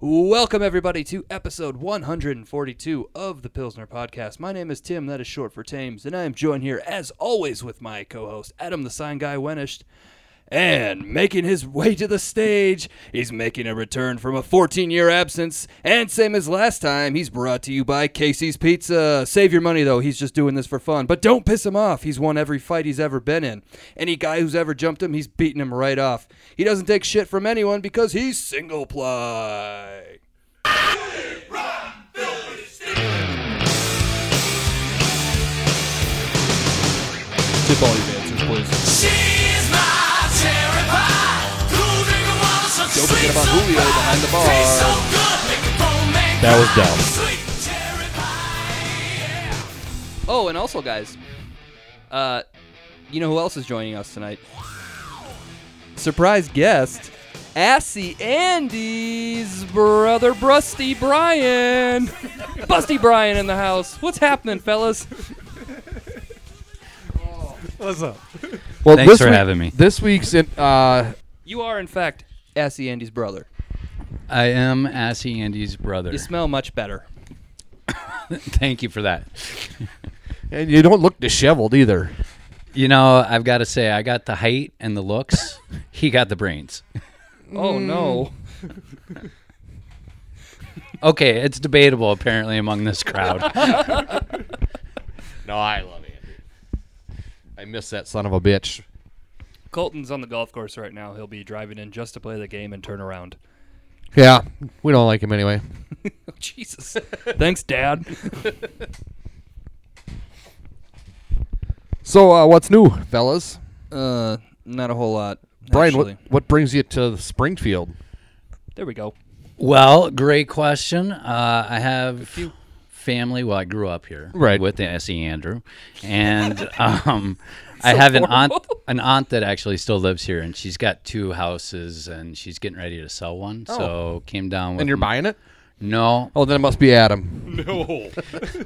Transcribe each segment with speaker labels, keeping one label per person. Speaker 1: Welcome, everybody, to episode 142 of the Pilsner Podcast. My name is Tim, that is short for Thames, and I am joined here, as always, with my co host, Adam the Sign Guy Wenisht. And making his way to the stage, he's making a return from a 14 year absence. And same as last time, he's brought to you by Casey's Pizza. Save your money though, he's just doing this for fun. But don't piss him off, he's won every fight he's ever been in. Any guy who's ever jumped him, he's beaten him right off. He doesn't take shit from anyone because he's single ply.
Speaker 2: Tip all your dancers, please.
Speaker 3: She's my cherry pie. Cool drinking water, such
Speaker 1: Don't forget about Julio behind the bar.
Speaker 3: Tastes so good, make a grown man
Speaker 2: That was
Speaker 3: cry.
Speaker 2: dumb.
Speaker 3: Sweet cherry pie.
Speaker 1: Oh, and also, guys, uh, you know who else is joining us tonight? Surprise guest, Assy Andy's brother, Brusty Brian. Busty Brian in the house. What's happening, fellas?
Speaker 4: Well,
Speaker 5: Thanks
Speaker 4: this
Speaker 5: for
Speaker 4: week-
Speaker 5: having me.
Speaker 4: This week's in, uh,
Speaker 1: You are, in fact, Assy Andy's brother.
Speaker 5: I am Assy Andy's brother.
Speaker 1: You smell much better.
Speaker 5: Thank you for that.
Speaker 4: and you don't look disheveled either.
Speaker 5: You know, I've got to say, I got the height and the looks. he got the brains.
Speaker 1: Oh, no.
Speaker 5: Okay, it's debatable apparently among this crowd.
Speaker 4: No, I love Andy. I miss that son of a bitch.
Speaker 1: Colton's on the golf course right now. He'll be driving in just to play the game and turn around.
Speaker 4: Yeah, we don't like him anyway.
Speaker 1: Oh, Jesus. Thanks, Dad.
Speaker 4: So, uh, what's new, fellas?
Speaker 1: Uh, not a whole lot.
Speaker 4: Brian,
Speaker 1: actually.
Speaker 4: what, what brings you to Springfield?
Speaker 1: There we go.
Speaker 5: well, great question. Uh, I have family. Well, I grew up here,
Speaker 4: Right.
Speaker 5: with the Assy Andrew, and um, I have an aunt,
Speaker 1: horrible.
Speaker 5: an aunt that actually still lives here, and she's got two houses, and she's getting ready to sell one. So came down with
Speaker 4: Oh. And you're
Speaker 5: my-
Speaker 4: buying it?
Speaker 5: No,
Speaker 4: Oh, then it must be Adam.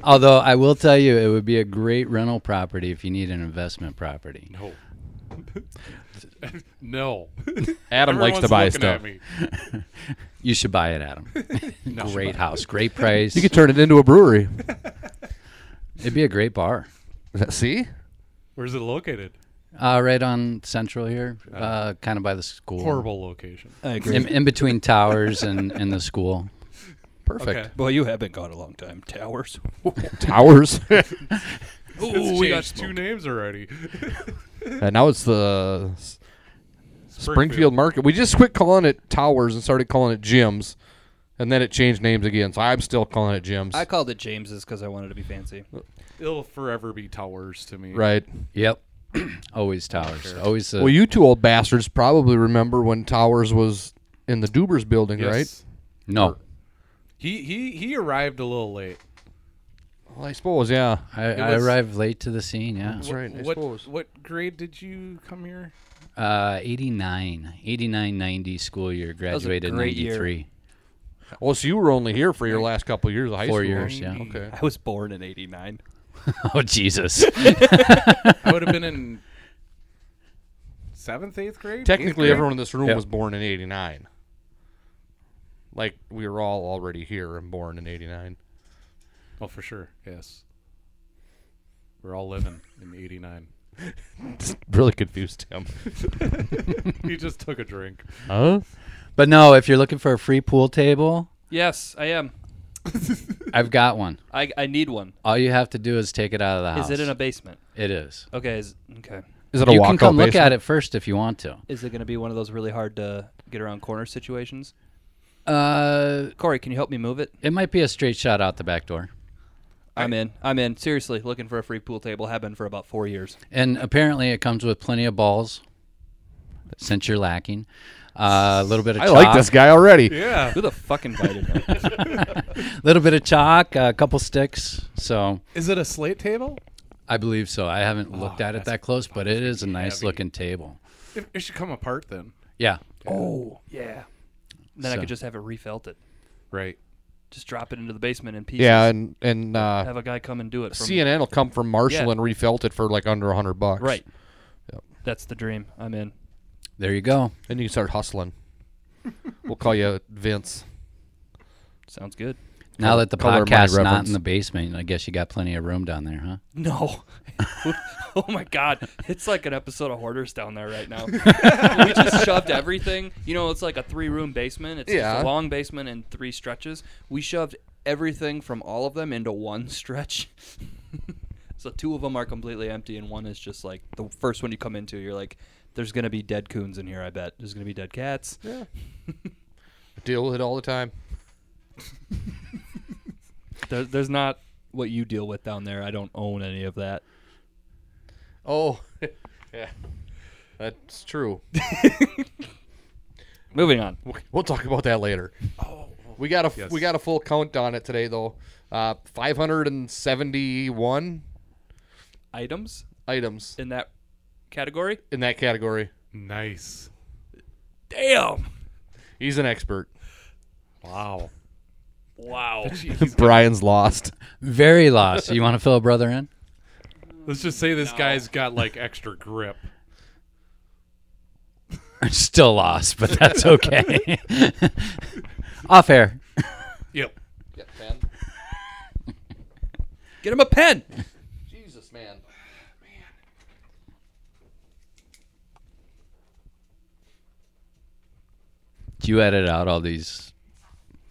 Speaker 5: Although I will tell you, it would be a great rental property if you need an investment property.
Speaker 6: No.
Speaker 4: Adam likes to
Speaker 6: Everyone's
Speaker 4: buy
Speaker 6: looking at
Speaker 4: stuff.
Speaker 6: me.
Speaker 5: You should buy it, Adam. great house, great price.
Speaker 4: You could turn it into a brewery.
Speaker 5: It'd be a great bar.
Speaker 4: See?
Speaker 6: Where's it located?
Speaker 5: Uh, right on Central here, uh, kind of by the school.
Speaker 6: Horrible location.
Speaker 1: I agree.
Speaker 5: In, in between towers and, and the school.
Speaker 4: Perfect.
Speaker 6: Okay.
Speaker 1: Well, you haven't gone a long time. Towers.
Speaker 4: Towers.
Speaker 1: Ooh,
Speaker 6: It's changed two names already.
Speaker 4: and now it's the S- Springfield Market. We just quit calling it Towers and started calling it gyms. And then it changed names again, so I'm still calling it gyms.
Speaker 1: I called it James's because I wanted to be fancy.
Speaker 6: It'll forever be towers to me.
Speaker 4: right.
Speaker 5: Yep. Always towers. Always the
Speaker 4: Well, you two old bastards probably remember when Towers was in the Dubers building,
Speaker 6: Yes.
Speaker 5: no.
Speaker 6: He he he arrived a little late.
Speaker 4: right? Well, I suppose, yeah.
Speaker 5: I, I
Speaker 6: was-
Speaker 5: arrived late to the scene. Yeah.
Speaker 4: That's right, I
Speaker 6: what
Speaker 4: suppose.
Speaker 6: what grade did you come here?
Speaker 5: Uh, 89, 89, 90 school year.
Speaker 1: was a
Speaker 5: Graduated
Speaker 1: great year.
Speaker 5: 93.
Speaker 4: Well, so you were only here for your last couple of years of high
Speaker 5: Four
Speaker 4: school.
Speaker 5: years. Yeah.
Speaker 4: Okay.
Speaker 1: I was born in '89.
Speaker 5: Oh Jesus.
Speaker 6: I would have been in seventh, eighth grade.
Speaker 4: Technically,
Speaker 6: Eighth grade?
Speaker 4: everyone in this room
Speaker 5: Yeah.
Speaker 4: was born in '89. Like we were all already here and born in '89.
Speaker 6: Well, Oh, for sure. Yes. We're all living in '89.
Speaker 4: Really confused him.
Speaker 6: he just took a drink.
Speaker 4: Huh?
Speaker 5: but no, if you're looking for a free pool table,
Speaker 1: Yes, I am.
Speaker 5: I've got one.
Speaker 1: I, I need one.
Speaker 5: All you have to do is take it out of the house.
Speaker 1: Is it in a basement?
Speaker 5: It is.
Speaker 1: Okay. Is, okay.
Speaker 4: Is it a
Speaker 5: you
Speaker 4: walkout
Speaker 5: can come look
Speaker 4: basement?
Speaker 5: at it first if you want to.
Speaker 1: Is it going to be one of those really hard to get around corner situations?
Speaker 5: Uh,
Speaker 1: Corey, can you help me move it?
Speaker 5: it might be a straight shot out the back door.
Speaker 1: I'm in. I'm in. Seriously, looking for a free pool table. Have been for about four years.
Speaker 5: And apparently, it comes with plenty of balls, since you're lacking. Uh, a little bit of
Speaker 4: I
Speaker 5: chalk,
Speaker 4: like this guy already.
Speaker 6: Yeah.
Speaker 1: Who the fuck invited him?
Speaker 5: A little bit of chalk, a couple sticks. So
Speaker 6: Is it a slate table?
Speaker 5: I believe so. I haven't
Speaker 1: Oh,
Speaker 5: looked at it
Speaker 6: that's
Speaker 5: that close, but it is a nice looking table.
Speaker 6: It, it should come apart then.
Speaker 5: Yeah.
Speaker 1: oh yeah. Then I
Speaker 5: So-
Speaker 1: could just have it refelted.
Speaker 6: Right.
Speaker 1: Just drop it into the basement in pieces.
Speaker 4: Yeah, and and uh,
Speaker 1: Have a guy come and do it. From,
Speaker 4: CNN will come from Marshall
Speaker 1: Yeah.
Speaker 4: and refelt it for like under hundred bucks.
Speaker 1: Right. That's the dream. I'm in.
Speaker 5: There you go.
Speaker 4: Then you can start hustling. we'll call you Vince.
Speaker 1: Sounds good.
Speaker 5: Now that the
Speaker 4: color my
Speaker 5: podcast's not
Speaker 4: reference.
Speaker 5: in the basement, I guess you got plenty of room down there, huh?
Speaker 1: No. oh my god. It's like an episode of Hoarders down there right now. we just shoved everything. You know, it's like a three room basement. It's
Speaker 4: Yeah.
Speaker 1: just a long basement and three stretches. We shoved everything from all of them into one stretch. so two of them are completely empty and one is just like the first one you come into, you're like, There's gonna be dead coons in here, I bet. There's gonna be dead cats.
Speaker 4: Deal with it all the time.
Speaker 1: There, there's not what you deal with down there. I don't own any of that.
Speaker 4: Oh, yeah, that's true.
Speaker 1: Moving on.
Speaker 4: We'll talk about that later. we got a we got a full count on it today though. Uh, Five hundred and seventy one
Speaker 1: Items
Speaker 4: items
Speaker 1: in that category?
Speaker 4: in that category.
Speaker 6: Nice.
Speaker 1: Damn.
Speaker 4: He's an expert.
Speaker 6: Wow.
Speaker 1: Wow.
Speaker 4: Brian's lost.
Speaker 5: Very lost. you want to fill a brother in?
Speaker 6: Let's just say this guy's got like extra grip.
Speaker 5: I'm still lost, but that's okay. Off air.
Speaker 6: Yep.
Speaker 4: Yeah, man.
Speaker 1: Get him a pen.
Speaker 4: Jesus, man.
Speaker 5: Do you edit out all these?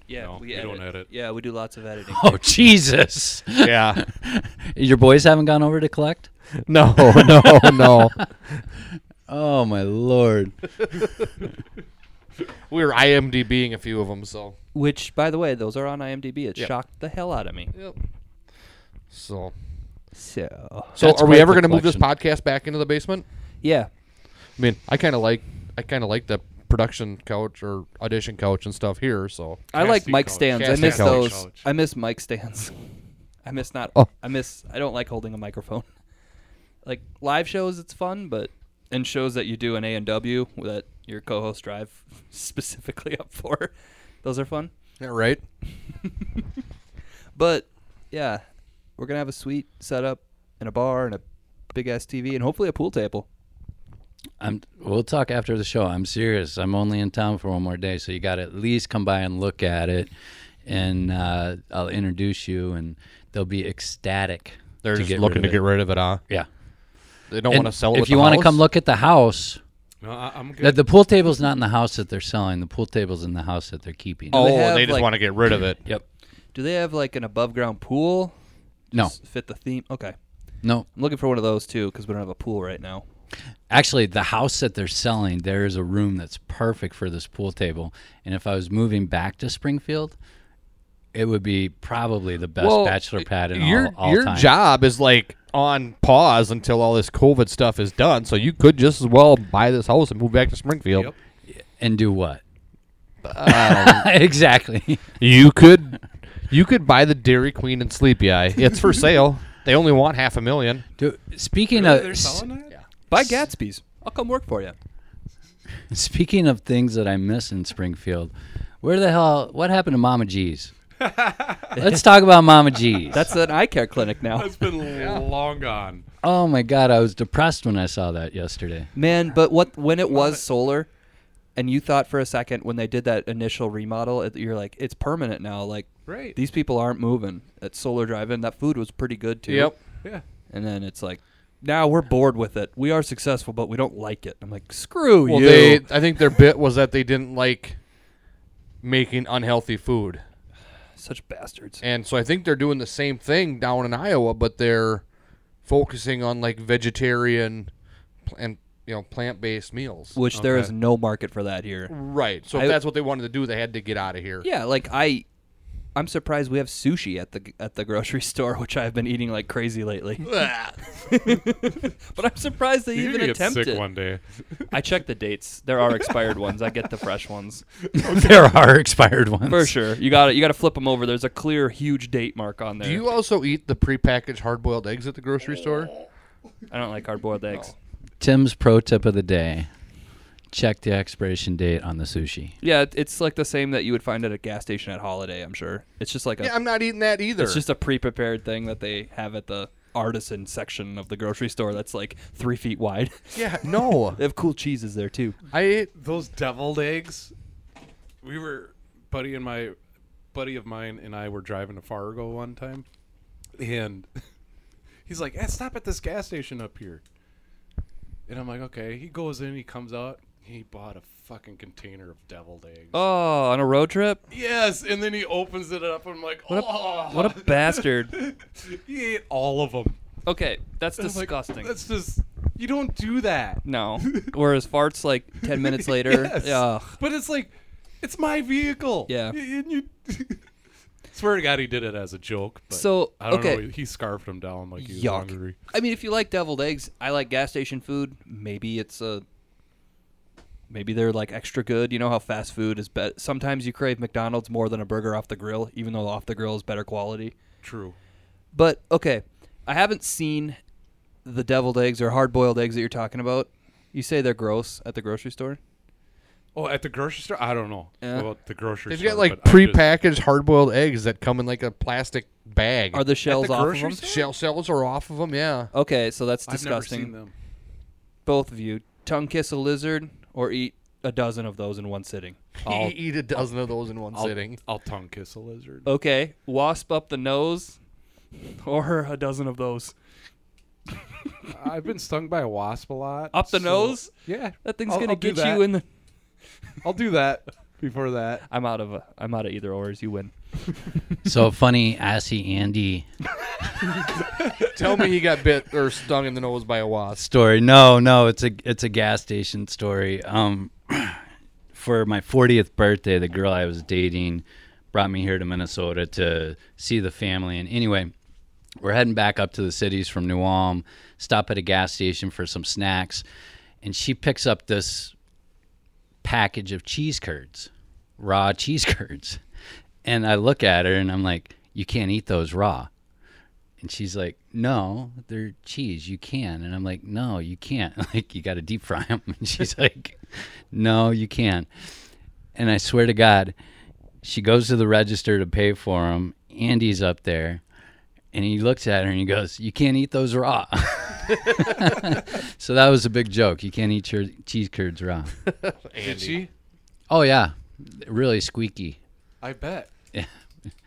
Speaker 1: Yeah,
Speaker 6: No,
Speaker 1: we,
Speaker 6: we
Speaker 1: edit.
Speaker 6: don't edit.
Speaker 1: Yeah, we do lots of editing.
Speaker 5: Oh Jesus!
Speaker 4: Yeah.
Speaker 5: Your boys haven't gone over to collect.
Speaker 4: No, no, no.
Speaker 5: Oh my lord!
Speaker 4: We were IMDBing a few of them, so.
Speaker 1: Which, by the way, those are on IMDb. It shocked the hell out of me.
Speaker 4: Yep. So,
Speaker 1: So,
Speaker 4: so
Speaker 5: That's
Speaker 4: are we
Speaker 5: quite
Speaker 4: ever
Speaker 5: the
Speaker 4: going to move this
Speaker 5: collection.
Speaker 4: podcast back into the basement?
Speaker 1: yeah,
Speaker 4: I mean, I kind of like, I kind of like the production couch or audition couch and stuff here. So,
Speaker 1: I like
Speaker 6: Casting
Speaker 1: mic
Speaker 6: couch.
Speaker 1: stands.
Speaker 4: Casting
Speaker 1: I miss
Speaker 4: couch.
Speaker 1: those.
Speaker 6: Couch.
Speaker 1: I miss mic stands. I miss not.
Speaker 4: Oh.
Speaker 1: I miss. I don't like holding a microphone. Like live shows, it's fun, but and shows that you do in A and W that your co-host drive specifically up for, those are fun.
Speaker 4: yeah, right?
Speaker 1: But yeah, we're gonna have a suite set up and a bar and a big ass TV and hopefully a pool table.
Speaker 5: I'm. We'll talk after the show. I'm serious. I'm only in town for one more day, so you got to at least come by and look at it, and uh, I'll introduce you, and they'll be ecstatic.
Speaker 4: They're
Speaker 5: to
Speaker 4: just
Speaker 5: get
Speaker 4: looking
Speaker 5: rid
Speaker 4: to
Speaker 5: of it.
Speaker 4: get rid of it, huh?
Speaker 5: Yeah.
Speaker 4: They don't
Speaker 5: And
Speaker 4: want to sell it.
Speaker 5: if
Speaker 4: with
Speaker 5: you
Speaker 4: the
Speaker 5: wanna
Speaker 4: house?
Speaker 5: come look at the house,
Speaker 6: No, I, I'm
Speaker 5: the,
Speaker 6: good.
Speaker 5: the pool table's not in the house that they're selling. The pool table's in the house that they're keeping.
Speaker 4: oh,
Speaker 1: they
Speaker 4: they,
Speaker 1: have,
Speaker 4: just
Speaker 1: like-
Speaker 4: want to get rid of it.
Speaker 5: Yep.
Speaker 1: Do they have like an above ground pool?
Speaker 5: No.
Speaker 1: Does it Fit the theme. Okay.
Speaker 5: No.
Speaker 1: I'm looking for one of those too because we don't have a pool right now.
Speaker 5: Actually, the house that they're selling, there is a room that's perfect for this pool table. And if I was moving back to Springfield, it would be probably the best bachelor pad in
Speaker 4: your,
Speaker 5: all, all
Speaker 4: your
Speaker 5: time.
Speaker 4: job is like on pause until all this COVID stuff is done. So you could just as well buy this house and move back to Springfield.
Speaker 6: Yep.
Speaker 5: and do what?
Speaker 4: Um,
Speaker 5: exactly.
Speaker 4: You could, you could buy the Dairy Queen and Sleepy Eye. It's for sale. They only want half a million.
Speaker 5: Do- speaking
Speaker 6: They're
Speaker 5: of
Speaker 6: selling that? Yeah.
Speaker 1: Buy Gatsby's. I'll come work for you.
Speaker 5: speaking of things that I miss in Springfield, where the hell? What happened to Mama G's? Let's talk about Mama G's.
Speaker 1: That's an eye care clinic now.
Speaker 6: It's been long gone.
Speaker 5: oh my God, I was depressed when I saw that yesterday.
Speaker 1: Man, but what when it was solar, and you thought for a second when they did that initial remodel, it- you're like, it's permanent now. Like
Speaker 6: Right.
Speaker 1: these people aren't moving at Solar Drive-In. That food was pretty good too.
Speaker 6: Yeah.
Speaker 1: And then it's like, now we're bored with it. We are successful, but we don't like it. I'm like, screw
Speaker 4: Well,
Speaker 1: you.
Speaker 4: they. I think their bit was that they didn't like making unhealthy food,
Speaker 1: Such bastards.
Speaker 4: and so I think they're doing the same thing down in Iowa, but they're focusing on like vegetarian pl- and you know plant based meals.
Speaker 1: Which there is no market for that here.
Speaker 4: Right. So if
Speaker 1: I-
Speaker 4: that's what they wanted to do, they had to get out of here.
Speaker 1: Yeah, like I, I'm surprised we have sushi at the at the grocery store, which I've been eating like crazy lately. but I'm surprised they
Speaker 6: You're
Speaker 1: even
Speaker 6: gonna get
Speaker 1: attempted.
Speaker 6: sick one day.
Speaker 1: I checked the dates. There are expired ones. I get the fresh ones
Speaker 5: there are expired ones.
Speaker 1: for sure. You got to You got to flip them over. There's a clear, huge date mark on there.
Speaker 4: Do you also eat the prepackaged hard boiled eggs at the grocery store?
Speaker 1: I don't like hard boiled eggs.
Speaker 4: Oh.
Speaker 5: Tim's pro tip of the day: check the expiration date on the sushi.
Speaker 1: Yeah, it- it's like the same that you would find at a gas station at Holiday. I'm sure. It's just like a.
Speaker 4: Yeah, I'm not eating that either.
Speaker 1: it's just a pre-prepared thing that they have at the artisan section of the grocery store. That's like three feet wide.
Speaker 4: yeah, no.
Speaker 1: they have cool cheeses there too.
Speaker 4: I ate
Speaker 6: Those deviled eggs. We were buddy and my buddy of mine and I were driving to Fargo one time, and he's like, "Eh, "Stop at this gas station up here," and I'm like, "Okay." He goes in, he comes out, he bought a fucking container of deviled eggs.
Speaker 1: Oh, on a road trip?
Speaker 6: Yes, and then he opens it up. I'm like,
Speaker 1: What a,
Speaker 6: "Oh!"
Speaker 1: what a bastard.
Speaker 6: he ate all of them.
Speaker 1: Okay, that's
Speaker 6: I'm like,
Speaker 1: disgusting.
Speaker 6: That's just you don't do that.
Speaker 1: no. Whereas farts like 10 minutes later.
Speaker 6: Yes.
Speaker 1: Ugh.
Speaker 6: But it's like, it's my vehicle.
Speaker 1: Yeah.
Speaker 6: Y- and you- swear to God, he did it as a joke. But
Speaker 1: So,
Speaker 6: I don't
Speaker 1: okay.
Speaker 6: know. He scarfed him down like he was
Speaker 1: Yuck.
Speaker 6: hungry.
Speaker 1: I mean, if you like deviled eggs, I like gas station food. Maybe it's a maybe they're like extra good. You know how fast food is bet sometimes you crave McDonald's more than a burger off the grill, even though off the grill is better quality.
Speaker 6: True.
Speaker 1: But okay, I haven't seen the deviled eggs or hard-boiled eggs that you're talking about. You say they're gross at the grocery store?
Speaker 6: Oh, at the grocery store, I don't know
Speaker 1: Yeah.
Speaker 6: about the grocery
Speaker 4: They've
Speaker 6: store.
Speaker 4: got like
Speaker 6: but I just-
Speaker 4: prepackaged hard-boiled eggs that come in like a plastic bag.
Speaker 1: Are the shells off of
Speaker 6: grocery
Speaker 1: them?
Speaker 6: store?
Speaker 4: shell shells are off of them? Yeah.
Speaker 1: Okay, so that's
Speaker 6: I've
Speaker 1: disgusting.
Speaker 6: never seen them.
Speaker 1: Both of you, tongue kiss a lizard or eat a dozen of those in one sitting.
Speaker 4: I'll eat a dozen of those in one
Speaker 6: I'll,
Speaker 4: sitting.
Speaker 6: I'll tongue kiss a lizard.
Speaker 1: Okay, wasp up the nose or a dozen of those.
Speaker 6: I've been stung by a wasp a lot.
Speaker 1: Up the
Speaker 6: so-
Speaker 1: nose?
Speaker 6: Yeah,
Speaker 1: That thing's
Speaker 6: I'll-
Speaker 1: gonna
Speaker 6: I'll do
Speaker 1: get
Speaker 6: that.
Speaker 1: you in the
Speaker 6: I'll do that before that.
Speaker 1: I'm out of i I'm out of either ors, you win.
Speaker 5: So funny, assy Andy
Speaker 4: Tell me he got bit or stung in the nose by a wasp.
Speaker 5: story. No, no, it's a it's a gas station story. Um, for my 40th birthday, the girl I was dating brought me here to Minnesota to see the family. And anyway, we're heading back up to the cities from New Ulm. Stop at a gas station for some snacks, and she picks up this package of cheese curds, raw cheese curds. And I look at her and I'm like, "You can't eat those raw." And she's like, "No, they're cheese. You can." And I'm like, "No, you can't. Like, you got to deep fry them." And she's like, "No, you can't." And I swear to God, she goes to the register to pay for them. Andy's up there, and he looks at her and he goes, "You can't eat those raw." so that was a big joke. You can't eat your cheese curds raw.
Speaker 6: Did she?
Speaker 5: Oh yeah, really squeaky.
Speaker 6: I bet.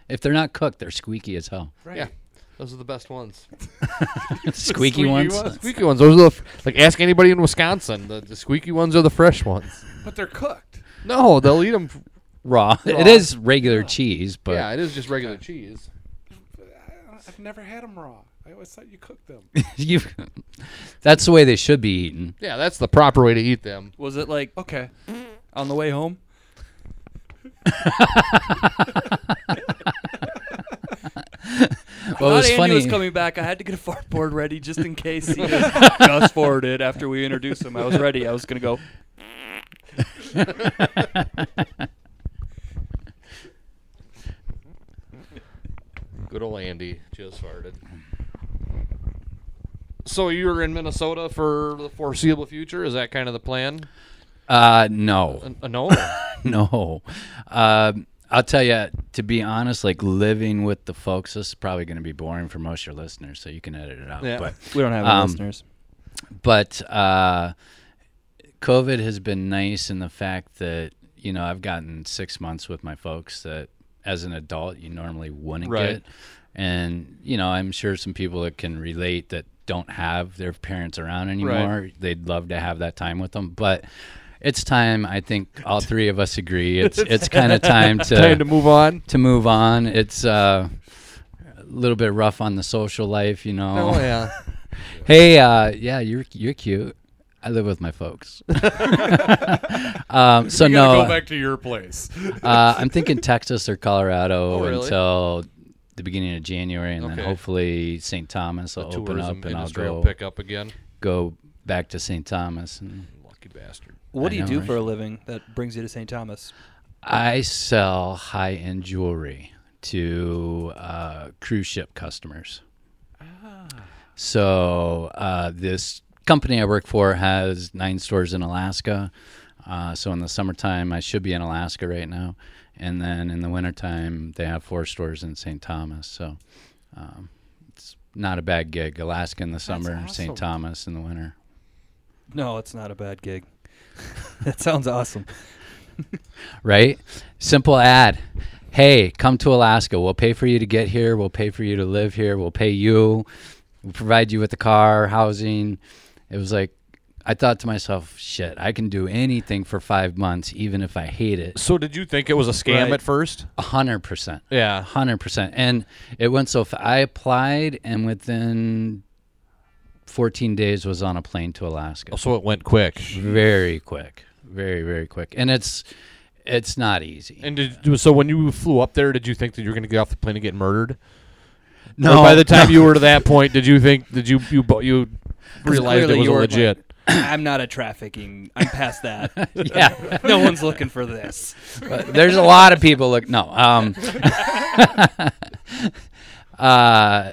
Speaker 5: If they're not cooked, they're squeaky as hell.
Speaker 6: Right.
Speaker 4: Yeah. Those are the best ones.
Speaker 5: Squeaky ones.
Speaker 4: Squeaky ones. Those are the f- like ask anybody in Wisconsin. The, the squeaky ones are the fresh ones.
Speaker 6: But they're cooked.
Speaker 4: No, they'll eat them.
Speaker 5: Raw. It is regular cheese, but
Speaker 4: Yeah, it is just regular cheese.
Speaker 6: I've never had them raw. I always thought you cooked them.
Speaker 5: you that's the way they should be eaten.
Speaker 4: Yeah, that's the proper way to eat them.
Speaker 1: Was it like
Speaker 6: Okay.
Speaker 1: on the way home?
Speaker 5: Well, it
Speaker 1: Thought
Speaker 5: was
Speaker 1: Andy
Speaker 5: funny.
Speaker 1: was coming back. I had to get a fart board ready just in case he just fast forwarded after we introduced him. I was ready. I was gonna go.
Speaker 4: Good old Andy just farted. So you're in Minnesota for the foreseeable future? Is that kind of the plan?
Speaker 5: uh, no,
Speaker 4: An- uh, no.
Speaker 5: no. Um I'll tell you, to be honest, like living with the folks, this is probably going to be boring for most of your listeners, so you can edit it out. But
Speaker 1: We don't have any
Speaker 5: Um,
Speaker 1: listeners.
Speaker 5: but uh, COVID has been nice in the fact that you know I've gotten six months with my folks that as an adult you normally wouldn't
Speaker 4: Right.
Speaker 5: get, and you know I'm sure some people that can relate that don't have their parents around anymore. They'd love to have that time with them, but. It's time. I think all three of us agree. It's it's kind of time to
Speaker 4: Time to move on.
Speaker 5: to move on. It's uh, a little bit rough on the social life, you know.
Speaker 4: Oh yeah.
Speaker 5: Hey, uh, yeah, you're you're cute. I live with my folks. um, so
Speaker 6: You gotta
Speaker 5: no,
Speaker 6: go back to your place.
Speaker 5: uh, I'm thinking Texas or Colorado
Speaker 4: Oh, really?
Speaker 5: until the beginning of January, and
Speaker 4: Okay.
Speaker 5: then hopefully St. Thomas will open
Speaker 4: Tourism
Speaker 5: up, and I'll
Speaker 4: industry will
Speaker 5: go
Speaker 4: pick up again.
Speaker 5: go back to St. Thomas. And
Speaker 4: Lucky bastard.
Speaker 1: What do
Speaker 5: I
Speaker 1: you
Speaker 5: know,
Speaker 1: do
Speaker 5: right?
Speaker 1: for a living that brings you to St. Thomas?
Speaker 5: I sell high end jewelry to uh, cruise ship customers. So uh, this company I work for has nine stores in Alaska. Uh, so in the summertime, I should be in Alaska right now, and then in the wintertime, they have four stores in St. Thomas. So um, it's not a bad gig. Alaska in the summer, St. Thomas in the winter.
Speaker 1: No, it's not a bad gig. that sounds awesome.
Speaker 5: right? Simple ad. hey, come to Alaska. We'll pay for you to get here. We'll pay for you to live here. We'll pay you. We'll provide you with a car, housing. It was like, I thought to myself, shit, I can do anything for five months, even if I hate it.
Speaker 4: So did you think it was a scam
Speaker 5: Right.
Speaker 4: at first?
Speaker 5: A hundred percent.
Speaker 4: Yeah.
Speaker 5: hundred percent. And it went so. F- I applied, and within fourteen days was on a plane to Alaska.
Speaker 4: So it went quick.
Speaker 5: Very quick, very very quick. And it's it's not easy.
Speaker 4: And did, so when you flew up there, did you think that you were going to get off the plane and get murdered?
Speaker 5: no,
Speaker 4: Or by the time you were to that point, did you think did you you bo- you realized it
Speaker 7: Clearly
Speaker 4: was
Speaker 7: you were
Speaker 4: legit?
Speaker 7: like, I'm not a trafficking. I'm past that.
Speaker 5: yeah,
Speaker 7: no one's looking for this.
Speaker 5: But there's a lot of people look. No, um, uh,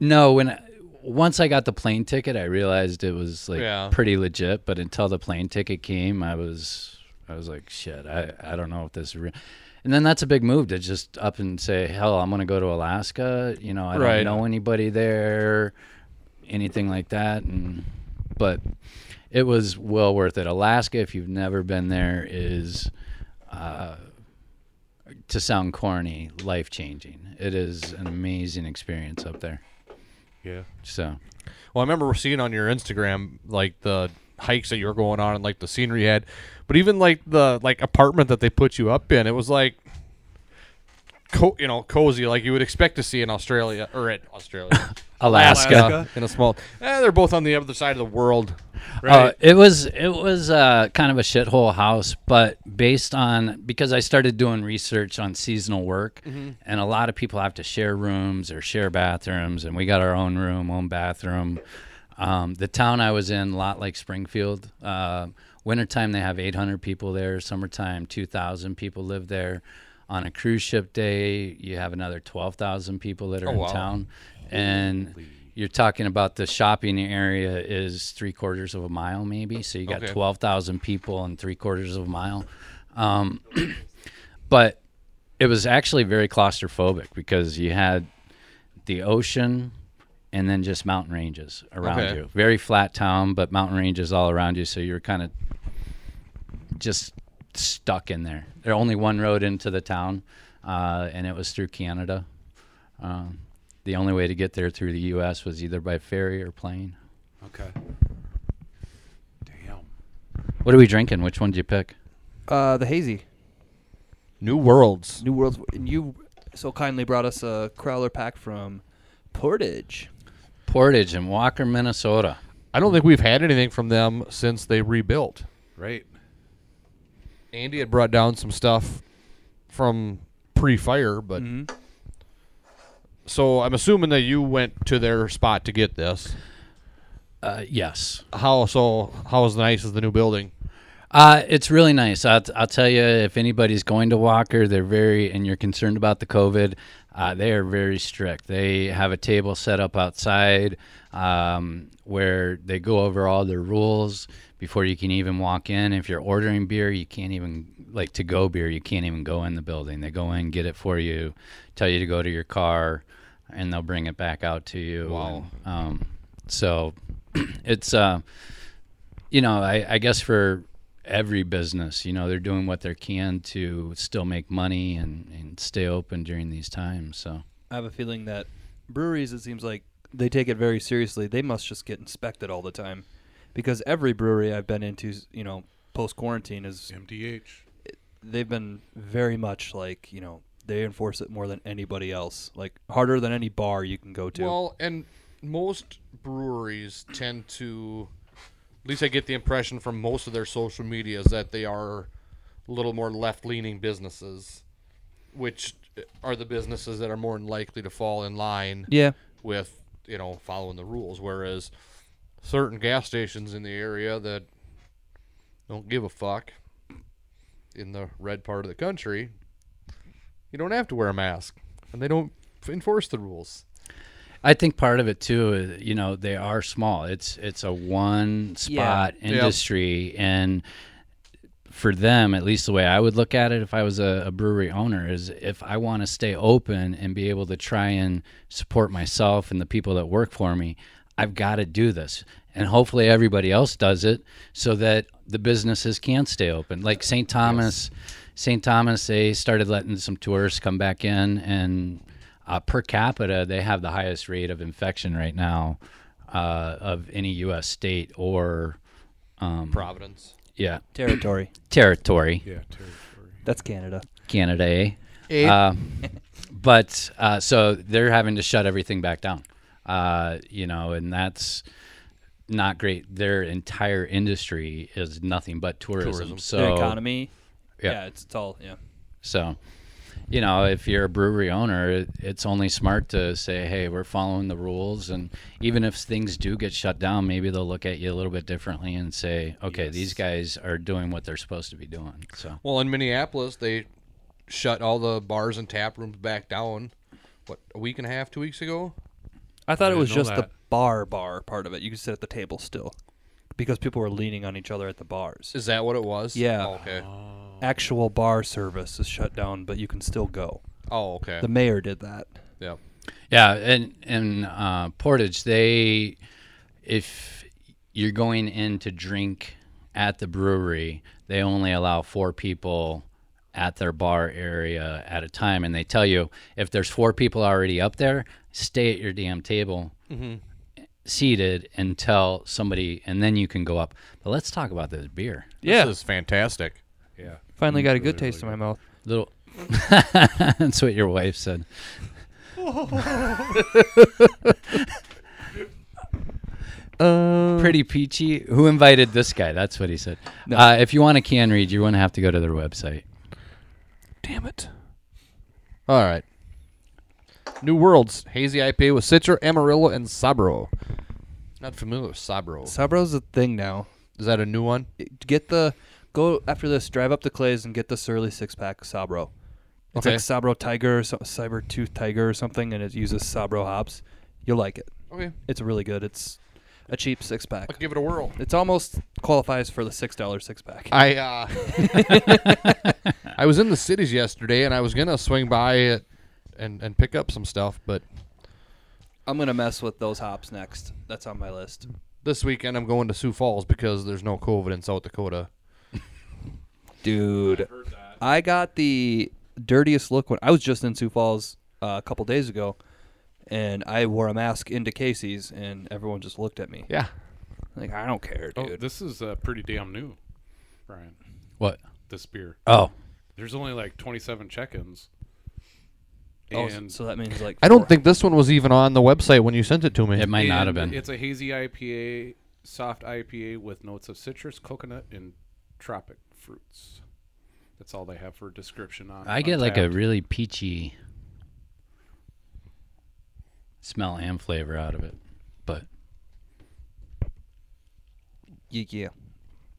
Speaker 5: no. When I- once I got the plane ticket, I realized it was like
Speaker 4: Yeah.
Speaker 5: pretty legit. But until the plane ticket came, I was I was like, shit, I I don't know if this is real. And then that's a big move to just up and say, hell, I'm gonna go to Alaska. You know, I don't
Speaker 4: Right.
Speaker 5: know anybody there, anything like that. And but it was well worth it. Alaska, if you've never been there, is uh, to sound corny, life changing. It is an amazing experience up there.
Speaker 6: Yeah.
Speaker 5: So
Speaker 4: Well, I remember seeing on your Instagram like the hikes that you were going on and like the scenery you had, but even like the like apartment that they put you up in, it was like. Co- you know, cozy like you would expect to see in Australia or at Australia,
Speaker 5: Alaska,
Speaker 4: in a small. Eh, they're both on the other side of the world.
Speaker 5: Uh, it was it was uh, kind of a shithole house, but based on because I started doing research on seasonal work, and a lot of people have to share rooms or share bathrooms, and we got our own room, own bathroom. Um, the town I was in, a lot like Springfield. Uh, wintertime they have 800 people there. Summertime 2,000 people live there. On a cruise ship day, you have another 12,000 people that are in
Speaker 4: wow.
Speaker 5: town, and you're talking about the shopping area is three quarters of a mile, maybe. So you got
Speaker 4: Okay.
Speaker 5: 12,000 people in three quarters of a mile. Um, but it was actually very claustrophobic because you had the ocean and then just mountain ranges around
Speaker 4: Okay.
Speaker 5: you. Very flat town, but mountain ranges all around you. So you're kind of just stuck in there. There only one road into the town, uh, and it was through Canada. Um, the only way to get there through the U.S. was either by ferry or plane.
Speaker 6: Okay. Damn.
Speaker 5: What are we drinking? Which one did you pick?
Speaker 7: Uh, the hazy
Speaker 4: New worlds.
Speaker 7: New Worlds, and you so kindly brought us a crowler pack from Portage.
Speaker 5: Portage in Walker, Minnesota.
Speaker 4: I don't think we've had anything from them since they rebuilt.
Speaker 6: Right.
Speaker 4: Andy had brought down some stuff from pre-fire, but so I'm assuming that you went to their spot to get this.
Speaker 5: Uh, yes.
Speaker 4: How so? How is nice is the new building?
Speaker 5: Uh, it's really nice. I'll, I'll tell you, if anybody's going to Walker, they're very, and you're concerned about the COVID, uh, they are very strict. They have a table set up outside um, where they go over all their rules before you can even walk in. If you're ordering beer, you can't even, like to go beer, you can't even go in the building. They go in, get it for you, tell you to go to your car, and they'll bring it back out to you. Wow. um, so it's. Uh, you know, I, I guess for every business, you know, they're doing what they can to still make money and, and stay open during these times. So
Speaker 7: I have a feeling that breweries, it seems like they take it very seriously. They must just get inspected all the time, because every brewery I've been into, you know, post quarantine is
Speaker 6: MDH.
Speaker 7: they've been very much like you know they enforce it more than anybody else, like harder than any bar you can go to.
Speaker 4: Well, and most breweries tend to, at least I get the impression from most of their social medias that they are a little more left leaning businesses, which are the businesses that are more likely to fall in line
Speaker 7: yeah,
Speaker 4: with, you know, following the rules. Whereas certain gas stations in the area that don't give a fuck in the red part of the country, you don't have to wear a mask and they don't enforce the rules.
Speaker 5: I think part of it too is, you know, they are small. It's it's a one spot industry and for them, at least the way I would look at it if I was a, a brewery owner is if I want to stay open and be able to try and support myself and the people that work for me, I've got to do this. And hopefully everybody else does it so that the businesses can stay open. Like St. Thomas St. Thomas, they started letting some tourists come back in, and uh, per capita, they have the highest rate of infection right now uh, of any U.S. state or
Speaker 4: Providence.
Speaker 5: yeah
Speaker 1: Territory.
Speaker 5: territory.
Speaker 6: Yeah, territory.
Speaker 1: That's Canada.
Speaker 5: Canada, eh? Uh, but uh, so they're having to shut everything back down, uh, you know, and that's not great. Their entire industry is nothing but tourism.
Speaker 4: Tourism.
Speaker 5: So
Speaker 1: the economy.
Speaker 5: Yeah.
Speaker 1: uh, yeah, it's, it's all yeah.
Speaker 5: so, you know, if you're a brewery owner, it, it's only smart to say, hey, we're following the rules. And even if things do get shut down, maybe they'll look at you a little bit differently and say, okay, these guys are doing what they're supposed to be doing. So,
Speaker 4: Well, in Minneapolis, they shut all the bars and tap rooms back down. What a week and a half, two weeks ago.
Speaker 1: I thought it was
Speaker 6: know
Speaker 1: just the
Speaker 6: that.
Speaker 1: bar bar part of it. You could sit at the table still because people were leaning on each other at the bars.
Speaker 4: Is that what it was? Oh,
Speaker 1: Yeah.
Speaker 4: okay.
Speaker 1: Oh. Actual bar service is shut down, but you can still go.
Speaker 4: Oh, okay.
Speaker 1: The mayor did that.
Speaker 4: yeah.
Speaker 5: Yeah, and and uh, Portage, they if you're going in to drink at the brewery, they only allow four people at their bar area at a time, and they tell you if there's four people already up there, stay at your damn table. Seated until somebody, and then you can go up. But let's talk about this beer.
Speaker 1: Yeah,
Speaker 4: This is fantastic.
Speaker 6: Yeah.
Speaker 1: finally got a good taste in my mouth.
Speaker 5: Little, that's what your wife said. Pretty peachy. Who invited this guy? That's what he said. Uh, if you want a can read, you're going to have to go to their website.
Speaker 1: Damn it!
Speaker 4: All right. New Worlds hazy IPA with Citra, Amarillo, and Sabro. Not familiar with Sabro.
Speaker 1: Sabro's a thing now.
Speaker 4: Is that a new one?
Speaker 1: Get the go after this. Drive up to Clay's and get the Surly six pack Sabro. It's
Speaker 4: Okay.
Speaker 1: like Sabro Tiger, or so, Cyber Tooth Tiger, or something, and it uses Sabro hops. You'll like it.
Speaker 4: Okay,
Speaker 1: It's really good. It's a cheap six pack.
Speaker 4: give it a whirl.
Speaker 1: It's almost qualifies for the six dollar six pack.
Speaker 4: I uh, I was in the cities yesterday, and I was gonna swing by it and and pick up some stuff, but
Speaker 1: I'm gonna mess with those hops next. That's on my list.
Speaker 4: this weekend I'm going to Sioux Falls because there's no COVID in South Dakota.
Speaker 1: Dude, I got the dirtiest look when I was just in Sioux Falls uh, a couple days ago, and I wore a mask into Casey's, and everyone just looked at me.
Speaker 4: Yeah,
Speaker 1: Like I don't care,
Speaker 6: Oh,
Speaker 1: dude.
Speaker 6: this is uh, pretty damn new, Brian.
Speaker 5: What?
Speaker 6: This beer.
Speaker 5: Oh,
Speaker 6: There's only like 27 check-ins.
Speaker 1: Oh,
Speaker 6: And
Speaker 1: so that means like
Speaker 4: I don't
Speaker 1: four-
Speaker 4: think this one was even on the website when you sent it to me.
Speaker 5: it might not have
Speaker 6: and
Speaker 5: been.
Speaker 6: It's a hazy IPA, soft IPA with notes of citrus, coconut, and tropic fruits. That's all they have for a description on.
Speaker 5: I get like a
Speaker 6: Untappd.
Speaker 5: really peachy smell and flavor out of it. But
Speaker 1: Yeah, yeah.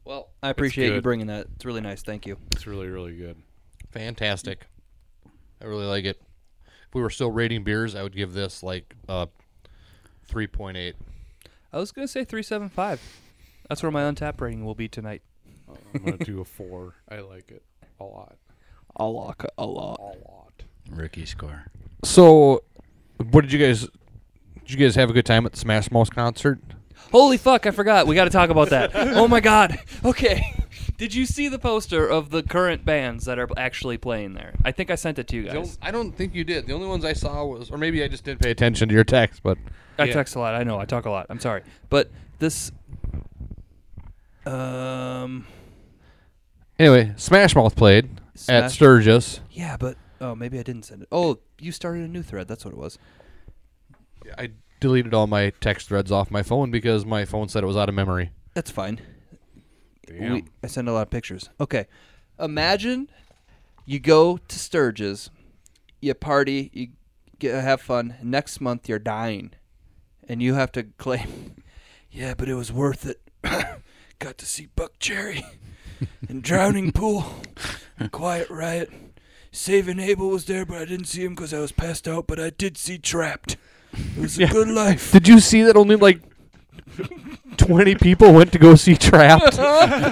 Speaker 4: well,
Speaker 1: I appreciate you
Speaker 6: good.
Speaker 1: bringing that. It's really nice. Thank you.
Speaker 6: It's really really good.
Speaker 4: fantastic. I really like it. If we were still rating beers, I would give this like uh, three point eight.
Speaker 1: I was gonna say three seven five. That's where my untap rating will be tonight.
Speaker 6: I'm gonna do a four. I like it a lot,
Speaker 1: A lot, a lot.
Speaker 6: a lot.
Speaker 5: rookie score.
Speaker 4: So, what did you guys? Did you guys have a good time at the Smash Mouth concert?
Speaker 1: Holy fuck, I forgot. We got to talk about that. oh my god. Okay. Did you see the poster of the current bands that are actually playing there? I think I sent it to you guys.
Speaker 4: I don't think you did. The only ones I saw was, or maybe I just didn't pay attention to your text, but
Speaker 1: I text a lot. I know. I talk a lot. I'm sorry. But this um
Speaker 4: Anyway, Smash Mouth played at
Speaker 1: Smash-
Speaker 4: Sturgis.
Speaker 1: yeah, but oh, maybe I didn't send it. Oh, you started a new thread. That's what it was.
Speaker 4: I deleted all my text threads off my phone because my phone said it was out of memory.
Speaker 1: That's fine.
Speaker 6: Damn.
Speaker 1: We, I send a lot of pictures. Okay. Imagine you go to Sturgis, you party, you get, have fun. Next month you're dying, and you have to claim, yeah, but it was worth it. Got to see Buck Cherry and Drowning Pool, Quiet Riot. Saving Abel was there, but I didn't see him because I was passed out. But I did see Trapped. It was a good life.
Speaker 4: Did you see that only like 20 people went to go see Trapped?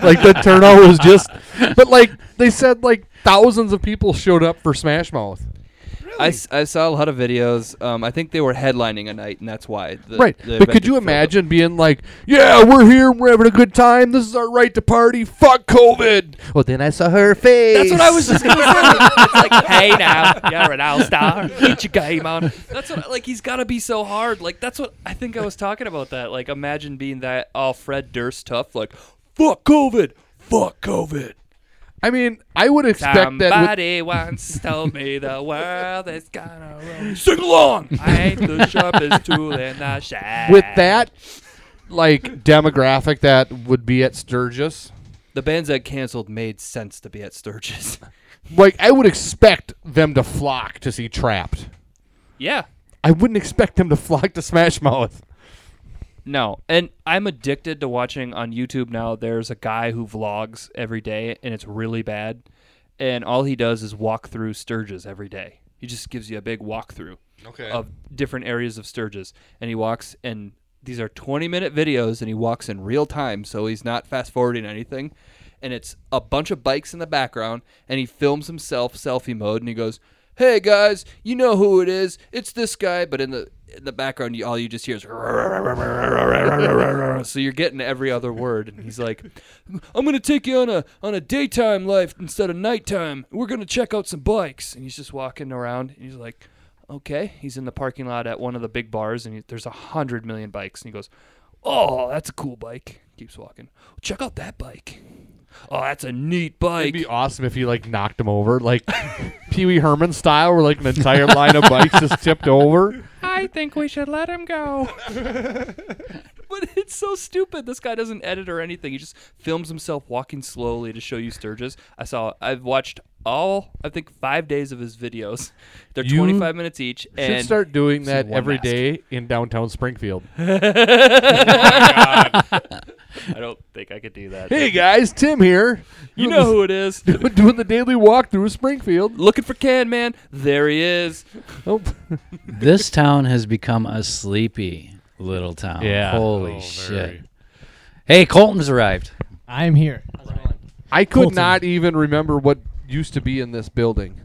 Speaker 4: like the turnout was just. But like they said, like thousands of people showed up for Smash Mouth.
Speaker 1: I, s- I saw a lot of videos. Um, I think they were headlining a night, and that's why. The,
Speaker 4: right.
Speaker 1: the
Speaker 4: but
Speaker 1: event
Speaker 4: could you
Speaker 1: didn't fill up.
Speaker 4: imagine being like, yeah, we're here, we're having a good time. This is our right to party. Fuck COVID. Well, then I saw her face.
Speaker 1: That's what I was just gonna say. It's like, hey now, you're an all star. Get your game on. That's what like he's got to be so hard. Like that's what I think I was talking about. That like imagine being that all Fred Durst tough. Like fuck COVID, fuck COVID.
Speaker 4: I mean, I would expect that.
Speaker 1: Somebody once told me the world is gonna roll. Sing along. I ain't the sharpest tool in the shed.
Speaker 4: With, with that, like demographic that would be at Sturgis.
Speaker 1: the bands that canceled made sense to be at Sturgis.
Speaker 4: Like I would expect them to flock to see Trapped.
Speaker 1: yeah.
Speaker 4: I wouldn't expect them to flock to Smash Mouth.
Speaker 1: No, and I'm addicted to watching on YouTube now. There's a guy who vlogs every day, and it's really bad. And all he does is walk through Sturgis every day. He just gives you a big walkthrough
Speaker 4: Okay.
Speaker 1: of different areas of Sturgis, and he walks. and These are 20 minute videos, and he walks in real time, so he's not fast forwarding anything. And it's a bunch of bikes in the background, and he films himself selfie mode, and he goes, "Hey guys, you know who it is? It's this guy." But in the in the background, you, all you just hear is so you're getting every other word, and he's like, "I'm gonna take you on a on a daytime life instead of nighttime. We're gonna check out some bikes." And he's just walking around, and he's like, "Okay." He's in the parking lot at one of the big bars, and he, there's a hundred million bikes, and he goes, "Oh, that's a cool bike." Keeps walking. Check out that bike. Oh, that's a neat
Speaker 4: It'd
Speaker 1: bike.
Speaker 4: be awesome if you like knocked him over, like Pee Wee Herman style, where like an entire line of bikes just tipped over.
Speaker 1: I think we should let him go. but it's so stupid. This guy doesn't edit or anything. He just films himself walking slowly to show you Sturgis. I saw. I've watched all. I think five days of his videos. They're
Speaker 4: You
Speaker 1: 25 minutes each.
Speaker 4: Should
Speaker 1: And
Speaker 4: start doing that
Speaker 1: one
Speaker 4: every
Speaker 1: mask.
Speaker 4: day in downtown Springfield.
Speaker 1: I don't think I could do that.
Speaker 4: hey guys, Tim here.
Speaker 1: you know who it is.
Speaker 4: doing the daily walk through Springfield.
Speaker 1: Looking for Can Man. There he is.
Speaker 4: Oh,
Speaker 5: this town has become a sleepy little town.
Speaker 4: Yeah.
Speaker 5: Holy
Speaker 6: Oh, very.
Speaker 5: shit. Hey, Colton's arrived.
Speaker 8: I'm here.
Speaker 4: I could
Speaker 8: Colton.
Speaker 4: not even remember what used to be in this building.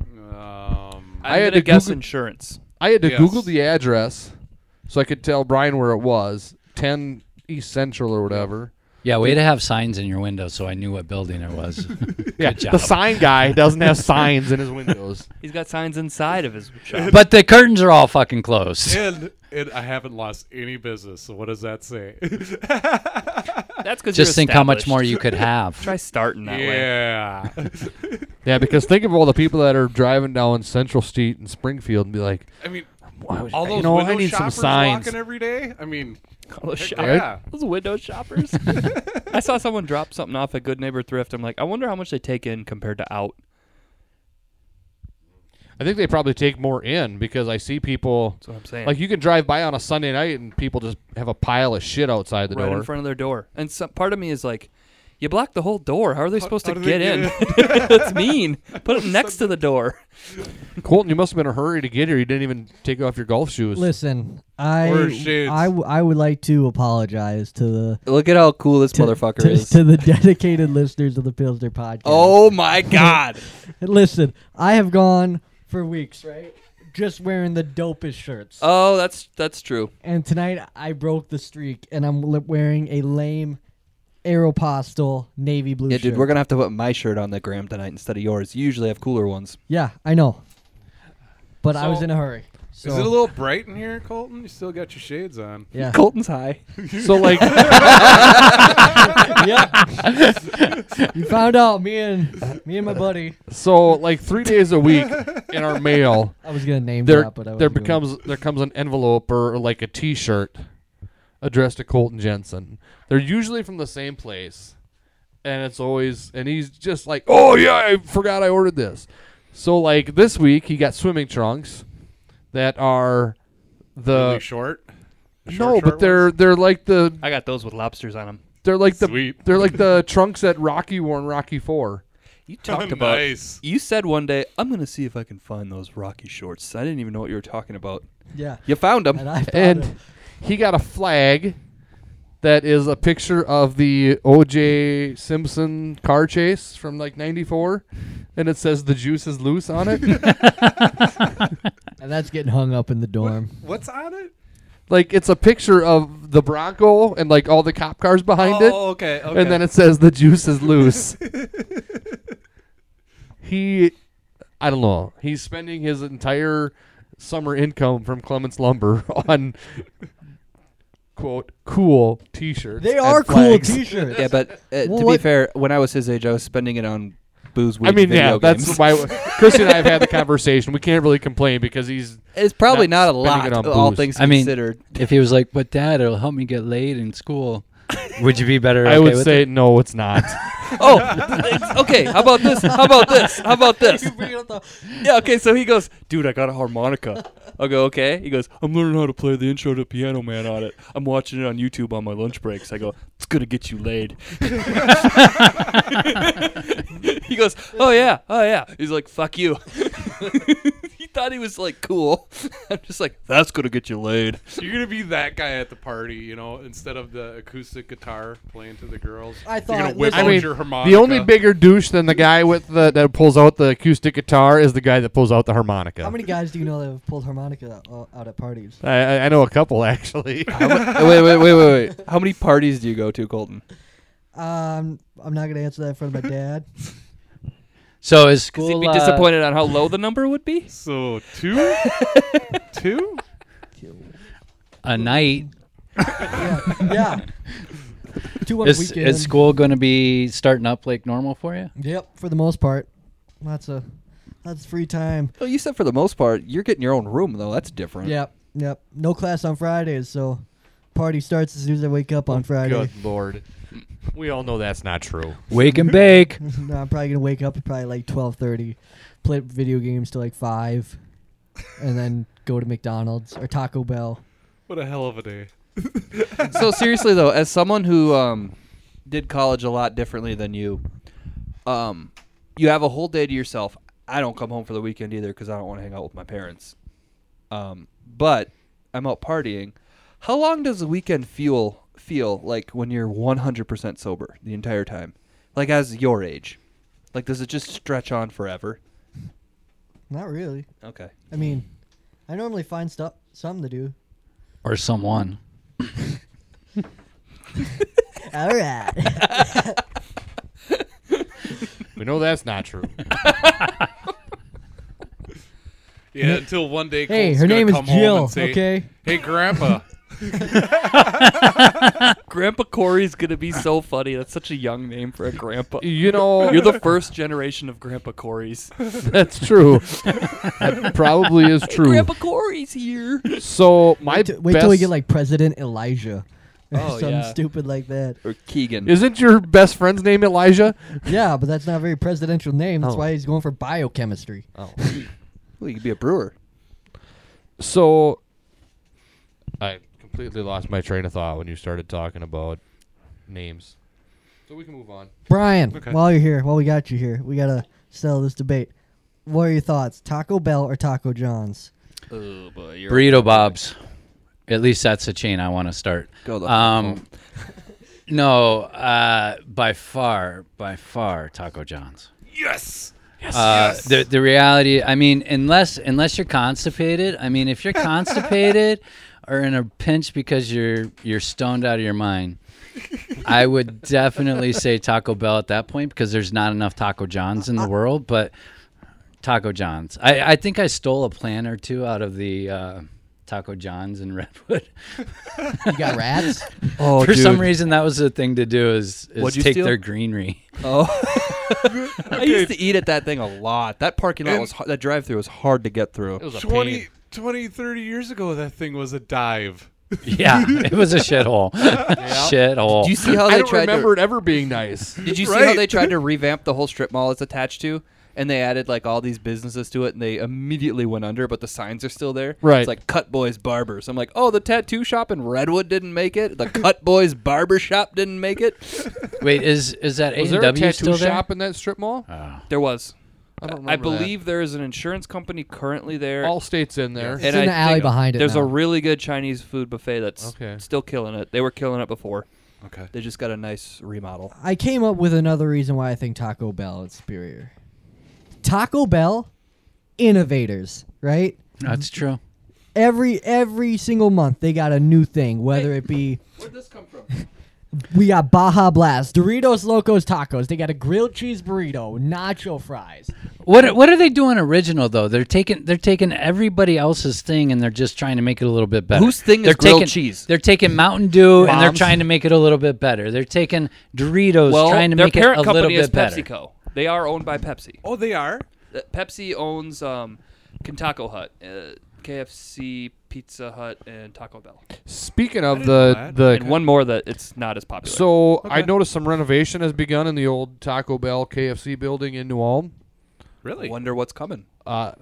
Speaker 6: Um,
Speaker 1: I'm
Speaker 4: I had
Speaker 1: gonna
Speaker 4: to
Speaker 1: guess
Speaker 4: Google-
Speaker 1: insurance.
Speaker 4: I had to
Speaker 6: Yes.
Speaker 4: Google the address so I could tell Brian where it was, 10 East Central or whatever.
Speaker 5: Yeah, way to have signs in your window so I knew what building it was.
Speaker 4: Yeah,
Speaker 5: Good job.
Speaker 4: the sign guy doesn't have signs in his windows.
Speaker 1: He's got signs inside of his shop.
Speaker 5: but the curtains are all fucking closed.
Speaker 6: and, and I haven't lost any business. So what does that say?
Speaker 1: That's because
Speaker 5: Just think how much more you could have.
Speaker 1: try starting that way.
Speaker 6: yeah.
Speaker 4: Yeah, because think of all the people that are driving down Central Street in Springfield and be like,
Speaker 6: I mean,
Speaker 4: "Why was-
Speaker 6: all those
Speaker 4: you know,
Speaker 6: window
Speaker 4: I need some
Speaker 6: shoppers
Speaker 4: signs.
Speaker 6: walking every day. I mean,
Speaker 1: All those shoppers.
Speaker 6: yeah.
Speaker 1: Those window shoppers. I saw someone drop something off at Good Neighbor Thrift. I'm like, I wonder how much they take in compared to out.
Speaker 4: I think they probably take more in because I see people.
Speaker 1: That's what I'm saying.
Speaker 4: Like you can drive by on a Sunday night and people just have a pile of shit outside the
Speaker 1: right
Speaker 4: door.
Speaker 1: in front of their door. And some part of me is like, you blocked the whole door. How are they supposed
Speaker 6: how
Speaker 1: to
Speaker 6: do
Speaker 1: get,
Speaker 6: they
Speaker 1: in?
Speaker 6: get
Speaker 1: That's mean. Put it next to the door.
Speaker 4: Colton, you must have been in a hurry to get here. You didn't even take off your golf shoes.
Speaker 8: Listen, I
Speaker 6: Or shades.
Speaker 8: I, w- I would like to apologize to the
Speaker 1: Look at how cool this
Speaker 8: to, to, to the dedicated listeners of the Pilsner podcast.
Speaker 6: Oh
Speaker 1: my God.
Speaker 8: listen, I have gone for weeks, right? Just wearing the dopest shirts.
Speaker 1: oh, that's that's true.
Speaker 8: and tonight I broke the streak, and I'm li- wearing a lame Aeropostale navy blue shirt.
Speaker 1: gonna have to put my shirt on the gram tonight instead of yours. You usually have cooler ones.
Speaker 8: Yeah, I know. But I was
Speaker 6: So-
Speaker 8: in a hurry. So,
Speaker 6: Is it a little bright in here, Colton? You still got your shades on.
Speaker 8: Yeah.
Speaker 1: Colton's high.
Speaker 4: So like,
Speaker 8: you found out me and me and my buddy.
Speaker 4: so like three days a week in our mail,
Speaker 8: I was gonna name
Speaker 4: there
Speaker 8: drop, but I
Speaker 4: there
Speaker 8: wasn't doing
Speaker 4: becomes there comes an envelope or like a T-shirt addressed to Colton Jensen. They're usually from the same place, and it's always and he's just like, oh yeah, I forgot I ordered this. So like this week he got swimming trunks that are the
Speaker 6: Really short. The
Speaker 4: no,
Speaker 6: short,
Speaker 4: but
Speaker 6: short
Speaker 4: they're
Speaker 6: ones?
Speaker 4: they're like the
Speaker 1: I got those with lobsters on them.
Speaker 4: they're like the
Speaker 6: Sweet.
Speaker 4: they're like the trunks that Rocky wore in Rocky Four.
Speaker 1: You talked about
Speaker 6: nice.
Speaker 1: You said one day, I'm going to see if I can find those Rocky shorts. I didn't even know what you were talking about.
Speaker 8: it. Yeah.
Speaker 1: You found them.
Speaker 8: And I found
Speaker 4: and
Speaker 8: it.
Speaker 4: he got a flag that is a picture of the O.J. Simpson car chase from like '94, and it says the juice is loose on it.
Speaker 8: And that's getting hung up in the dorm.
Speaker 6: What's on it?
Speaker 4: like it's a picture of the Bronco and like all the cop cars behind it.
Speaker 6: Oh, okay, okay.
Speaker 4: and then it says the juice is loose. he, I don't know. He's spending his entire summer income from Clements Lumber on quote cool T-shirts.
Speaker 8: They
Speaker 4: and
Speaker 8: are cool
Speaker 4: flags.
Speaker 8: T-shirts.
Speaker 1: Yeah, but uh,
Speaker 8: Well,
Speaker 1: to be
Speaker 8: what-
Speaker 1: fair, when I was his age, I was spending it on booze. Weed,
Speaker 4: I mean,
Speaker 1: video
Speaker 4: yeah, that's
Speaker 1: games.
Speaker 4: why Christy and I have had the conversation. We can't really complain because he's
Speaker 1: It's probably
Speaker 4: not
Speaker 1: not, a
Speaker 4: spending it
Speaker 1: lot,
Speaker 4: on
Speaker 1: all
Speaker 4: booze.
Speaker 1: things
Speaker 5: I mean,
Speaker 1: considered.
Speaker 5: If he was like, "But Dad, it'll help me get laid in school," would you be better?
Speaker 4: I
Speaker 5: okay
Speaker 4: would
Speaker 5: with
Speaker 4: say
Speaker 5: it?
Speaker 4: no, it's not.
Speaker 1: Oh, it's- okay. How about this? How about this? How about this? Yeah, okay. So he goes, dude, I got a harmonica. I go, okay. He goes, I'm learning how to play the intro to Piano Man on it. I'm watching it on YouTube on my lunch breaks. I go, it's gonna get you laid. he goes, oh yeah, oh yeah. He's like, fuck you. he thought he was like cool. I'm just like, that's gonna get you laid.
Speaker 6: You're gonna be that guy at the party, you know, instead of the acoustic guitar playing to the girls.
Speaker 8: I
Speaker 6: You're
Speaker 8: thought-
Speaker 6: gonna whip
Speaker 8: I
Speaker 6: out
Speaker 8: mean,
Speaker 6: your harmonica.
Speaker 4: the only bigger douche than the guy with the that pulls out the acoustic guitar is the guy that pulls out the harmonica.
Speaker 8: How many guys do you know that have pulled harmonica out- uh, out at parties?
Speaker 4: I, I- I know a couple actually.
Speaker 1: wait, wait, wait, wait, wait. How many parties do you go to, Colton?
Speaker 8: Um, I'm not gonna answer that in front of my dad.
Speaker 5: So is school?
Speaker 1: He'd be
Speaker 5: uh,
Speaker 1: disappointed on how low the number would be.
Speaker 6: So two, two.
Speaker 5: a night
Speaker 8: yeah. Two on a
Speaker 5: is,
Speaker 8: weekend.
Speaker 5: is school going to be starting up like normal for you?
Speaker 8: Yep, for the most part. Lots of lots of free time.
Speaker 1: Well, Oh, you said for the most part, you're getting your own room though. That's different.
Speaker 8: Yep, yep. No class on Fridays, so party starts as soon as I wake up on Friday.
Speaker 4: Good lord. We all know that's not true.
Speaker 5: Wake and bake.
Speaker 8: no, I'm probably gonna wake up at probably like twelve thirty, play video games till like five, and then go to McDonald's or Taco Bell.
Speaker 6: What a hell of a day.
Speaker 1: so seriously though, as someone who um, did college a lot differently than you, um, you have a whole day to yourself. I don't come home for the weekend either because I don't want to hang out with my parents. Um, but I'm out partying. How long does the weekend feel feel like when you're 100% sober the entire time? Like as your age, like does it just stretch on forever?
Speaker 8: Not really.
Speaker 1: Okay.
Speaker 8: I mean, I normally find stuff something to do.
Speaker 5: Or someone.
Speaker 8: All right.
Speaker 4: We know that's not true.
Speaker 6: Yeah, until one day.
Speaker 8: hey,
Speaker 6: Colt's
Speaker 8: her
Speaker 6: gonna
Speaker 8: name is
Speaker 6: come home
Speaker 8: Jill.
Speaker 6: and say,
Speaker 8: Okay.
Speaker 6: Hey, Grandpa.
Speaker 1: Grandpa Corey's gonna be so funny. That's such a young name for a grandpa.
Speaker 4: you know,
Speaker 1: You're the first generation of Grandpa Corey's.
Speaker 4: that's true. that probably is true.
Speaker 1: Grandpa Corey's here.
Speaker 4: So my
Speaker 8: Wait, till- wait
Speaker 4: best,
Speaker 8: till we get like President Elijah or
Speaker 1: Oh,
Speaker 8: something
Speaker 1: yeah.
Speaker 8: stupid like that.
Speaker 1: Or Keegan.
Speaker 4: Isn't your best friend's name Elijah?
Speaker 8: Yeah, but that's not a very presidential name. That's
Speaker 4: Oh.
Speaker 8: why he's going for biochemistry.
Speaker 6: Oh.
Speaker 1: Well, you could be a brewer.
Speaker 4: So I completely lost my train of thought when you started talking about names. So we can move on.
Speaker 8: Brian,
Speaker 6: Okay.
Speaker 8: while you're here, while we got you here, we gotta settle this debate. What are your thoughts, Taco Bell or Taco John's?
Speaker 1: Oh boy, you're
Speaker 5: Burrito Bob's. At least that's the chain I want to start.
Speaker 1: Go the fuck
Speaker 4: Uh,
Speaker 5: Um,
Speaker 1: home.
Speaker 5: no, uh, by far, by far, Taco John's.
Speaker 6: Yes.
Speaker 5: Uh, the the reality, I mean, unless unless you're constipated. I mean, if you're constipated or in a pinch because you're you're stoned out of your mind, I would definitely say Taco Bell at that point because there's not enough Taco Johns in
Speaker 6: Uh-huh.
Speaker 5: the world. But Taco Johns, I I think I stole a plan or two out of the. Uh, Taco John's in Redwood.
Speaker 8: You got rats?
Speaker 1: Oh,
Speaker 5: For some reason, that was the thing to do is, is
Speaker 1: What'd you
Speaker 5: take
Speaker 1: steal?
Speaker 5: their greenery.
Speaker 1: Oh. I used to eat at that thing a lot. That parking lot was hard, that drive-through was hard to get through.
Speaker 4: It was a
Speaker 6: 20,
Speaker 4: pain.
Speaker 6: 20, 30 years ago, that thing was a dive.
Speaker 5: Yeah, it was a shithole. Shithole.
Speaker 1: Do you see how
Speaker 4: I
Speaker 1: they
Speaker 4: don't
Speaker 1: tried
Speaker 4: remember it ever being nice.
Speaker 1: to? Did you see how
Speaker 6: Right.
Speaker 1: they tried to revamp the whole strip mall it's attached to? And they added like all these businesses to it, and they immediately went under. But the signs are still there.
Speaker 4: Right.
Speaker 1: It's like Cut Boys Barbers. I'm like, oh, the tattoo shop in Redwood didn't make it. The Cut Boys Barber Shop didn't make it.
Speaker 5: Wait, is is that A
Speaker 4: Was
Speaker 5: and
Speaker 4: there a
Speaker 5: W still
Speaker 4: tattoo
Speaker 5: there?
Speaker 4: shop in that strip mall?
Speaker 1: There was.
Speaker 4: I don't remember
Speaker 1: I
Speaker 4: that.
Speaker 1: believe there is an insurance company currently there.
Speaker 4: all states in there.
Speaker 9: It's
Speaker 1: And
Speaker 9: in
Speaker 1: I
Speaker 9: the alley
Speaker 1: think
Speaker 9: behind it.
Speaker 1: There's
Speaker 9: now.
Speaker 1: a really good Chinese food buffet that's
Speaker 4: Okay.
Speaker 1: still killing it. They were killing it before.
Speaker 6: Okay.
Speaker 1: They just got a nice remodel.
Speaker 9: I came up with another reason why I think Taco Bell is superior. Taco Bell, innovators, right?
Speaker 5: That's true.
Speaker 9: Every every single month they got a new thing, whether it be
Speaker 1: Where'd this come from?
Speaker 9: we got Baja Blast, Doritos Locos Tacos. They got a grilled cheese burrito, nacho fries.
Speaker 5: What what are they doing original though? They're taking they're taking everybody else's thing and they're just trying to make it a little bit better.
Speaker 1: Whose thing is
Speaker 5: they're
Speaker 1: grilled
Speaker 5: taking,
Speaker 1: cheese?
Speaker 5: They're taking Mountain Dew and they're
Speaker 1: Mom's?
Speaker 5: trying to make it a little bit better. They're taking Doritos
Speaker 1: Well,
Speaker 5: trying to
Speaker 1: their
Speaker 5: make it
Speaker 1: parent
Speaker 5: a little
Speaker 1: company
Speaker 5: bit
Speaker 1: is
Speaker 5: better.
Speaker 1: PepsiCo. They are owned by Pepsi.
Speaker 6: Oh, they are.
Speaker 1: Uh, Pepsi owns um, Kentaco Hut, uh, KFC, Pizza Hut, and Taco Bell,
Speaker 4: Speaking of
Speaker 6: didn't know
Speaker 4: the
Speaker 6: that.
Speaker 4: the
Speaker 1: and one more that it's not as popular.
Speaker 4: So I
Speaker 6: Okay.
Speaker 4: noticed some renovation has begun in the old Taco Bell KFC building in New Ulm.
Speaker 6: Really?
Speaker 1: wonder what's coming.
Speaker 4: Uh,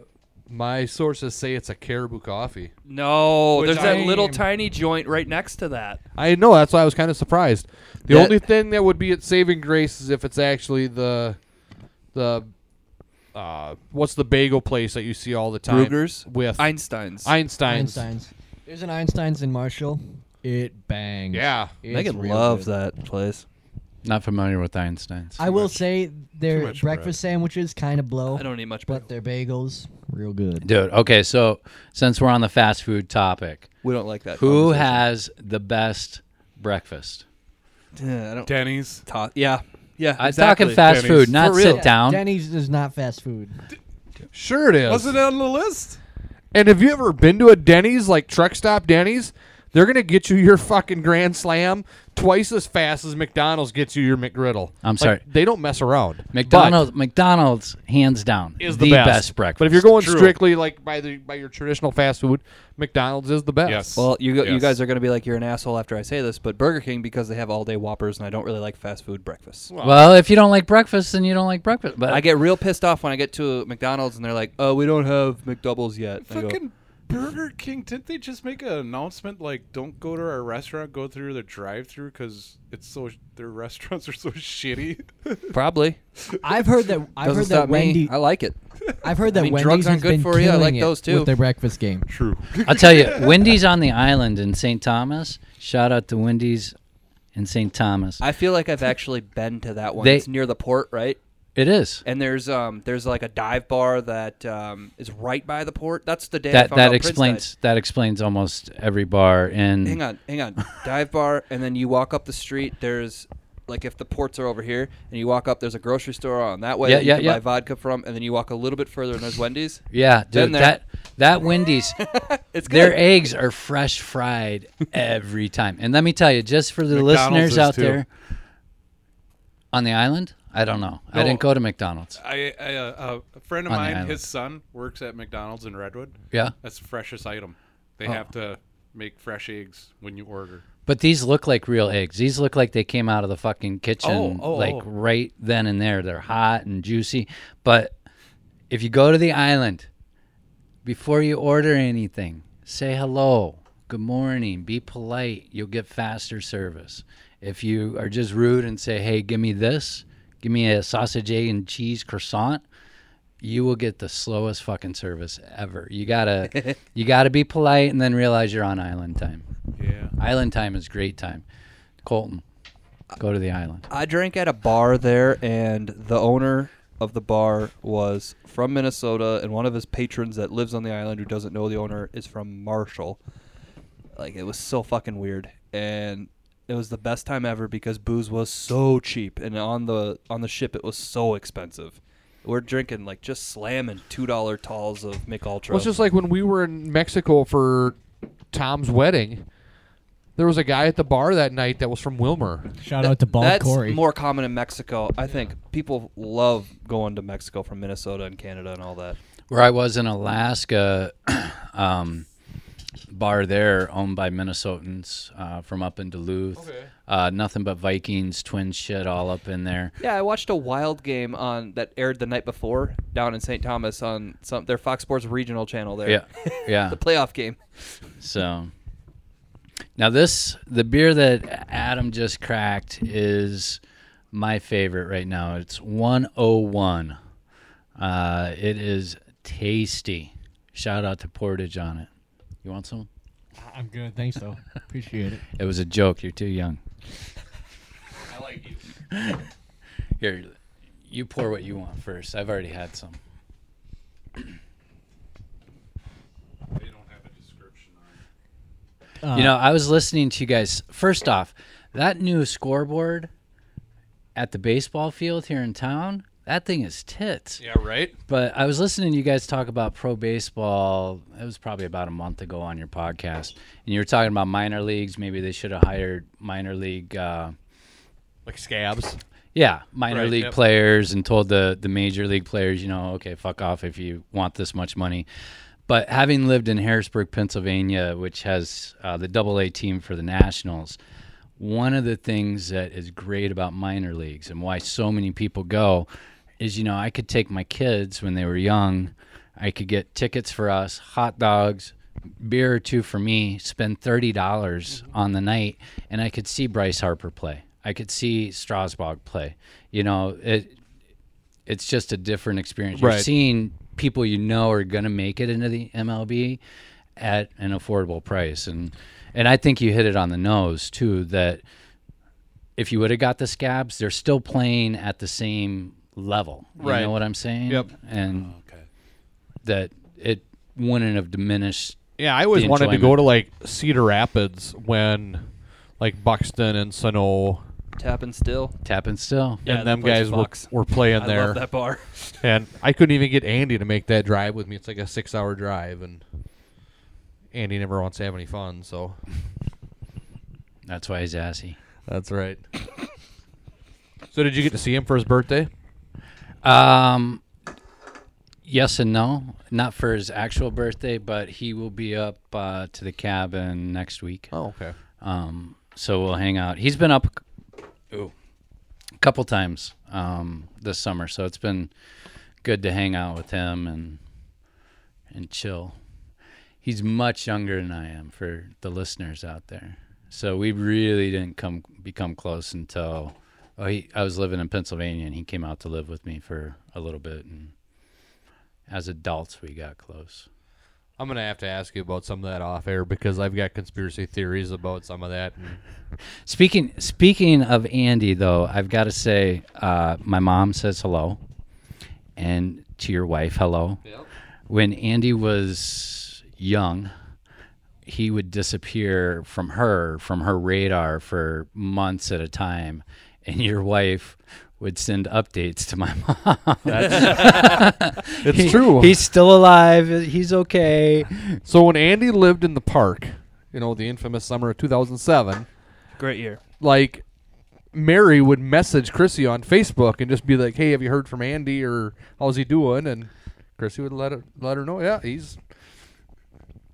Speaker 4: my sources say it's a Caribou Coffee.
Speaker 1: No,
Speaker 4: Which
Speaker 1: there's that
Speaker 4: I-
Speaker 1: little tiny joint right next to that.
Speaker 4: I know that's why I was kind of surprised. The
Speaker 1: That-
Speaker 4: only thing that would be at saving grace is if it's actually the the uh, what's the bagel place that you see all the time?
Speaker 1: Brugger's?
Speaker 4: with
Speaker 1: Einstein's.
Speaker 4: Einstein's.
Speaker 9: Einstein's. There's an Einstein's in Marshall. It bangs.
Speaker 4: Yeah.
Speaker 9: It's
Speaker 1: Megan
Speaker 9: real
Speaker 1: loves
Speaker 9: good.
Speaker 1: that place.
Speaker 5: Not familiar with Einstein's.
Speaker 9: I will say their
Speaker 6: much
Speaker 9: breakfast sandwiches kind of blow,
Speaker 1: I don't eat much,
Speaker 9: but
Speaker 1: but
Speaker 9: their bagels real good.
Speaker 5: Dude, okay, so since we're on the fast food topic,
Speaker 1: we don't like that.
Speaker 5: who
Speaker 1: conversation.
Speaker 5: has the best breakfast?
Speaker 1: Yeah, I don't
Speaker 6: Denny's.
Speaker 1: talk. Yeah, yeah.
Speaker 5: I'm
Speaker 1: exactly.
Speaker 5: talking fast
Speaker 6: Denny's.
Speaker 5: food, not
Speaker 1: For real.
Speaker 5: sit down.
Speaker 9: Denny's is not fast food.
Speaker 4: Sure it is.
Speaker 6: Wasn't it on the list?
Speaker 4: And have you ever been to a Denny's, like truck stop Denny's? They're gonna get you your fucking Grand Slam twice as fast as McDonald's gets you your McGriddle.
Speaker 5: I'm
Speaker 4: Like,
Speaker 5: sorry.
Speaker 4: they don't mess around.
Speaker 5: McDonald's, McDonald's, hands down,
Speaker 4: But is the, best.
Speaker 5: breakfast.
Speaker 4: But if you're going
Speaker 6: True.
Speaker 4: strictly like by the by your traditional fast food, McDonald's is the best.
Speaker 6: Yes.
Speaker 1: Well, you go, you
Speaker 6: Yes.
Speaker 1: guys are going to be like you're an asshole after I say this, but Burger King because they have all day Whoppers, and I don't really like fast food breakfasts.
Speaker 5: well, if you don't like breakfast, then you don't like breakfast. But
Speaker 1: I get real pissed off when I get to McDonald's and they're like, "Oh, we don't have McDoubles yet." And I go,
Speaker 6: Fucking Burger King. Didn't they just make an announcement like, don't go to our restaurant, go through the drive-through because it's so their restaurants are so shitty.
Speaker 1: probably.
Speaker 9: I've heard that. I've
Speaker 1: Doesn't
Speaker 9: heard that
Speaker 1: stop
Speaker 9: Wendy.
Speaker 1: me. I like it.
Speaker 9: I've heard that
Speaker 1: mean,
Speaker 9: Wendy's
Speaker 1: drugs aren't
Speaker 9: has
Speaker 1: good
Speaker 9: been
Speaker 1: for you. I
Speaker 9: killing
Speaker 1: like
Speaker 9: it
Speaker 1: those, too.
Speaker 9: With their breakfast game.
Speaker 6: True.
Speaker 5: I'll tell you, Wendy's on the island in St. Thomas. Shout out to Wendy's in St. Thomas.
Speaker 1: I feel like I've actually been to that one.
Speaker 5: They-
Speaker 1: it's near the port, right?
Speaker 5: it is.
Speaker 1: And there's um there's like a dive bar that um is right by the port. That's the day I
Speaker 5: That
Speaker 1: found out
Speaker 5: that
Speaker 1: Prince died.
Speaker 5: explains that explains almost every bar in.
Speaker 1: Hang on, hang on. dive bar, and then you walk up the street. There's like if the ports are over here, and you walk up, there's a grocery store on that way
Speaker 5: Yeah,
Speaker 1: that you
Speaker 5: yeah,
Speaker 1: can
Speaker 5: yeah.
Speaker 1: buy vodka from, and then you walk a little bit further, and there's Wendy's.
Speaker 5: Yeah,
Speaker 1: Been
Speaker 5: dude,
Speaker 1: there.
Speaker 5: that that Wendy's,
Speaker 1: It's good.
Speaker 5: their eggs are fresh fried every time. And let me tell you, just for the
Speaker 6: McDonald's
Speaker 5: listeners
Speaker 6: is
Speaker 5: out
Speaker 6: too.
Speaker 5: there on the island, I don't know. I
Speaker 6: No.
Speaker 5: didn't go to McDonald's.
Speaker 6: I, I uh, a friend of
Speaker 5: On the
Speaker 6: mine,
Speaker 5: island.
Speaker 6: his son works at McDonald's in Redwood.
Speaker 5: Yeah,
Speaker 6: That's the freshest item. They have to make fresh eggs when you order.
Speaker 5: but these look like real eggs. These look like they came out of the fucking kitchen,
Speaker 6: Oh, oh,
Speaker 5: like
Speaker 6: oh.
Speaker 5: right then and there. They're hot and juicy. But if you go to the island before you order anything, say hello, good morning, be polite. You'll get faster service. If you are just rude and say, "Hey, give me this," give me a sausage, egg, and cheese croissant. You will get the slowest fucking service ever. You gotta, you gotta be polite and then realize you're on island time.
Speaker 6: Yeah.
Speaker 5: Island time is great time. Colton, go to the island.
Speaker 1: I drank at a bar there, and the owner of the bar was from Minnesota, and one of his patrons that lives on the island who doesn't know the owner is from Marshall. Like, it was so fucking weird, and it was the best time ever because booze was so cheap, and on the on the ship it was so expensive. We're drinking like just slamming two dollar talls of McUltra.
Speaker 4: Well, it's just like when we were in Mexico for Tom's wedding. There was a guy at the bar that night that was from Wilmer.
Speaker 9: Shout
Speaker 1: That-
Speaker 9: out to Bald
Speaker 1: That's
Speaker 9: Corey.
Speaker 1: more common in Mexico. I think people love going to Mexico from Minnesota and Canada and all that.
Speaker 5: Where I was in Alaska, um, bar there owned by Minnesotans uh, from up in Duluth. Uh, nothing but Vikings, twin shit all up in there.
Speaker 1: Yeah, I watched a wild game on that aired the night before down in St. Thomas on some their Fox Sports regional channel there.
Speaker 5: Yeah, yeah.
Speaker 1: the playoff game.
Speaker 5: So now this the beer that Adam just cracked is my favorite right now. It's 101. Uh, it is tasty. Shout out to Portage on it. You want some?
Speaker 10: I'm good. Thanks, though. Appreciate it.
Speaker 5: It was a joke. You're too young. I like you. Here, you pour what you want first. I've already had some.
Speaker 6: They don't have a description on it.
Speaker 5: you know, I was listening to you guys. First off, that new scoreboard at the baseball field here in town, that thing is tits.
Speaker 4: Yeah, right.
Speaker 5: But I was listening to you guys talk about pro baseball. It was probably about a month ago on your podcast. And you were talking about minor leagues. Maybe they should have hired minor league. Uh,
Speaker 4: Like scabs.
Speaker 5: yeah, minor
Speaker 4: Right,
Speaker 5: league
Speaker 4: yep.
Speaker 5: players and told the the major league players, you know, okay, fuck off if you want this much money. But having lived in Harrisburg, Pennsylvania, which has uh, the Double A team for the Nationals, one of the things that is great about minor leagues and why so many people go is, you know, I could take my kids when they were young. I could get tickets for us, hot dogs, beer or two for me, spend thirty dollars on the night, and I could see Bryce Harper play. I could see Strasburg play. You know, it it's just a different experience. You're
Speaker 1: Right.
Speaker 5: seeing people you know are gonna make it into the MLB at an affordable price. And and I think you hit it on the nose too, that if you would have got the scabs, they're still playing at the same level. You
Speaker 4: Right.
Speaker 5: know what I'm saying?
Speaker 4: Yep.
Speaker 5: And
Speaker 6: Okay.
Speaker 5: that it wouldn't have diminished
Speaker 4: Yeah, I always
Speaker 5: The
Speaker 4: wanted to go
Speaker 5: enjoyment.
Speaker 4: to like Cedar Rapids when like Buxton and Sano
Speaker 1: Tapping still.
Speaker 5: Tapping still.
Speaker 1: Yeah,
Speaker 4: and
Speaker 1: that
Speaker 4: them
Speaker 1: place
Speaker 4: guys were,
Speaker 1: fucks.
Speaker 4: were playing
Speaker 1: I
Speaker 4: there.
Speaker 1: love that bar.
Speaker 4: And I couldn't even get Andy to make that drive with me. It's like a six hour drive and Andy never wants to have any fun, so
Speaker 5: That's why he's assy.
Speaker 4: that's right. so did you get to see him for his birthday?
Speaker 5: Um, yes and no. Not for his actual birthday, but he will be up uh, to the cabin next week.
Speaker 4: Oh, okay.
Speaker 5: Um, so we'll hang out. He's been up ooh, a couple times um, this summer, so it's been good to hang out with him and and chill. He's much younger than I am for the listeners out there. So we really didn't come become close until oh, he, I was living in Pennsylvania and he came out to live with me for a little bit and as adults we got close.
Speaker 4: I'm gonna have to ask you about some of that off air because I've got conspiracy theories about some of that. and-
Speaker 5: Speaking speaking of Andy, though, I've got to say, uh, my mom says hello, and to your wife, hello. When Andy was young, he would disappear from her, from her radar for months at a time, and your wife would send updates to my mom.
Speaker 4: It's true.
Speaker 5: He's still alive. He's okay. Uh,
Speaker 4: so when Andy lived in the park, you know, the infamous summer of 2007,
Speaker 1: Great year.
Speaker 4: like Mary would message Chrissy on Facebook and just be like, "Hey, have you heard from Andy or how's he doing?" And Chrissy would let her, let her know, "Yeah, he's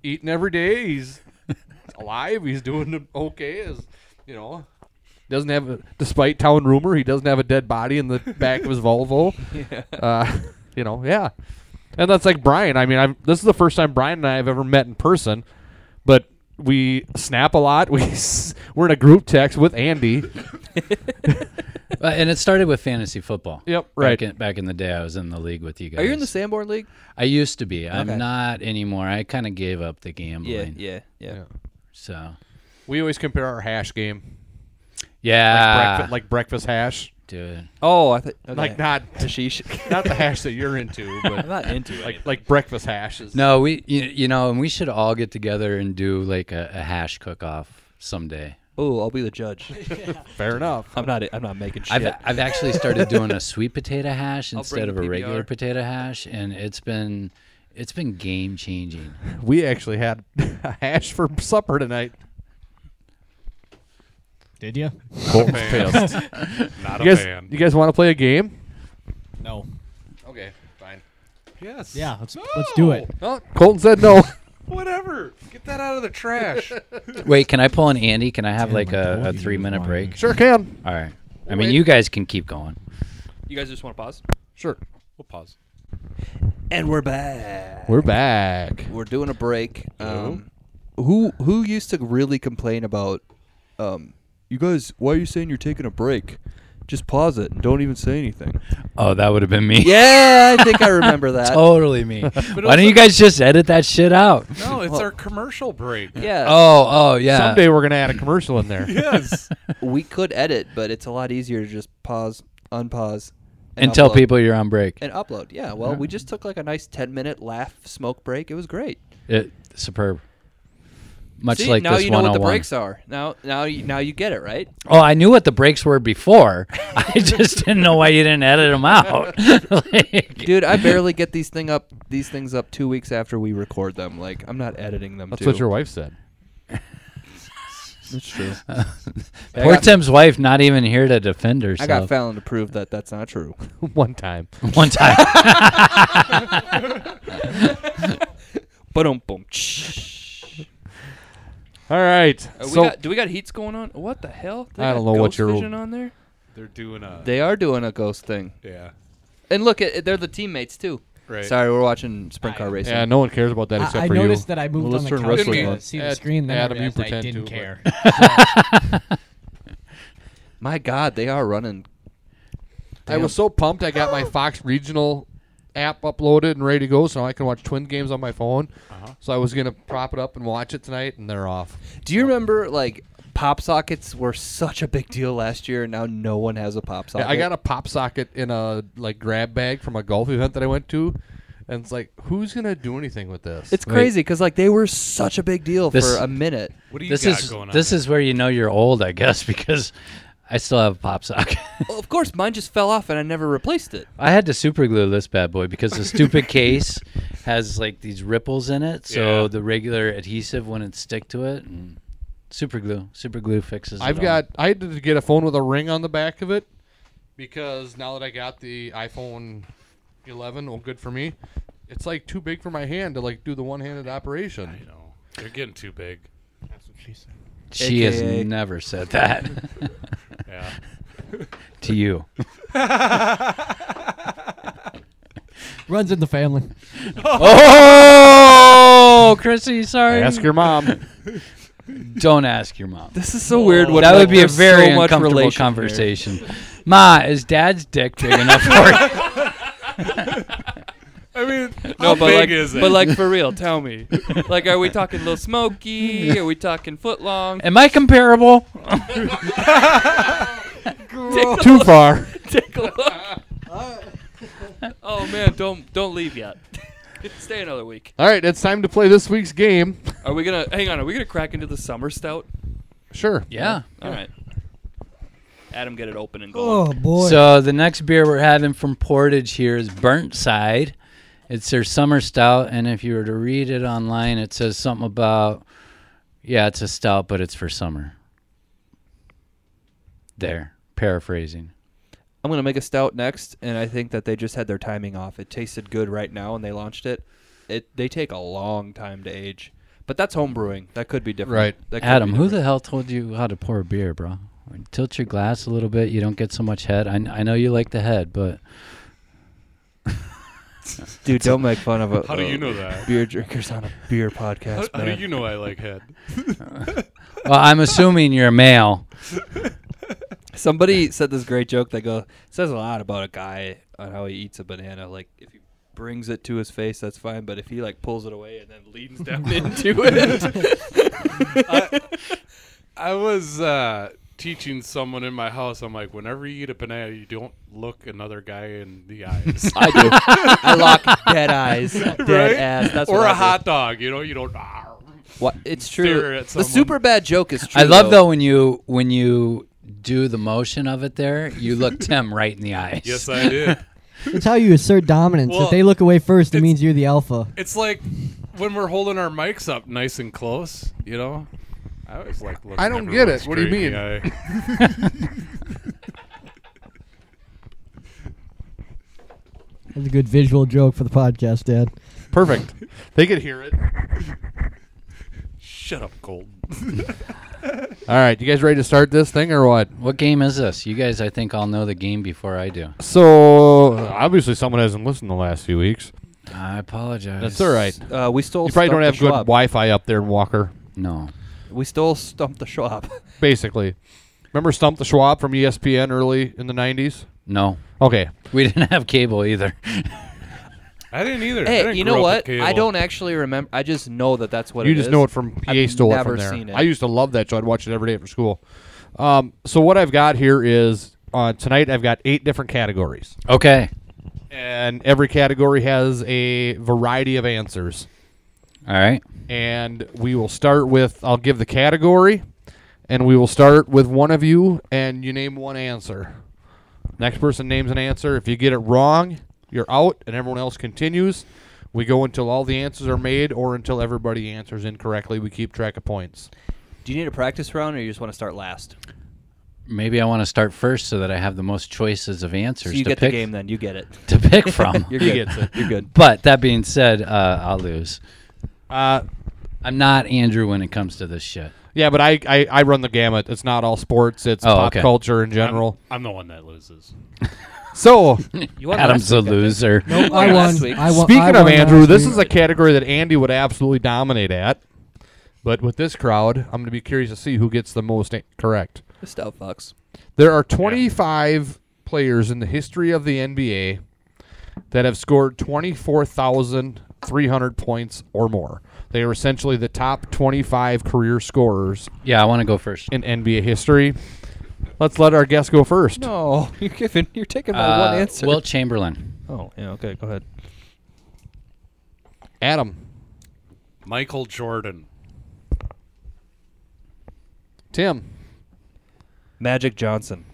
Speaker 4: eating every day. He's alive. He's doing okay. As you know, doesn't have a, despite town rumor, he doesn't have a dead body in the back of his Volvo. Uh, you know, yeah." And that's like Brian. I mean, I've, this is the first time Brian and I have ever met in person, but we snap a lot. We s- we're in a group text with Andy.
Speaker 5: Uh, and it started with fantasy football.
Speaker 4: Yep, right.
Speaker 5: Back in, back in the day, I was in the league with you guys.
Speaker 1: Are you in the Sanborn League?
Speaker 5: I used to be.
Speaker 1: Okay.
Speaker 5: I'm not anymore. I kind of gave up the gambling.
Speaker 1: yeah, yeah.
Speaker 5: So
Speaker 4: We always compare our hash game,
Speaker 5: yeah,
Speaker 4: breakfast, like breakfast hash,
Speaker 5: dude.
Speaker 1: Oh, I think
Speaker 4: like not
Speaker 1: hashish.
Speaker 4: not the hash that you're into,
Speaker 1: I'm
Speaker 4: but
Speaker 1: not into it.
Speaker 4: like like breakfast hash is
Speaker 5: No, we you, you know, and we should all get together and do like a, a hash cook off someday.
Speaker 1: Oh, I'll be the judge.
Speaker 4: fair enough.
Speaker 1: I'm not. I'm not making shit.
Speaker 5: I've I've actually started doing a sweet potato hash instead
Speaker 1: the
Speaker 5: of a regular
Speaker 1: PBR.
Speaker 5: potato hash, and it's been it's been game changing.
Speaker 4: We actually had a hash for supper tonight.
Speaker 10: Uh, Did you?
Speaker 6: Not
Speaker 4: You guys, you guys want to play a game?
Speaker 10: No.
Speaker 4: Okay, fine.
Speaker 6: Yes.
Speaker 10: Yeah, let's let's do it.
Speaker 4: Oh, Colton said no.
Speaker 6: Whatever. Get that out of the trash.
Speaker 5: Wait, can I pull an Andy? Can I have
Speaker 10: Damn,
Speaker 5: like
Speaker 10: I
Speaker 5: a,
Speaker 10: told
Speaker 5: a
Speaker 10: you
Speaker 5: three minute
Speaker 10: why.
Speaker 5: break?
Speaker 4: sure can.
Speaker 5: All right. I mean, you guys can keep going.
Speaker 1: you guys just want to pause?
Speaker 4: Sure.
Speaker 6: we'll pause.
Speaker 1: And we're back.
Speaker 4: We're back.
Speaker 1: We're doing a break. Um, who who used to really complain about? Um, you guys, why are you saying you're taking a break? Just pause it and don't even say anything.
Speaker 5: Oh, that would have been me.
Speaker 1: Yeah, I think I remember that.
Speaker 5: totally me. Why don't you guys just edit that shit out?
Speaker 6: No, it's our commercial break.
Speaker 1: Yeah.
Speaker 5: Oh, oh yeah.
Speaker 4: Someday we're gonna add a commercial in there.
Speaker 6: Yes.
Speaker 1: we could edit, but it's a lot easier to just pause, unpause,
Speaker 5: and tell
Speaker 1: upload.
Speaker 5: people you're on break.
Speaker 1: and upload. Yeah, well, we just took like a nice ten minute laugh smoke break. It was great.
Speaker 5: It, superb. Much
Speaker 1: See,
Speaker 5: like
Speaker 1: now
Speaker 5: this
Speaker 1: you know what the
Speaker 5: one-on-one.
Speaker 1: breaks are. Now, now, you, now you get it right.
Speaker 5: Oh, I knew what the breaks were before. I just didn't know why you didn't edit them out. Like-
Speaker 1: Dude, I barely get these thing up these things up two weeks after we record them. Like I'm not editing them.
Speaker 4: That's
Speaker 1: too.
Speaker 4: what your wife said.
Speaker 1: That's true.
Speaker 5: Poor Tim's wife not even here to defend
Speaker 1: I
Speaker 5: herself.
Speaker 1: got Fallon to prove that that's not true.
Speaker 4: One time.
Speaker 5: One time.
Speaker 1: But um, boom.
Speaker 4: All right. so
Speaker 1: do Uh, we got heats going on? What the hell? They
Speaker 4: I
Speaker 1: got
Speaker 4: don't know what
Speaker 1: Ghost
Speaker 4: your-
Speaker 1: Vision on there.
Speaker 6: They're doing a.
Speaker 1: They are doing a ghost thing.
Speaker 6: yeah.
Speaker 1: And look, it, they're the teammates too.
Speaker 6: Right.
Speaker 1: Sorry, we're watching sprint car racing.
Speaker 4: yeah, no one cares about that
Speaker 10: I,
Speaker 4: except
Speaker 10: I
Speaker 4: for
Speaker 10: noticed
Speaker 4: you.
Speaker 10: that I moved
Speaker 4: Well,
Speaker 10: on
Speaker 4: let's
Speaker 10: the
Speaker 4: turn
Speaker 10: couch
Speaker 4: wrestling
Speaker 10: to
Speaker 4: on.
Speaker 10: see the
Speaker 4: Ad-
Speaker 10: screen, then
Speaker 4: Adam,
Speaker 10: I
Speaker 4: you
Speaker 10: realized I
Speaker 4: pretend
Speaker 10: didn't
Speaker 4: to,
Speaker 10: care.
Speaker 1: My God, they are running.
Speaker 4: I was so pumped. I got my Fox Regional app uploaded and ready to go, so now I can watch Twin games on my phone. So I was gonna prop it up and watch it tonight, and they're off.
Speaker 1: Do you remember like pop sockets were such a big deal last year, and now no one has a pop socket.
Speaker 4: Yeah, I got a pop socket in a like grab bag from a golf event that I went to, and it's like, who's gonna do anything with this?
Speaker 1: It's
Speaker 5: Wait.
Speaker 1: crazy because like they were such a big deal
Speaker 5: This-
Speaker 1: for a minute.
Speaker 6: What do you
Speaker 5: this
Speaker 6: got
Speaker 5: is
Speaker 6: going on?
Speaker 5: this is where you know you're old, I guess, because I still have a pop socket.
Speaker 1: Well, of course, mine just fell off and I never replaced it.
Speaker 5: I had to super glue this bad boy because the stupid case has like these ripples in it, so
Speaker 6: Yeah.
Speaker 5: the regular adhesive wouldn't stick to it. And super glue, super glue fixes. it
Speaker 4: I've
Speaker 5: all.
Speaker 4: got. I had to get a phone with a ring on the back of it because now that I got the iPhone 11, well, good for me. It's like too big for my hand to like do the one-handed
Speaker 6: You
Speaker 4: operation.
Speaker 6: know, they're getting too big.
Speaker 1: AKA.
Speaker 5: She has never said that
Speaker 6: Yeah.
Speaker 5: to you.
Speaker 10: Runs in the family.
Speaker 5: Oh, Chrissy, sorry.
Speaker 4: your mom.
Speaker 5: Don't ask your mom.
Speaker 1: This is so weird. What
Speaker 5: that would be a very uncomfortable conversation. Ma, is Dad's dick big enough for you?
Speaker 6: I mean,
Speaker 1: No,
Speaker 6: how
Speaker 1: but
Speaker 6: big
Speaker 1: like,
Speaker 6: is it?
Speaker 1: but like for real, tell me. like, are we talking Little Smoky? Are we talking foot long?
Speaker 5: Am I comparable?
Speaker 4: Too far.
Speaker 1: Take a look. oh man, don't don't leave yet. Stay another week.
Speaker 4: All right, it's time to play this week's game.
Speaker 1: Are we gonna hang on? Are we gonna crack into the summer stout?
Speaker 4: Sure.
Speaker 5: Yeah.
Speaker 1: All right. Adam, get it open and going.
Speaker 9: Oh boy.
Speaker 5: So the next beer we're having from Portage here is Burnt Side. It's their summer stout, and if you were to read it online, it says something about, yeah, it's a stout, but it's for summer. There, paraphrasing.
Speaker 1: I'm gonna make a stout next, and I think that they just had their timing off. It tasted good right now, and they launched it. It they take a long time to age, but that's home brewing. That could be different.
Speaker 4: Right.
Speaker 1: That could
Speaker 5: Adam,
Speaker 1: be
Speaker 5: who
Speaker 1: different.
Speaker 5: the hell told you how to pour a beer, bro? Tilt your glass a little bit. You don't get so much head. I, I know you like the head, but
Speaker 1: dude? Don't make fun of it.
Speaker 6: how do you know that?
Speaker 1: Beer drinkers on a beer podcast,
Speaker 6: How
Speaker 1: man.
Speaker 6: do you know I like head?
Speaker 5: well, I'm assuming you're male.
Speaker 1: Somebody said this great joke that go says a lot about a guy on how he eats a banana. Like if he brings it to his face, that's fine, but if he like pulls it away and then leans down into it,
Speaker 6: I was uh, teaching someone in my house. I'm like, whenever you eat a banana, you don't look another guy in the eyes.
Speaker 1: I do. I lock dead eyes, dead ass. That's
Speaker 6: or
Speaker 1: what I
Speaker 6: a
Speaker 1: do.
Speaker 6: hot dog. You know, you don't. "Ah."
Speaker 1: What? It's
Speaker 6: Stare
Speaker 1: true.
Speaker 6: at
Speaker 1: The
Speaker 6: someone.
Speaker 1: super bad joke is true.
Speaker 5: I love though when you when you do the motion of it there, you look Tim right in the eyes.
Speaker 6: Yes, I did.
Speaker 9: It's how you assert dominance.
Speaker 6: Well,
Speaker 9: if they look away first, it
Speaker 6: it's-
Speaker 9: means you're the alpha.
Speaker 6: It's like when we're holding our mics up nice and close. You know, I always like. Looking
Speaker 4: I don't get
Speaker 6: everyone
Speaker 4: it. What do you
Speaker 6: straight in
Speaker 4: mean?
Speaker 6: the eye.
Speaker 9: That's a good visual joke for the podcast, Dad.
Speaker 4: Perfect. They could hear it.
Speaker 6: Shut up, Colton.
Speaker 4: All right, you guys ready to start this thing or what?
Speaker 5: What game is this? You guys, I think, all know the game before I do.
Speaker 4: So obviously someone hasn't listened the last few weeks.
Speaker 5: I apologize.
Speaker 4: That's all right.
Speaker 1: Uh, we stole.
Speaker 4: You probably
Speaker 1: Stump
Speaker 4: don't
Speaker 1: the
Speaker 4: have good
Speaker 1: Schwab.
Speaker 4: Wi-Fi up there in Walker.
Speaker 5: No.
Speaker 1: We stole stump the Schwab.
Speaker 4: Basically, Remember Stump the Schwab from E ESPN early in the 90s?
Speaker 5: No,
Speaker 4: Okay.
Speaker 5: we didn't have cable either.
Speaker 6: I didn't either. I
Speaker 1: Hey,
Speaker 6: didn't
Speaker 1: you know
Speaker 6: grow up with
Speaker 1: what? I
Speaker 6: cable.
Speaker 1: don't actually remember. I just know that that's what
Speaker 4: you
Speaker 1: it
Speaker 4: just
Speaker 1: is.
Speaker 4: know it from PA
Speaker 1: I've
Speaker 4: stole it
Speaker 1: never
Speaker 4: from there.
Speaker 1: seen it.
Speaker 4: I used to love that show. I'd watch it every day after school. Um, so what I've got here is uh, tonight I've got eight different categories,
Speaker 5: Okay,
Speaker 4: and every category has a variety of answers.
Speaker 5: all right.
Speaker 4: And we will start with I'll give the category, and we will start with one of you, and you name one answer. Next person names an answer. If you get it wrong, you're out, and everyone else continues. We go until all the answers are made, or until everybody answers incorrectly. We keep track of points.
Speaker 1: Do you need a practice round, or you just want to start last?
Speaker 5: Maybe I want to start first so that I have the most choices of answers
Speaker 1: So you
Speaker 5: to
Speaker 1: get
Speaker 5: pick
Speaker 1: the game, then you get it.
Speaker 5: to pick from.
Speaker 1: You're good. You're good.
Speaker 5: but that being said, uh, I'll lose.
Speaker 4: Uh,
Speaker 5: I'm not Andrew when it comes to this shit.
Speaker 4: yeah, but I, I, I run the gamut. It's not all sports. It's
Speaker 5: Oh,
Speaker 4: pop
Speaker 5: okay.
Speaker 4: culture in general.
Speaker 6: I'm the one that loses.
Speaker 4: So
Speaker 1: You won
Speaker 5: Adam's
Speaker 1: last
Speaker 5: a
Speaker 1: week, I think.
Speaker 5: loser.
Speaker 9: Nope, I
Speaker 1: Last
Speaker 9: won.
Speaker 1: week.
Speaker 9: I won.
Speaker 4: speaking
Speaker 9: I
Speaker 4: of
Speaker 9: won
Speaker 4: Andrew,
Speaker 9: last
Speaker 4: this
Speaker 9: week.
Speaker 4: is a category that Andy would absolutely dominate at. But with this crowd, I'm going to be curious to see who gets the most a- correct.
Speaker 1: The stout fox.
Speaker 4: There are 25 players in the history of the NBA that have scored 24,300 points or more. They are essentially the top 25 career scorers
Speaker 5: Yeah, I want to go first.
Speaker 4: in NBA history. Let's let our guest go first.
Speaker 1: No, you're giving. You're taking my
Speaker 5: Uh,
Speaker 1: one answer.
Speaker 5: Wilt Chamberlain.
Speaker 1: oh, yeah. Okay, go ahead.
Speaker 4: Adam,
Speaker 6: Michael Jordan.
Speaker 4: Tim,
Speaker 1: Magic Johnson.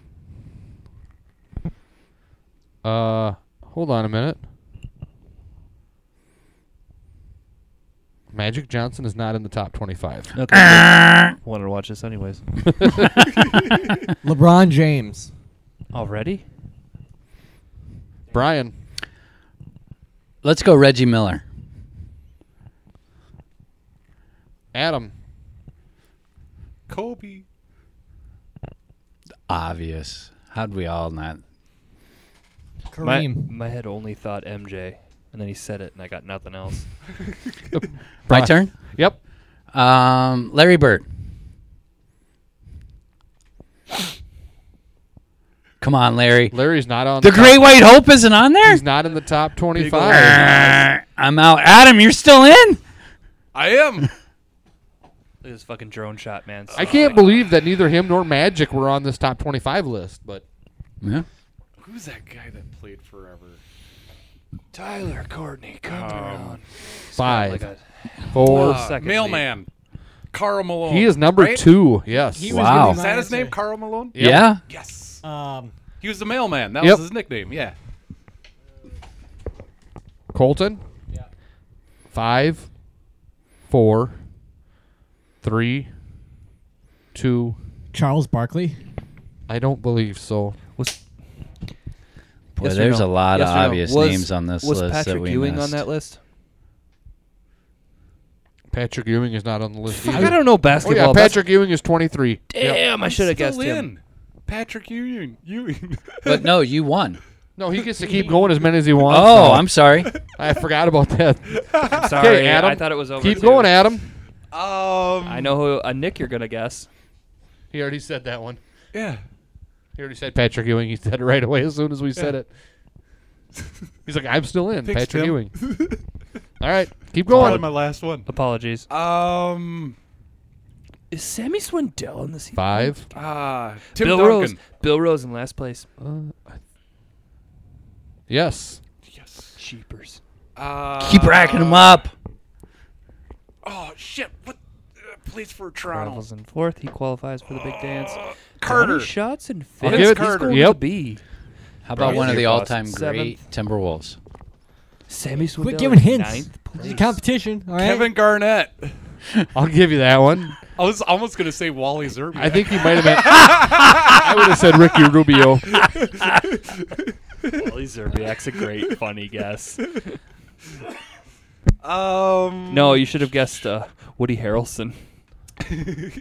Speaker 4: Uh, hold on a minute. Magic Johnson is not in the top 25.
Speaker 1: Okay. good. Wanted to watch this anyways.
Speaker 9: LeBron James.
Speaker 1: Already?
Speaker 4: Brian,
Speaker 5: Let's go Reggie Miller.
Speaker 4: Adam,
Speaker 6: Kobe.
Speaker 5: Obvious. How'd we all not?
Speaker 1: My,
Speaker 9: Kareem.
Speaker 1: my head only thought MJ, and then he said it, and I got nothing else.
Speaker 5: My turn.
Speaker 4: yep,
Speaker 5: Um, Larry Bird. Come on, Larry.
Speaker 4: Larry's not on
Speaker 5: The
Speaker 4: top-
Speaker 5: Great White Hope isn't on there.
Speaker 4: He's not in the top 25.
Speaker 5: Arr, I'm out. Adam, you're still in.
Speaker 6: I
Speaker 1: Look
Speaker 6: am.
Speaker 1: at this fucking drone shot, man.
Speaker 4: I can't believe that neither him nor Magic were on this top 25 list, but
Speaker 5: Yeah.
Speaker 6: Who's that guy that played forever? Um,
Speaker 1: Tyler Courtney, come around.
Speaker 4: five,
Speaker 1: Like a
Speaker 4: four.
Speaker 1: Uh, second
Speaker 6: uh, mailman. Carl Malone.
Speaker 4: he is number
Speaker 6: right?
Speaker 4: two. Yes.
Speaker 9: He was
Speaker 5: Wow.
Speaker 9: gonna be
Speaker 6: Is
Speaker 9: my
Speaker 6: that his
Speaker 9: answer.
Speaker 6: name, Carl Malone?
Speaker 4: Yep.
Speaker 5: Yeah.
Speaker 6: Yes.
Speaker 8: Uh,
Speaker 9: Um,
Speaker 6: He was the mailman. That
Speaker 4: Yep.
Speaker 6: was his nickname. Yeah.
Speaker 4: Colton. Five, four, three, two.
Speaker 9: Charles Barkley.
Speaker 4: I don't believe so.
Speaker 1: Was,
Speaker 5: Boy,
Speaker 1: Yes or
Speaker 5: there's
Speaker 1: no?
Speaker 5: a lot
Speaker 1: Yes
Speaker 5: of
Speaker 1: or no?
Speaker 5: obvious
Speaker 1: Was-
Speaker 5: names on this
Speaker 1: was
Speaker 5: list
Speaker 1: Patrick
Speaker 5: that we
Speaker 1: Ewing on
Speaker 5: missed.
Speaker 1: that list?
Speaker 4: Patrick Ewing is not on the list.
Speaker 1: I don't know
Speaker 4: Oh
Speaker 1: basketball.
Speaker 4: yeah,
Speaker 1: Bas-
Speaker 4: Patrick Ewing is 23. Yep.
Speaker 1: Damn, I should have guessed
Speaker 6: Still
Speaker 1: him.
Speaker 6: in. Patrick Ewing. Ewing.
Speaker 5: But no, you won.
Speaker 4: No, he gets to keep going as many as he wants.
Speaker 5: Oh,
Speaker 4: now.
Speaker 5: I'm sorry.
Speaker 4: I forgot about that.
Speaker 1: I'm sorry,
Speaker 4: Adam,
Speaker 1: I thought it was over.
Speaker 4: keep
Speaker 1: too.
Speaker 4: going, Adam.
Speaker 6: um.
Speaker 1: I know who a Nick you're gonna guess.
Speaker 4: He already said that one.
Speaker 6: Yeah.
Speaker 4: He already said Patrick Ewing. He said it right away as soon as we said it. He's like, I'm still in.
Speaker 6: Thanks, Tim.
Speaker 4: Patrick Ewing. All right, keep
Speaker 6: Probably my
Speaker 4: going.
Speaker 6: last one.
Speaker 1: Apologies.
Speaker 6: Um.
Speaker 1: Is Sammy Swindell in this?
Speaker 4: Five.
Speaker 6: Ah. Tim
Speaker 1: Bill
Speaker 6: Duncan.
Speaker 1: Rose. Bill Rose in last place.
Speaker 4: Yes.
Speaker 6: Yes.
Speaker 1: Cheapers.
Speaker 6: Uh,
Speaker 5: Keep racking them up.
Speaker 6: Oh shit! What? Uh, please for Toronto. Uh,
Speaker 1: Raffles in fourth. He qualifies for the big dance.
Speaker 6: Carter.
Speaker 1: Twenty shots in
Speaker 4: I'll
Speaker 1: fifth.
Speaker 4: give it-
Speaker 1: He's going
Speaker 4: Yep.
Speaker 1: to be.
Speaker 5: How about one of the
Speaker 1: Boston
Speaker 5: all-time great
Speaker 1: seventh.
Speaker 5: Timberwolves?
Speaker 1: Sammy Swindell.
Speaker 9: Quit giving
Speaker 1: in
Speaker 9: hints.
Speaker 1: Ninth
Speaker 9: It's a
Speaker 1: place.
Speaker 9: competition. All right.
Speaker 6: Kevin Garnett.
Speaker 4: I'll give you that one.
Speaker 6: I was almost gonna say Wally Zerbe.
Speaker 4: I think he might have been. I would have said Ricky Rubio.
Speaker 1: Wally Zerbiak's a great funny guess.
Speaker 6: Um.
Speaker 1: No, you should have guessed uh, Woody Harrelson.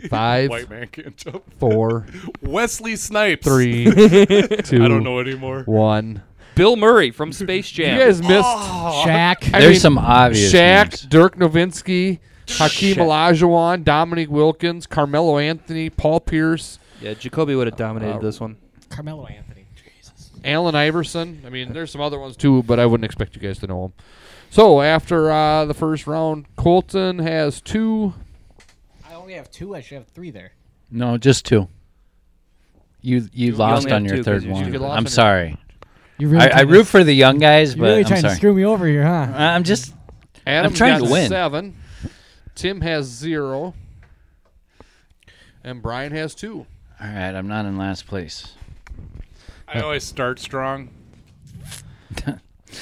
Speaker 4: Five,
Speaker 6: White man can't jump.
Speaker 4: four,
Speaker 6: Wesley Snipes.
Speaker 4: three, two,
Speaker 6: I don't know anymore.
Speaker 4: one.
Speaker 1: Bill Murray from Space
Speaker 4: You
Speaker 1: Jam.
Speaker 4: guys missed.
Speaker 8: Oh.
Speaker 9: Shaq.
Speaker 4: I
Speaker 5: There's
Speaker 4: mean,
Speaker 5: some obvious
Speaker 4: Shaq,
Speaker 5: names.
Speaker 4: Dirk Nowitzki, Hakeem Olajuwon, Dominique Wilkins, Carmelo Anthony, Paul Pierce,
Speaker 1: Yeah, Jacoby would have dominated
Speaker 4: Uh,
Speaker 1: this one.
Speaker 8: Carmelo Anthony. Jesus.
Speaker 4: Allen Iverson. I mean, there's some other ones too, but I wouldn't expect you guys to know them. So after uh, the first round, Colton has two.
Speaker 8: I only have two. I should have three there.
Speaker 5: No, just two. You you lost
Speaker 1: only have
Speaker 5: on
Speaker 1: two
Speaker 5: your
Speaker 1: 'cause
Speaker 5: third
Speaker 1: you
Speaker 5: one.
Speaker 4: stupid.
Speaker 5: I'm
Speaker 4: Lost
Speaker 5: sorry.
Speaker 10: You
Speaker 5: I, I
Speaker 10: trying to-
Speaker 5: root for the young guys,
Speaker 10: you
Speaker 5: but
Speaker 10: really
Speaker 5: I'm
Speaker 10: trying
Speaker 5: sorry.
Speaker 10: to screw me over here, huh?
Speaker 5: I- I'm just
Speaker 4: Adam
Speaker 5: trying
Speaker 4: got
Speaker 5: to win.
Speaker 4: Seven. Tim has zero. And Brian has two.
Speaker 5: all right. I'm not in last place.
Speaker 6: I always start strong.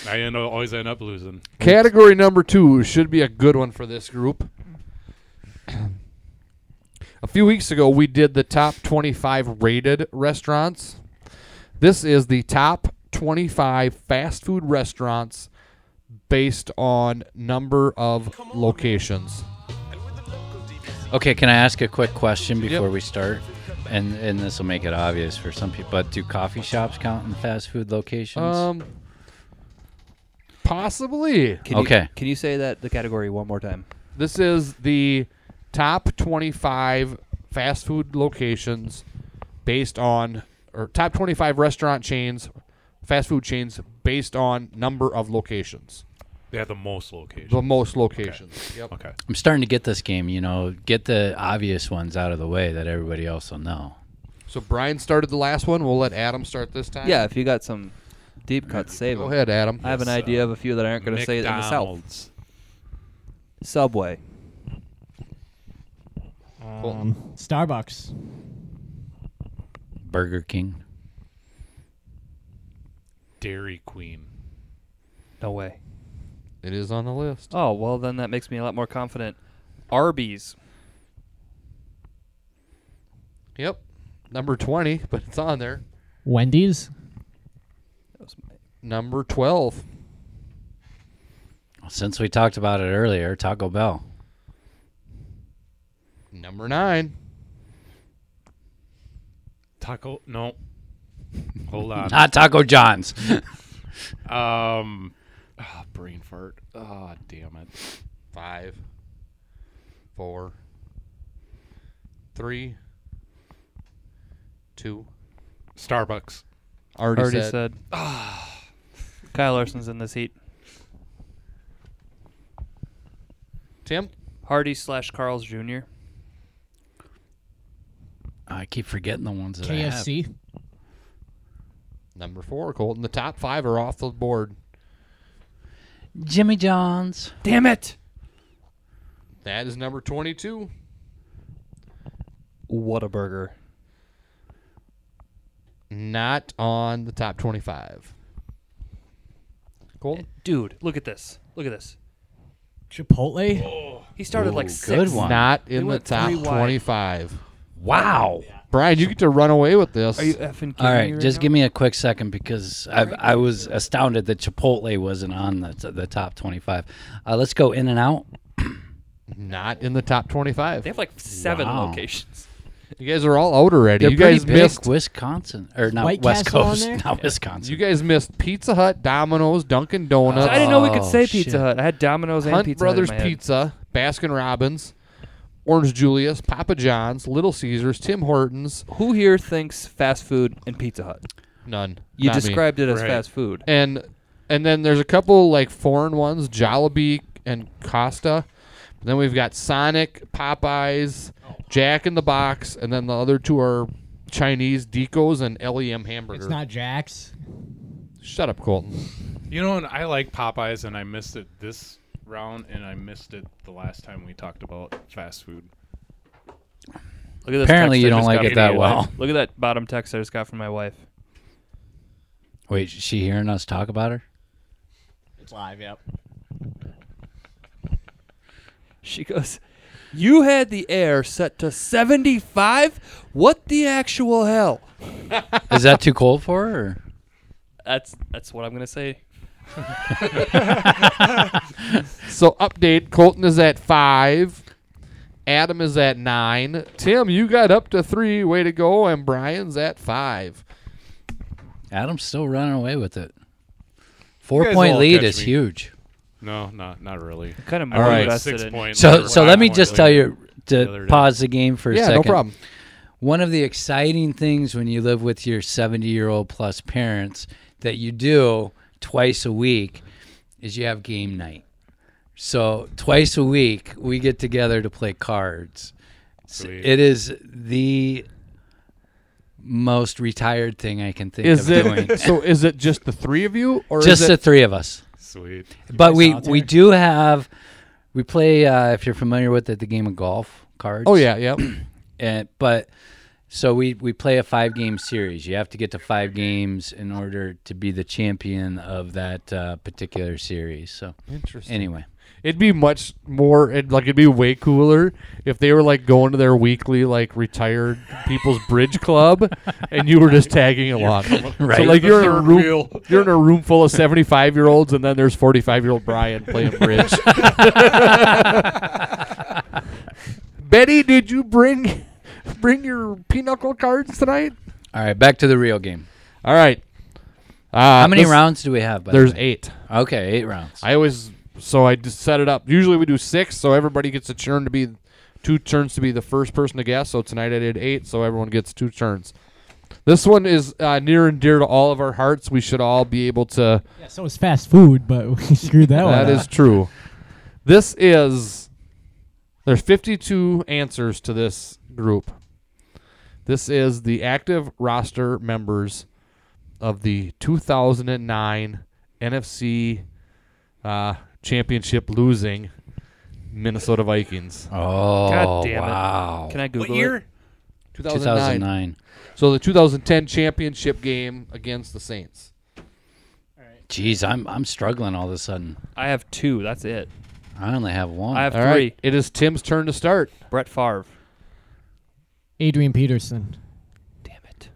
Speaker 6: I end up, always end up losing.
Speaker 4: Category number two should be a good one for this group. A few weeks ago, we did the top 25 rated restaurants. This is the top 25 fast food restaurants based on number of locations.
Speaker 5: Okay, can I ask a quick question before we start? And and this will make it obvious for some people. But do coffee shops count in the fast food locations?
Speaker 4: Um, possibly.
Speaker 1: Can You,
Speaker 5: Okay.
Speaker 1: can you say that the category one more time?
Speaker 4: This is the top 25 fast food locations based on, or top 25 restaurant chains, fast food chains based on number of locations.
Speaker 6: They have the most locations.
Speaker 4: The most locations. Yep.
Speaker 6: okay.
Speaker 5: I'm starting to get this game. You know, get the obvious ones out of the way that everybody else will know.
Speaker 4: So Brian started the last one. We'll let Adam start this time.
Speaker 1: Yeah, if you got some deep cuts, save
Speaker 4: Go
Speaker 1: 'em.
Speaker 4: ahead, Adam.
Speaker 1: I have an idea of a few that aren't going to say it in the South.
Speaker 6: McDonald's.
Speaker 1: Subway.
Speaker 8: Um, Starbucks.
Speaker 5: Burger King.
Speaker 6: Dairy Queen.
Speaker 1: No way.
Speaker 4: It is on the list.
Speaker 1: Oh, well, then that makes me a lot more confident. Arby's.
Speaker 4: Yep. Number 20, but it's on there.
Speaker 8: Wendy's.
Speaker 1: That was my-
Speaker 4: Number 12.
Speaker 5: Since we talked about it earlier, Taco Bell.
Speaker 4: Number 9.
Speaker 6: Taco. No. Hold on.
Speaker 5: Not Taco John's.
Speaker 6: Um, ah, brain fart. Ah, damn it.
Speaker 4: Five. Four. Three. Two.
Speaker 6: Starbucks.
Speaker 4: Already,
Speaker 1: Already said. Kyle Larson's in this heat.
Speaker 4: Tim?
Speaker 1: Hardy slash Carl's Jr.
Speaker 5: I keep forgetting the ones that I have.
Speaker 8: KFC.
Speaker 4: Number four, Colton. The top five are off the board.
Speaker 5: Jimmy John's.
Speaker 1: Damn it!
Speaker 4: That is number 22.
Speaker 1: What a burger.
Speaker 4: Not on the top 25. Colton?
Speaker 1: Dude, look at this. Look at this.
Speaker 8: Chipotle.
Speaker 1: He started like six.
Speaker 5: good one.
Speaker 4: Not in the
Speaker 1: went
Speaker 4: top
Speaker 1: three wide.
Speaker 4: 25.
Speaker 5: Wow.
Speaker 4: Brian, you get to run away with this.
Speaker 1: Are you effing kidding me?
Speaker 5: All right,
Speaker 1: Right
Speaker 5: just
Speaker 1: now?
Speaker 5: give me a quick second because I've, I was astounded that Chipotle wasn't on the, t- the top 25. Uh, let's go In and Out.
Speaker 4: Not in the top 25.
Speaker 1: They have like seven
Speaker 5: Wow.
Speaker 1: locations.
Speaker 4: You guys are all out already.
Speaker 5: They're
Speaker 4: you guys
Speaker 5: pretty big.
Speaker 4: missed
Speaker 5: Wisconsin or not
Speaker 8: White
Speaker 5: West
Speaker 8: Castle on
Speaker 5: Coast,
Speaker 8: there?
Speaker 5: not Wisconsin.
Speaker 4: You guys missed Pizza Hut, Domino's, Dunkin' Donuts,
Speaker 1: I didn't know we could
Speaker 5: Oh,
Speaker 1: say Pizza
Speaker 5: shit.
Speaker 1: Hut. I had Domino's and
Speaker 4: Hunt
Speaker 1: Pizza Hut in
Speaker 4: Brothers
Speaker 1: my head.
Speaker 4: Pizza, Baskin Robbins, Orange Julius, Papa John's, Little Caesars, Tim Hortons.
Speaker 1: Who here thinks fast food and Pizza Hut?
Speaker 4: None.
Speaker 1: You
Speaker 4: Not me.
Speaker 1: described it as
Speaker 6: Right.
Speaker 1: fast food.
Speaker 4: and and then there's a couple like foreign ones, Jollibee and Costa. Then we've got Sonic, Popeyes, Jack in the Box, and then the other two are Chinese Deco's and LEM Hamburger.
Speaker 8: It's not Jack's.
Speaker 4: Shut up, Colton.
Speaker 6: You know, and I like Popeyes, and I missed it this round, and I missed it the last time we talked about fast food.
Speaker 1: Look at this
Speaker 5: Apparently,
Speaker 1: text
Speaker 5: you
Speaker 1: I
Speaker 5: don't
Speaker 1: just
Speaker 5: like
Speaker 1: got
Speaker 5: it
Speaker 1: from
Speaker 5: that
Speaker 1: my
Speaker 5: well.
Speaker 1: wife. Look at that bottom text I just got from my wife.
Speaker 5: Wait, is she hearing us talk about her?
Speaker 8: It's live. Yep.
Speaker 1: She goes, "You had the air set to 75. What the actual hell?"
Speaker 5: Is that too cold for her? Or?
Speaker 1: That's that's what I'm gonna say.
Speaker 4: So update: Colton is at five, Adam is at nine, Tim you got up to three, way to go, and Brian's at five.
Speaker 5: Adam's still running away with it. Four
Speaker 6: guys
Speaker 5: point
Speaker 6: all
Speaker 5: lead
Speaker 6: catch
Speaker 5: is
Speaker 6: me.
Speaker 5: huge.
Speaker 6: No, not not really.
Speaker 1: Kind of
Speaker 5: All right.
Speaker 1: invested
Speaker 6: Six
Speaker 1: in.
Speaker 6: point.
Speaker 5: So
Speaker 6: like,
Speaker 5: so let me
Speaker 6: five
Speaker 5: just
Speaker 6: point
Speaker 5: tell you
Speaker 6: other
Speaker 5: to
Speaker 6: day.
Speaker 5: pause the game for a
Speaker 4: yeah,
Speaker 5: second.
Speaker 4: no problem.
Speaker 5: one of the exciting things when you live with your 70 year old plus parents that you do twice a week is you have game night. So twice a week we get together to play cards. S-
Speaker 6: Sweet.
Speaker 5: It is the most retired thing I can think
Speaker 1: Is
Speaker 5: of
Speaker 1: it
Speaker 5: doing.
Speaker 1: so? Is it just the three of you, or
Speaker 5: Just
Speaker 1: is
Speaker 5: the
Speaker 1: it,
Speaker 5: three of us.
Speaker 6: Sweet.
Speaker 5: But
Speaker 8: play
Speaker 5: we
Speaker 8: solitaire?
Speaker 5: we do have we play uh, if you're familiar with it the game of golf cards.
Speaker 1: Oh yeah, yeah.
Speaker 5: and Eh, but so we we play a five game series. You have to get to five games in order to be the champion of that uh, particular series. So
Speaker 4: Interesting.
Speaker 5: anyway,
Speaker 4: It'd be much more, it, like it'd be way cooler if they were like going to their weekly like retired people's bridge club, and you were just tagging along. So
Speaker 5: Right.
Speaker 4: like you're in a
Speaker 6: Third
Speaker 4: room,
Speaker 6: wheel.
Speaker 4: you're in a room full of seventy five year olds, and then there's forty five year old Brian playing bridge. Betty, did you bring bring your pinochle cards tonight?
Speaker 5: all right, back to the real game.
Speaker 4: All right. Uh,
Speaker 5: How many
Speaker 4: this-
Speaker 5: rounds do we have? By the
Speaker 4: There's
Speaker 5: way?
Speaker 4: eight.
Speaker 5: Okay, eight rounds.
Speaker 4: I always so I just set it up. Usually we do six, so everybody gets a turn to be two turns to be the first person to guess. So tonight I did eight, so everyone gets two turns. This one is uh, near and dear to all of our hearts. We should all be able to.
Speaker 8: Yeah, so it's fast food, but we screwed that one
Speaker 4: that is
Speaker 8: up.
Speaker 4: true. This is there's 52 answers to this group. This is the active roster members of the 2009 NFC uh, championship losing Minnesota Vikings.
Speaker 5: Oh
Speaker 1: God damn it.
Speaker 5: wow!
Speaker 1: Can I Google it?
Speaker 4: 2009.
Speaker 5: 2009
Speaker 4: So the 2010 championship game against the Saints.
Speaker 5: Jeez, I'm I'm struggling all of a sudden.
Speaker 1: I have two. That's it.
Speaker 5: I only have one.
Speaker 1: I have
Speaker 4: All
Speaker 1: three.
Speaker 4: right, it is Tim's turn to start.
Speaker 1: Brett Favre.
Speaker 8: Adrian Peterson.
Speaker 1: Damn it.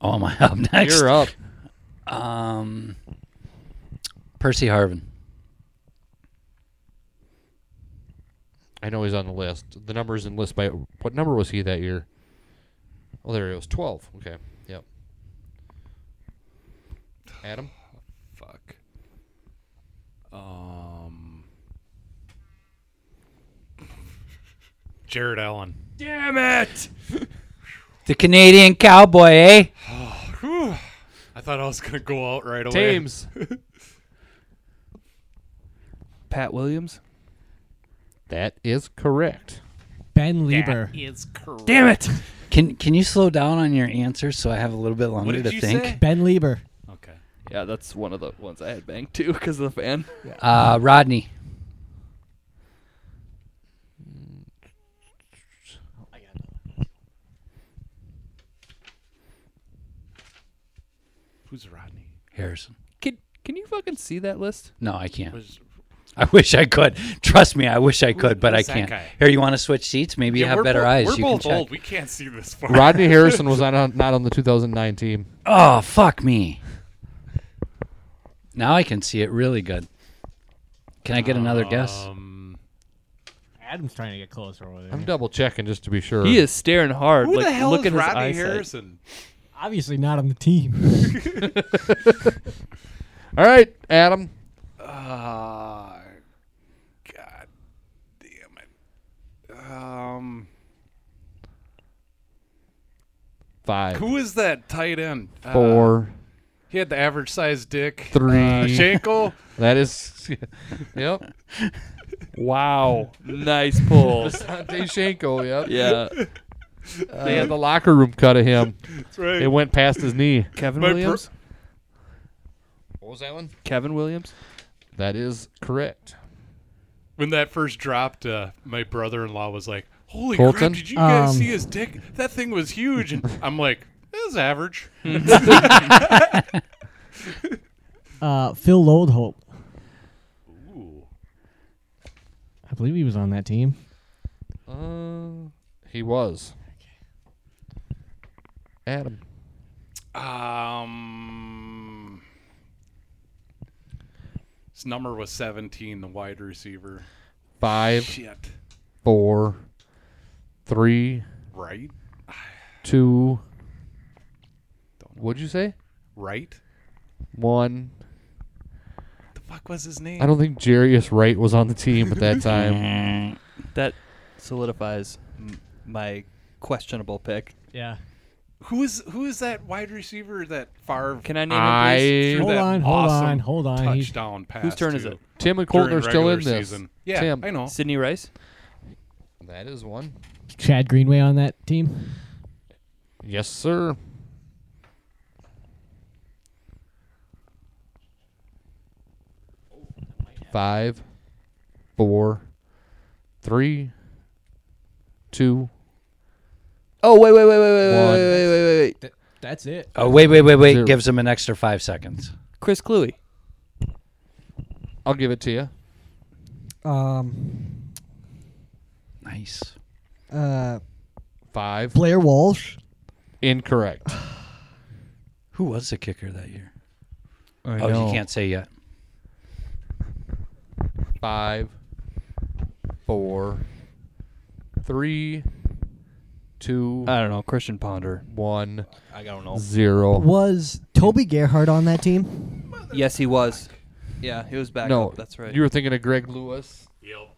Speaker 5: oh, am I up next?
Speaker 4: You're up.
Speaker 5: Um, Percy Harvin.
Speaker 4: I know he's on the list. The number's in list by what number was he that year? Oh, there he was. Twelve. Okay. Yep. Adam.
Speaker 6: Fuck. Um. Jared Allen.
Speaker 1: Damn it!
Speaker 5: The Canadian cowboy, eh?
Speaker 6: I thought I was gonna go out right away.
Speaker 4: James.
Speaker 1: Pat Williams.
Speaker 4: that is correct.
Speaker 8: Ben Lieber.
Speaker 1: Damn it!
Speaker 5: Can Can you slow down on your answer so I have a little bit longer
Speaker 6: did
Speaker 5: to
Speaker 6: you
Speaker 5: think?
Speaker 6: say?
Speaker 8: Ben Lieber.
Speaker 6: Okay.
Speaker 1: Yeah, that's one of the ones I had banged too because of the fan.
Speaker 5: Uh, Rodney.
Speaker 6: Who's Rodney?
Speaker 5: Harrison.
Speaker 1: Can Can you fucking see that list?
Speaker 5: No, I can't.
Speaker 6: Was-
Speaker 5: I wish I could. Trust me, I wish I could, but I
Speaker 6: who's that
Speaker 5: can't.
Speaker 6: guy?
Speaker 5: Here, you want to switch seats? Maybe you
Speaker 6: Yeah,
Speaker 5: have
Speaker 6: we're
Speaker 5: better
Speaker 6: both-
Speaker 5: eyes.
Speaker 6: We're
Speaker 5: you
Speaker 6: both
Speaker 5: can check.
Speaker 6: old. We can't see this far.
Speaker 4: Rodney Harrison was not on, not on the 2009 team.
Speaker 5: Oh, fuck me. Now I can see it really good. Can I get another guess?
Speaker 6: Um,
Speaker 8: Adam's trying to get closer over there.
Speaker 4: I'm double checking just to be sure.
Speaker 1: He is staring hard.
Speaker 6: who
Speaker 1: like,
Speaker 6: the hell
Speaker 1: look at
Speaker 6: is
Speaker 1: his
Speaker 6: Rodney
Speaker 1: eyesight.
Speaker 6: Harrison?
Speaker 8: Obviously not on the team.
Speaker 4: All right, Adam.
Speaker 6: Ah, God damn it. Um,
Speaker 4: Five,
Speaker 6: who is that tight end? Uh,
Speaker 4: four,
Speaker 6: He had the average sized dick.
Speaker 4: three.
Speaker 6: Uh, Shankel.
Speaker 4: that is. yep.
Speaker 1: Wow. nice pull.
Speaker 4: Dante Shanko. Yep. Uh,
Speaker 1: yeah.
Speaker 4: They had the locker room cut of him.
Speaker 6: That's right.
Speaker 4: It went past his knee.
Speaker 1: Kevin
Speaker 6: My per-
Speaker 1: Williams.
Speaker 4: What was that one?
Speaker 1: Kevin Williams.
Speaker 4: That is correct.
Speaker 6: when that first dropped, uh, my brother in law was like, "Holy
Speaker 4: Colton?
Speaker 6: crap! Did you guys
Speaker 8: Um,
Speaker 6: see his dick? That thing was huge." And I'm like, "It was average."
Speaker 8: Uh, Phil Lodeholt. I believe he was on that team.
Speaker 4: Uh, he was. Adam.
Speaker 6: Um, his number was 17, the wide receiver.
Speaker 4: Five,
Speaker 6: Shit.
Speaker 4: four, three,
Speaker 6: Right?
Speaker 4: two. What'd you say?
Speaker 6: Right?
Speaker 4: One.
Speaker 6: The fuck was his name?
Speaker 4: I don't think Jarius Wright was on the team at that time.
Speaker 1: That solidifies m- my questionable pick.
Speaker 8: Yeah.
Speaker 6: Who is who is that wide receiver that Favre
Speaker 1: Can I name
Speaker 4: I-
Speaker 1: him,
Speaker 8: Hold
Speaker 6: that
Speaker 8: on, hold
Speaker 6: awesome
Speaker 8: on, hold on. uh, He's-
Speaker 6: touchdown pass?
Speaker 1: Whose turn is
Speaker 6: to
Speaker 1: it?
Speaker 4: Tim and
Speaker 6: during
Speaker 4: Colton are still in
Speaker 6: regular
Speaker 4: this.
Speaker 6: season? Yeah,
Speaker 4: Tim.
Speaker 6: I know.
Speaker 1: please? Sydney Rice.
Speaker 4: That is one.
Speaker 8: Chad Greenway on that team.
Speaker 4: Yes, sir. Five, four, three, two.
Speaker 1: Oh wait, wait, wait, wait, wait,
Speaker 4: One.
Speaker 1: wait, wait, wait, wait, wait.
Speaker 8: That's it.
Speaker 5: Oh wait, wait, wait, wait!
Speaker 4: Zero.
Speaker 5: Gives him an extra five seconds.
Speaker 1: Chris Cluey.
Speaker 4: I'll give it to you.
Speaker 9: Um,
Speaker 5: Nice.
Speaker 9: uh,
Speaker 4: Five.
Speaker 9: Blair Walsh.
Speaker 4: Incorrect.
Speaker 5: Who was the kicker that year?
Speaker 1: I
Speaker 5: oh, you can't say yet.
Speaker 4: Five, four, three, two,
Speaker 1: I don't know. Christian Ponder.
Speaker 4: one,
Speaker 1: Uh, I don't know.
Speaker 4: zero.
Speaker 9: Was Toby Gerhardt on that team?
Speaker 1: Yes, he was. Yeah, he was back
Speaker 4: no,
Speaker 1: up. That's right.
Speaker 4: You were thinking of Greg Lewis. Yep.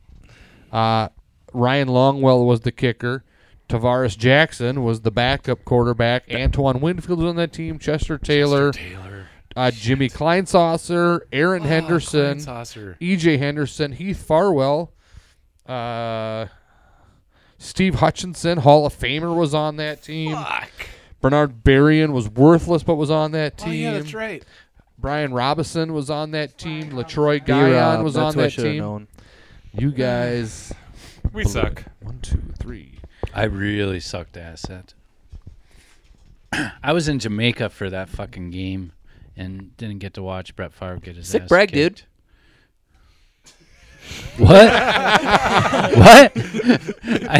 Speaker 4: Uh, Ryan Longwell was the kicker. Tavares Jackson was the backup quarterback. Antoine Winfield was on that team. Chester Taylor,
Speaker 6: Taylor Ah,
Speaker 4: uh, Jimmy Kleinsaucer, Aaron Henderson,
Speaker 6: Saucer.
Speaker 4: EJ Henderson, Heath Farwell, uh, Steve Hutchinson, Hall of Famer, was on that team. Bernard Berrien was worthless, but was on that team.
Speaker 6: Oh yeah, that's right.
Speaker 4: Brian Robison was on that team. Latroy
Speaker 1: B-Rob,
Speaker 4: Guyon was
Speaker 1: that's
Speaker 4: on
Speaker 1: what I
Speaker 4: that
Speaker 1: should have
Speaker 4: team.
Speaker 1: known.
Speaker 4: You guys,
Speaker 6: We suck.
Speaker 4: one, two, three.
Speaker 5: I really sucked ass at. I was in Jamaica for that fucking game, and didn't get to watch Brett Favre get his
Speaker 1: Sick
Speaker 5: ass
Speaker 1: brag,
Speaker 5: kicked. What? what? I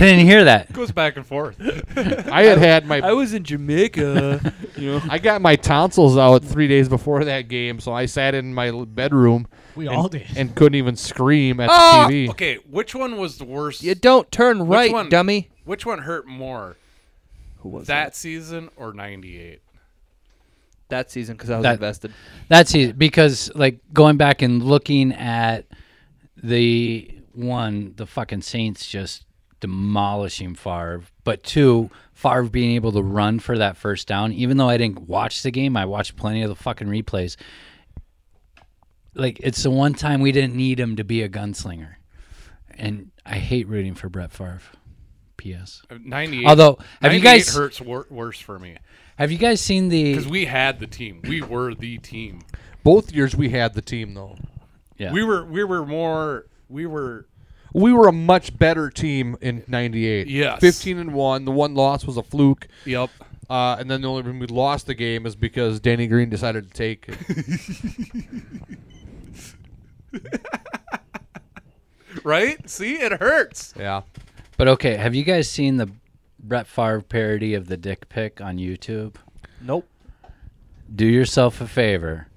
Speaker 5: didn't hear that.
Speaker 6: Goes back and forth.
Speaker 4: I had had my I,
Speaker 1: was in Jamaica. you know,
Speaker 4: got my tonsils out three days before that game, so I sat in my l- bedroom
Speaker 8: We
Speaker 4: and,
Speaker 8: all did.
Speaker 4: and couldn't even scream at
Speaker 1: Ah!
Speaker 4: the TV.
Speaker 6: okay, which one was the worst?
Speaker 1: you don't turn right,
Speaker 6: one?
Speaker 1: dummy.
Speaker 6: Which one hurt more,
Speaker 1: Who was
Speaker 6: that season or '98?
Speaker 1: That season because I was
Speaker 5: That-
Speaker 1: invested.
Speaker 5: That's easy because like going back and looking at the one, the fucking Saints just demolishing Favre, but two, Favre being able to run for that first down, even though I didn't watch the game, I watched plenty of the fucking replays. Like it's the one time we didn't need him to be a gunslinger. And I hate rooting for Brett Favre. PS.
Speaker 6: '98.
Speaker 5: Although, have you
Speaker 6: 98
Speaker 5: guys-
Speaker 6: Uh, hurts wor- worse for me
Speaker 5: Have you guys seen the
Speaker 6: because we had the team. We were the team.
Speaker 4: Both years we had the team though.
Speaker 5: Yeah.
Speaker 6: We were we were more we were
Speaker 4: We were a much better team in '98.
Speaker 6: Yes.
Speaker 4: fifteen and one. The one loss was a fluke,
Speaker 6: yep.
Speaker 4: uh, and then the only reason we lost the game is because Danny Green decided to take. it.
Speaker 6: Right? See, it hurts.
Speaker 4: yeah,
Speaker 5: But okay, have you guys seen the Brett Favre parody of the dick pic on YouTube?
Speaker 1: Nope.
Speaker 5: Do yourself a favor.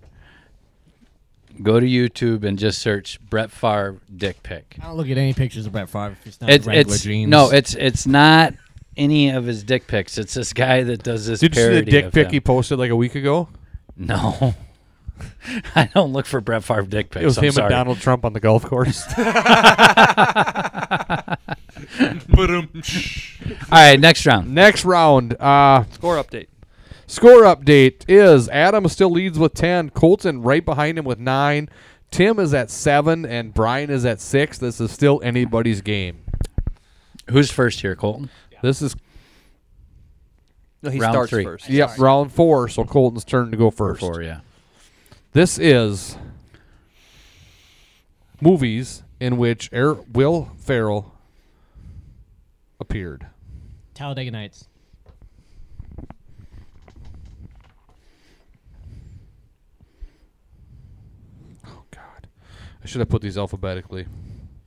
Speaker 5: Go to YouTube and just search Brett Favre dick pic.
Speaker 8: I don't look at any pictures of Brett Favre. If it's not
Speaker 5: It's,
Speaker 8: the regular
Speaker 5: it's
Speaker 8: jeans.
Speaker 5: no, it's it's not any of his dick pics. It's this guy that does this
Speaker 4: did you see
Speaker 5: parody
Speaker 4: the dick
Speaker 5: of
Speaker 4: pic
Speaker 5: him.
Speaker 4: he posted like a week ago?
Speaker 5: No. I don't look for Brett Favre dick pics.
Speaker 4: It was
Speaker 5: I'm
Speaker 4: him
Speaker 5: sorry.
Speaker 4: and Donald Trump on the golf course.
Speaker 6: But um,
Speaker 5: All right, next round.
Speaker 4: Next round. Uh,
Speaker 1: Score update.
Speaker 4: Score update is Adam still leads with 10, Colton right behind him with 9, Tim is at 7, and Brian is at 6. This is still anybody's game.
Speaker 5: Who's first here, Colton?
Speaker 4: This is
Speaker 1: No, he
Speaker 5: Round
Speaker 1: starts
Speaker 5: three.
Speaker 1: first.
Speaker 4: yep, round 4, so Colton's turn to go first.
Speaker 5: Four, yeah.
Speaker 4: This is movies in which Air Will Ferrell appeared.
Speaker 8: Talladega Nights.
Speaker 4: Oh god. I should have put these alphabetically.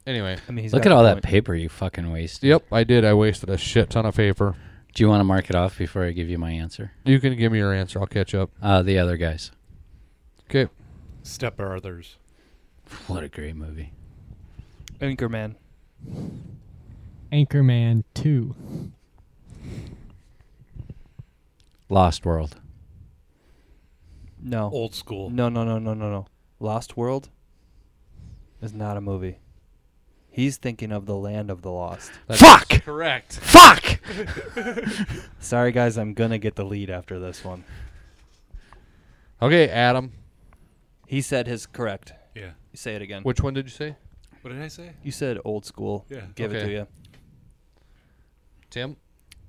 Speaker 4: Anyway,
Speaker 1: I mean, he's
Speaker 5: Look
Speaker 1: got
Speaker 5: at
Speaker 1: a
Speaker 5: all that
Speaker 1: point.
Speaker 5: paper you fucking wasted.
Speaker 4: yep, I did. I wasted a shit ton of paper.
Speaker 5: Do you want to mark it off before I give you my answer?
Speaker 4: You can give me your answer. I'll catch up.
Speaker 5: Uh, the other guys.
Speaker 4: Okay.
Speaker 6: step brothers.
Speaker 5: What a great movie.
Speaker 1: Anchorman.
Speaker 8: Anchorman Two.
Speaker 5: Lost World.
Speaker 1: No.
Speaker 6: Old school.
Speaker 1: No, no, no, no, no, no. Lost World is not a movie. He's thinking of the land of the lost.
Speaker 5: Fuck!
Speaker 4: Correct.
Speaker 5: Fuck!
Speaker 1: Sorry, guys, I'm gonna get the lead after this one.
Speaker 4: Okay, Adam.
Speaker 1: He said his correct.
Speaker 6: Yeah.
Speaker 1: You say it again.
Speaker 4: Which one did you say?
Speaker 6: What did I say?
Speaker 1: You said old school.
Speaker 6: Yeah.
Speaker 1: Give it to
Speaker 4: Okay.
Speaker 1: you.
Speaker 4: Tim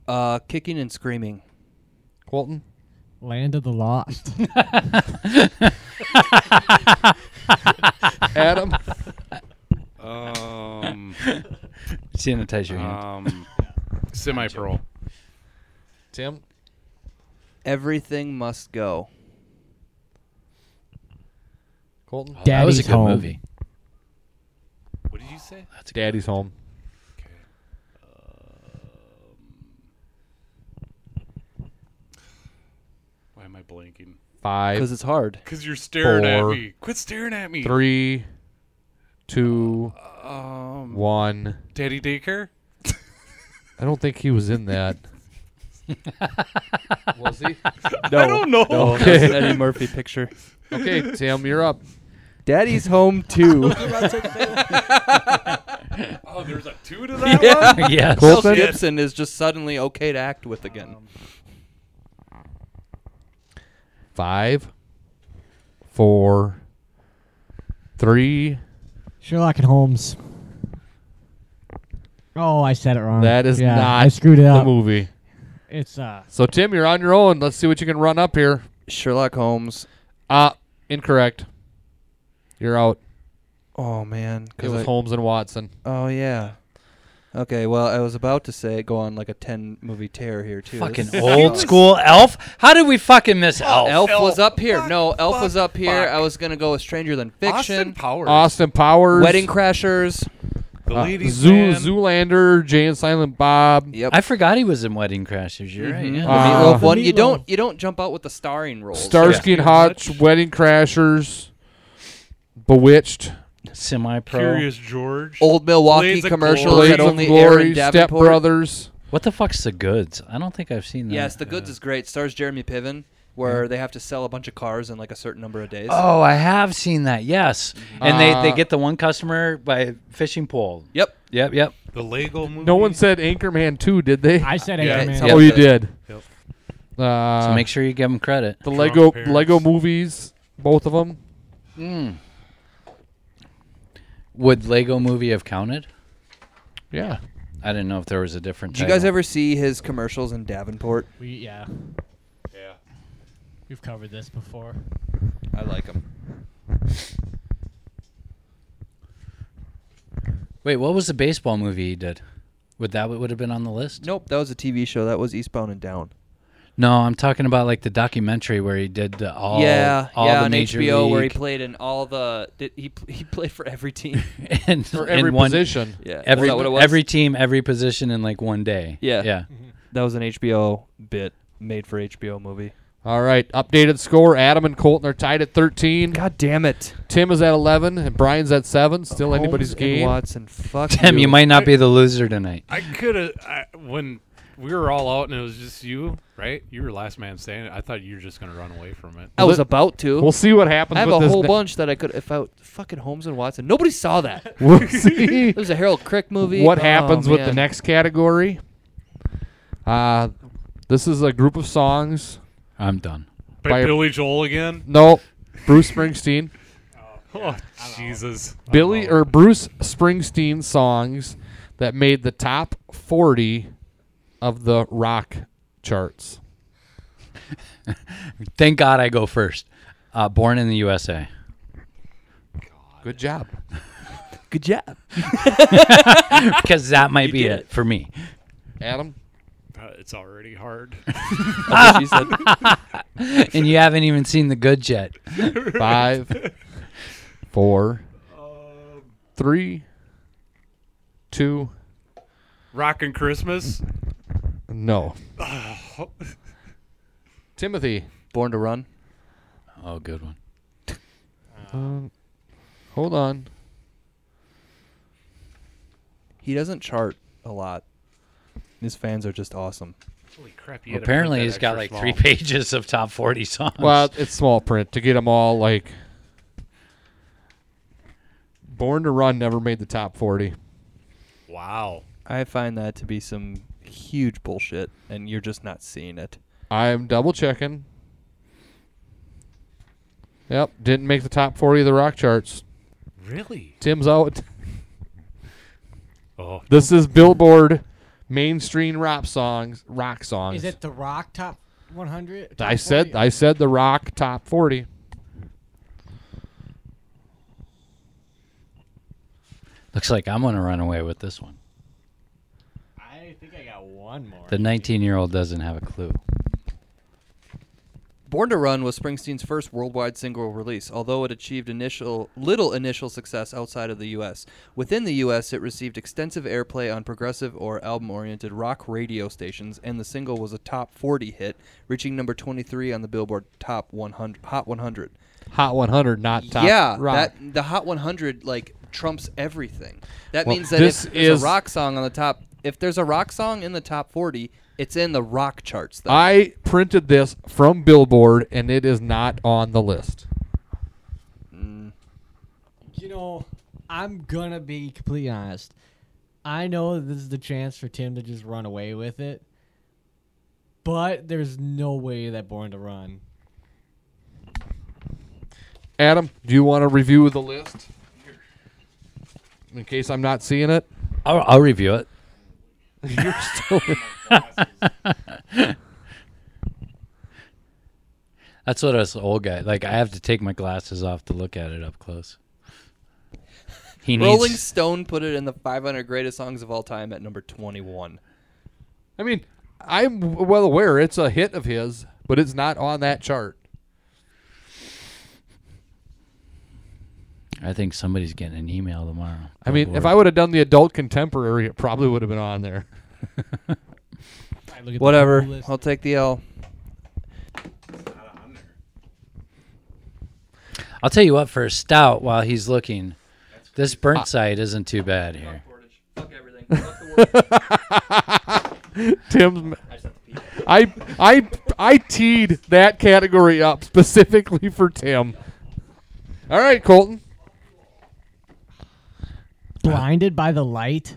Speaker 1: Uh, kicking and screaming.
Speaker 4: Colton.
Speaker 8: Land of the Lost.
Speaker 4: Adam.
Speaker 6: Um,
Speaker 5: Sanitize your hand.
Speaker 6: um, semi pro.
Speaker 4: Tim.
Speaker 1: Everything must go.
Speaker 4: Colton.
Speaker 5: that was a
Speaker 8: Daddy's
Speaker 5: good
Speaker 8: Home.
Speaker 5: movie.
Speaker 6: What did you say?
Speaker 4: Daddy's home.
Speaker 6: Okay. Um, Why am I blanking?
Speaker 4: Five,
Speaker 1: Because it's hard.
Speaker 6: Because you're staring
Speaker 4: Four.
Speaker 6: at me. Quit staring at me.
Speaker 4: three, two,
Speaker 6: Um,
Speaker 4: one.
Speaker 6: Daddy daycare.
Speaker 4: I don't think he was in that. was he?
Speaker 1: No, I don't know. No,
Speaker 4: Okay.
Speaker 1: that's an Eddie Murphy picture.
Speaker 4: Okay, Tim, you're up.
Speaker 1: Daddy's home too.
Speaker 6: Oh, there's a two to that one.
Speaker 4: Uh-huh.
Speaker 5: yes.
Speaker 1: Wilson Gibson is just suddenly okay to act with again.
Speaker 4: Five, four, three.
Speaker 8: Sherlock and Holmes. Oh, I said it wrong.
Speaker 4: That is
Speaker 8: Yeah,
Speaker 4: not
Speaker 8: I screwed it
Speaker 4: the
Speaker 8: up.
Speaker 4: movie.
Speaker 8: It's uh.
Speaker 4: So Tim, you're on your own. Let's see what you can run up here.
Speaker 1: Sherlock Holmes.
Speaker 4: Ah, incorrect. You're out.
Speaker 1: Oh man,
Speaker 4: It
Speaker 1: 'cause
Speaker 4: was
Speaker 1: I-
Speaker 4: Holmes and Watson.
Speaker 1: Oh yeah. Okay, well, I was about to say go on like a ten movie tear here too. This
Speaker 5: Fucking
Speaker 1: is-
Speaker 5: old school Elf. How did we fucking miss Oh, Elf?
Speaker 1: Elf, was up here.
Speaker 6: Fuck,
Speaker 1: no, Elf
Speaker 6: fuck,
Speaker 1: was up here.
Speaker 6: fuck.
Speaker 1: I was gonna go with Stranger Than
Speaker 6: Austin
Speaker 1: Fiction,
Speaker 6: Powers.
Speaker 4: Austin Powers.
Speaker 1: Wedding Crashers.
Speaker 6: The
Speaker 4: uh,
Speaker 6: ladies
Speaker 4: Zoo,
Speaker 6: man.
Speaker 4: Zoolander, Jay and Silent Bob.
Speaker 1: Yep.
Speaker 5: I forgot he was in Wedding Crashers. You're right.
Speaker 1: The
Speaker 5: Yeah.
Speaker 4: Uh,
Speaker 1: Meatloaf one. You
Speaker 8: Meatloaf.
Speaker 1: don't you don't jump out with the starring roles.
Speaker 4: Starsky and Hutch, Wedding Crashers, Bewitched,
Speaker 5: Semi pro.
Speaker 6: Curious George.
Speaker 4: Oh.
Speaker 1: Old Milwaukee
Speaker 6: Blades of
Speaker 1: commercials
Speaker 6: Glory.
Speaker 4: Blades
Speaker 1: that
Speaker 4: of
Speaker 1: only air in
Speaker 4: Glory, Step
Speaker 1: Davenport.
Speaker 4: Brothers.
Speaker 5: What the fuck's the goods? I don't think I've seen that.
Speaker 1: Yes, The Goods is great. Stars Jeremy Piven, where they have to sell a bunch of cars in like a certain number of days.
Speaker 5: Oh, I have seen that. Yes, and
Speaker 4: Uh,
Speaker 5: they, they get the one customer by fishing pole.
Speaker 1: Yep.
Speaker 5: Yep, yep.
Speaker 6: The Lego movie.
Speaker 4: No one said Anchorman 2, did they?
Speaker 8: I said
Speaker 6: Yeah,
Speaker 8: Anchorman.
Speaker 1: so-
Speaker 4: Oh, you
Speaker 1: Yep.
Speaker 4: did.
Speaker 6: Yep.
Speaker 4: Uh,
Speaker 5: So make sure you give them credit.
Speaker 4: the
Speaker 6: Drunk
Speaker 4: Lego
Speaker 6: parents.
Speaker 4: Lego movies, both of them.
Speaker 5: Mm. Would Lego Movie have counted?
Speaker 4: Yeah.
Speaker 5: I didn't know if there was a different.
Speaker 1: Did you guys
Speaker 5: title.
Speaker 1: ever see his commercials in Davenport?
Speaker 8: We yeah.
Speaker 6: Yeah.
Speaker 8: We've covered this before.
Speaker 1: I like them.
Speaker 5: Wait, what was the baseball movie he did? Would that would have been on the list?
Speaker 1: Nope, that was a TV show. That was Eastbound and Down.
Speaker 5: No, I'm talking about like the documentary where he did the, all.
Speaker 1: yeah,
Speaker 5: all
Speaker 1: yeah,
Speaker 5: the
Speaker 1: on
Speaker 5: major
Speaker 1: HBO where he
Speaker 5: league
Speaker 1: played in all the did, he pl- he played for every team.
Speaker 5: and,
Speaker 4: For
Speaker 5: and
Speaker 4: every
Speaker 5: one,
Speaker 4: position.
Speaker 1: yeah,
Speaker 5: Every
Speaker 1: is that what it was?
Speaker 5: every team, every position in like one day.
Speaker 1: Yeah.
Speaker 5: yeah.
Speaker 1: that was an HBO bit made for HBO movie.
Speaker 4: All right. Updated score Adam and Colton are tied at 13.
Speaker 1: God damn it!
Speaker 4: Tim is at 11, and Brian's at 7. Still
Speaker 1: Holmes
Speaker 4: anybody's
Speaker 1: and
Speaker 4: game.
Speaker 1: Watson, fuck
Speaker 5: Tim, you might not be the loser tonight.
Speaker 6: I could have. When we were all out and it was just you, right? You were last man standing. I thought you were just gonna run away from it.
Speaker 1: I was about to.
Speaker 4: We'll see what happens
Speaker 1: I have
Speaker 4: with
Speaker 1: a
Speaker 4: this
Speaker 1: whole
Speaker 4: ne-
Speaker 1: bunch that I could if I fucking Holmes and Watson. Nobody saw that.
Speaker 4: We'll see
Speaker 1: It was a Harold Crick movie.
Speaker 4: what
Speaker 1: Oh,
Speaker 4: happens with the
Speaker 1: man.
Speaker 4: next category. Uh, this is a group of songs.
Speaker 5: I'm done.
Speaker 6: By,
Speaker 4: By-
Speaker 6: Billy Joel again.
Speaker 4: No, Bruce Springsteen.
Speaker 6: Oh Jesus.
Speaker 4: Billy
Speaker 1: Oh.
Speaker 4: or Bruce Springsteen songs that made the top 40 of the rock charts.
Speaker 5: Thank God I go first. Uh, born in the USA.
Speaker 4: Good job.
Speaker 1: Good job.
Speaker 5: Because that might be it for me.
Speaker 4: Adam?
Speaker 6: Uh, it's already hard.
Speaker 1: she said.
Speaker 5: And you haven't even seen the good yet.
Speaker 4: Five, four, three, two,
Speaker 6: Rockin' Christmas.
Speaker 4: no. Timothy,
Speaker 1: Born to Run.
Speaker 5: Oh, good one.
Speaker 8: Um,
Speaker 4: hold on.
Speaker 1: He doesn't chart a lot. His fans are just awesome.
Speaker 6: Holy crap!
Speaker 5: Apparently, he's got like three pages of top 40 songs.
Speaker 4: Well, it's small print to get them all like. Born to Run never made the top 40.
Speaker 6: Wow.
Speaker 1: I find that to be some huge bullshit, and you're just not seeing it.
Speaker 4: I'm double checking. Yep, didn't make the top 40 of the rock charts.
Speaker 6: Really?
Speaker 4: Tim's out.
Speaker 6: Oh,
Speaker 4: This is Billboard mainstream rap songs, rock songs.
Speaker 8: Is it the Rock top 100?
Speaker 4: I said I said the rock top 40.
Speaker 5: Looks like I'm gonna run away with this one.
Speaker 8: I think I got one more.
Speaker 5: The 19 year old doesn't have a clue.
Speaker 1: Born to Run was Springsteen's first worldwide single release, although it achieved initial little initial success outside of the US. Within the US, it received extensive airplay on progressive or album-oriented rock radio stations, and the single was a top 40 hit, reaching number 23 on the Billboard Top 100 Hot 100.
Speaker 4: Hot 100, not top
Speaker 1: yeah,
Speaker 4: rock.
Speaker 1: that the Hot 100 like trumps everything. That
Speaker 4: Well,
Speaker 1: means that if
Speaker 4: this
Speaker 1: there's
Speaker 4: is-
Speaker 1: a rock song on the top, if there's a rock song in the top 40, it's in the rock charts. Then.
Speaker 4: I printed this from Billboard and it is not on the list.
Speaker 8: You know, I'm gonna be completely honest. I know this is the chance for Tim to just run away with it, but there's no way that Born to Run.
Speaker 4: Adam, do you want to review the list? In case I'm not seeing it.
Speaker 5: I'll, I'll review it.
Speaker 4: You're still
Speaker 5: That's what us old guy like. I have to take my glasses off to look at it up close. He needs.
Speaker 1: Rolling Stone put it in the 500 greatest songs of all time at number 21.
Speaker 4: I mean, I'm w- well aware it's a hit of his, but it's not on that chart.
Speaker 5: I think somebody's getting an email tomorrow.
Speaker 4: I mean, if I would have done the adult contemporary, it probably would have been on there.
Speaker 8: I look at the
Speaker 1: Whatever.
Speaker 8: whole list.
Speaker 1: I'll take the L.
Speaker 5: I'll tell you what. For a stout, while he's looking, this burnt side isn't too bad here.
Speaker 1: Fuck everything. Fuck the world.
Speaker 4: Tim's. m- I I I teed that category up specifically for Tim. All right, Colton.
Speaker 8: Blinded by the Light.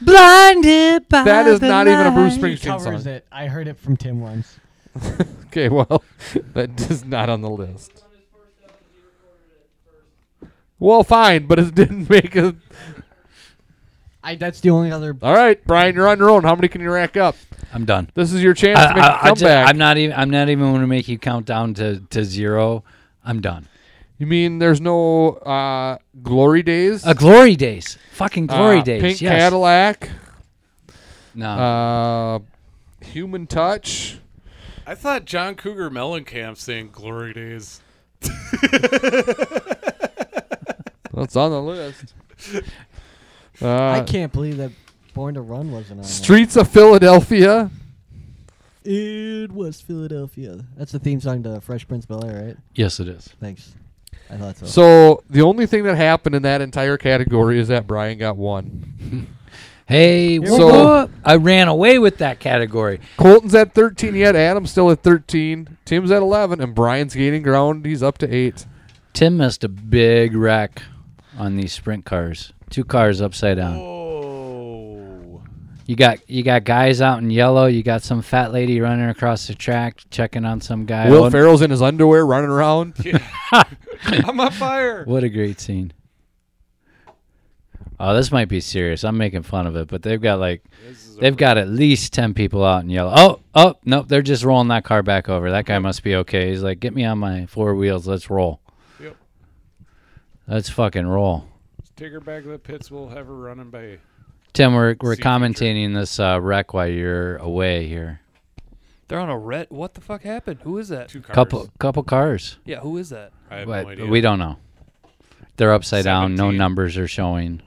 Speaker 5: Blinded by
Speaker 4: That is not even a Bruce Springsteen
Speaker 8: Covers
Speaker 4: song.
Speaker 8: it. I heard it from Tim once.
Speaker 4: Okay, well, that is not on the list. Well, fine, but it didn't make a.
Speaker 8: I that's the only other.
Speaker 4: All right, Brian, you're on your own. How many can you rack up?
Speaker 5: I'm done.
Speaker 4: This is your chance
Speaker 5: I,
Speaker 4: to make a
Speaker 5: I, I
Speaker 4: comeback.
Speaker 5: just, I'm not even. I'm not even going to make you count down to, to zero. I'm done.
Speaker 4: You mean there's no uh, glory days?
Speaker 5: Uh, glory days. Fucking glory
Speaker 4: Uh,
Speaker 5: days.
Speaker 4: Pink
Speaker 5: yes.
Speaker 4: Cadillac.
Speaker 5: No.
Speaker 4: Uh, human touch.
Speaker 6: I thought John Cougar Mellencamp sang "Glory Days."
Speaker 4: That's on the list. Uh,
Speaker 8: I can't believe that Born to Run wasn't on. there.
Speaker 4: Streets of Philadelphia.
Speaker 9: It was Philadelphia. That's the theme song to Fresh Prince Bel Air, right?
Speaker 5: yes, it is.
Speaker 9: Thanks. I thought so.
Speaker 4: So the only thing that happened in that entire category is that Brian got one.
Speaker 5: Hey,
Speaker 4: So-
Speaker 5: whoop, whoop. I ran away with that category.
Speaker 4: Colton's at 13 yet. Adam's still at 13. Tim's at 11, and Brian's gaining ground. He's up to eight.
Speaker 5: Tim missed a big wreck on these sprint cars. Two cars upside down.
Speaker 6: Oh,
Speaker 5: You got you got guys out in yellow. You got some fat lady running across the track, checking on some guy.
Speaker 4: Will
Speaker 5: What-
Speaker 4: Farrell's in his underwear running around.
Speaker 6: I'm on fire.
Speaker 5: What a great scene. Oh, this might be serious. I'm making fun of it, but they've got like they've got at least ten people out in yellow. Oh, oh, nope, they're just rolling that car back over. That guy must be okay. He's like, get me on my four wheels, let's roll.
Speaker 6: Yep.
Speaker 5: Let's fucking roll.
Speaker 6: Take her back to the pits. We'll have her running by.
Speaker 5: Tim, we're we're
Speaker 6: See you,
Speaker 5: commentating this uh, wreck while you're away here.
Speaker 1: They're on a ret. What the fuck happened? Who is that?
Speaker 6: Two cars.
Speaker 5: Couple couple cars.
Speaker 1: Yeah, who is that?
Speaker 6: I have
Speaker 5: But
Speaker 6: no idea.
Speaker 5: we don't know. They're upside down. No
Speaker 6: 17.
Speaker 5: numbers are showing.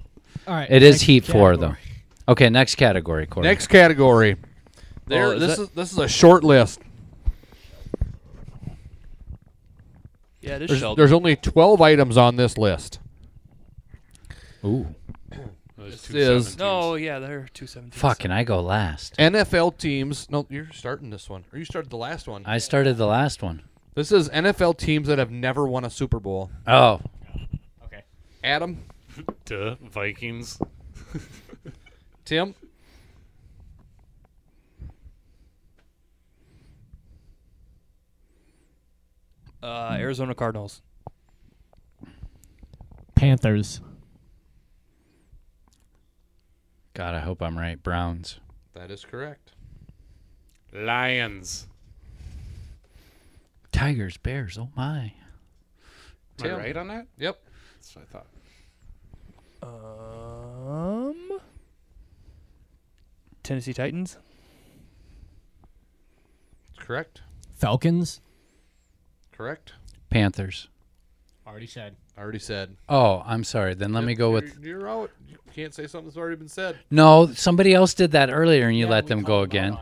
Speaker 8: All right.
Speaker 5: It is
Speaker 8: next
Speaker 5: heat four though.
Speaker 8: category.
Speaker 5: Okay, next category, Corey.
Speaker 4: Next category. There,
Speaker 5: Oh,
Speaker 1: is
Speaker 4: this
Speaker 1: that-
Speaker 4: is this is a short list.
Speaker 1: Yeah, it is
Speaker 4: There's,
Speaker 1: Sheldon.
Speaker 4: there's only 12 items on this list.
Speaker 5: Ooh.
Speaker 6: Those two
Speaker 4: is-
Speaker 6: 17s.
Speaker 1: No, yeah, they're 217.
Speaker 5: Fuck, and I go last.
Speaker 4: NFL teams. No, you're starting this one. Or you started the last one.
Speaker 5: I started the last one.
Speaker 4: This is NFL teams that have never won a Super Bowl.
Speaker 5: Oh,
Speaker 4: Adam,
Speaker 6: Duh, Vikings.
Speaker 4: Tim?
Speaker 1: Uh, Arizona Cardinals.
Speaker 8: Panthers.
Speaker 5: God, I hope I'm right. Browns.
Speaker 4: That is correct.
Speaker 6: Lions.
Speaker 5: Tigers, Bears. Oh
Speaker 6: Am
Speaker 5: my.
Speaker 6: I
Speaker 4: Tim.
Speaker 6: right on that?
Speaker 4: Yep.
Speaker 6: That's what I thought.
Speaker 1: Um, Tennessee Titans.
Speaker 4: Correct.
Speaker 8: Falcons.
Speaker 4: Correct.
Speaker 5: Panthers.
Speaker 8: Already said.
Speaker 4: I already said.
Speaker 5: Oh, I'm sorry. Then let me go with
Speaker 4: You're, you're out. You can't say something that's already been said.
Speaker 5: No, somebody else did that earlier and you let them go again.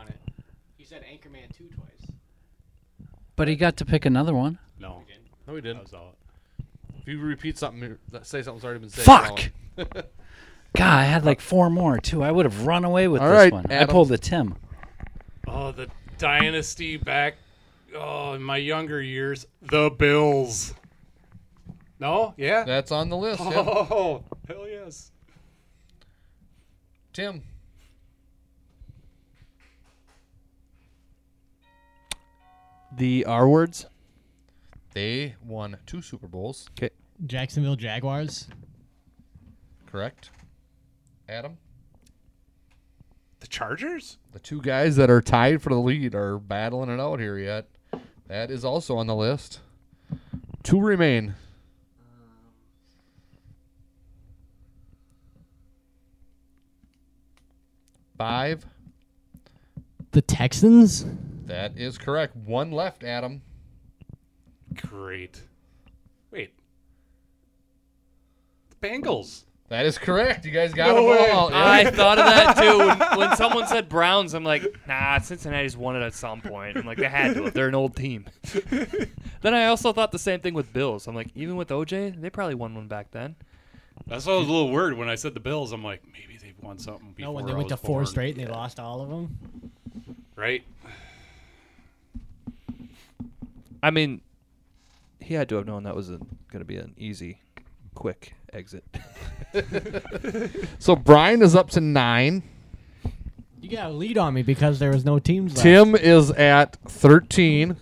Speaker 8: You said Anchorman 2 twice.
Speaker 5: But he got to pick another one.
Speaker 6: No.
Speaker 4: No, we
Speaker 6: That
Speaker 4: didn't.
Speaker 6: was all.
Speaker 4: If you repeat something, you're- that- say something's already been said. you're
Speaker 5: Fuck.
Speaker 4: out.
Speaker 5: God, I had like four more too. I would have run away with
Speaker 1: All
Speaker 5: this
Speaker 1: right,
Speaker 5: one.
Speaker 1: Adam.
Speaker 5: I pulled a Tim.
Speaker 6: Oh, the dynasty back. Oh, in my younger years, the Bills. No, yeah.
Speaker 4: That's on the list. yeah.
Speaker 6: oh, hell yes.
Speaker 4: Tim.
Speaker 1: The R words.
Speaker 4: They won two Super Bowls.
Speaker 8: Jacksonville Jaguars.
Speaker 4: Correct. Adam.
Speaker 6: The Chargers?
Speaker 4: The two guys that are tied for the lead are battling it out here yet. That is also on the list. Two remain. Five.
Speaker 8: The Texans.
Speaker 4: That is correct. One left, Adam.
Speaker 6: Great. Wait. The Bengals.
Speaker 4: That is correct. You guys got
Speaker 6: No
Speaker 4: them
Speaker 6: way.
Speaker 4: all.
Speaker 1: I thought of that too. When, when someone said Browns, I'm like, nah, Cincinnati's won it at some point. I'm like, they had to. have. They're an old team. then I also thought the same thing with Bills. I'm like, even with OJ, they probably won one back then.
Speaker 6: That's why I was a little worried when I said the Bills. I'm like, maybe they've won something before.
Speaker 8: No, when Oh, they
Speaker 6: I
Speaker 8: went to
Speaker 6: was
Speaker 8: four
Speaker 6: born.
Speaker 8: straight and they lost all of them.
Speaker 6: Right?
Speaker 1: I mean, he had to have known that was going to be an easy, quick exit.
Speaker 4: So Brian is up to nine.
Speaker 8: You got a lead on me because there was no teams left.
Speaker 4: Tim is at 13.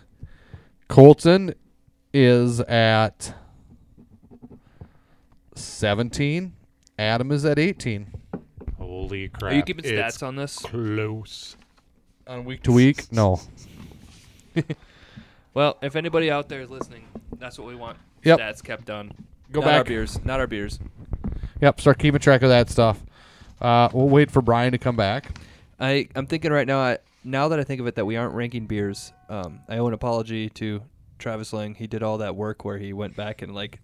Speaker 4: Colton is at 17. Adam is at 18.
Speaker 6: Holy crap.
Speaker 1: Are you keeping stats
Speaker 6: It's
Speaker 1: on this?
Speaker 6: close.
Speaker 4: On week to week? No.
Speaker 1: Well, if anybody out there is listening, that's what we want.
Speaker 4: Yep.
Speaker 1: Stats kept done.
Speaker 4: Go
Speaker 1: not Our
Speaker 4: back.
Speaker 1: beers, not our beers.
Speaker 4: Yep, start keeping track of that stuff. Uh, we'll wait for Brian to come back.
Speaker 1: I I'm thinking right now. I, now that I think of it, that we aren't ranking beers. Um, I owe an apology to Travis Lang. He did all that work where he went back and like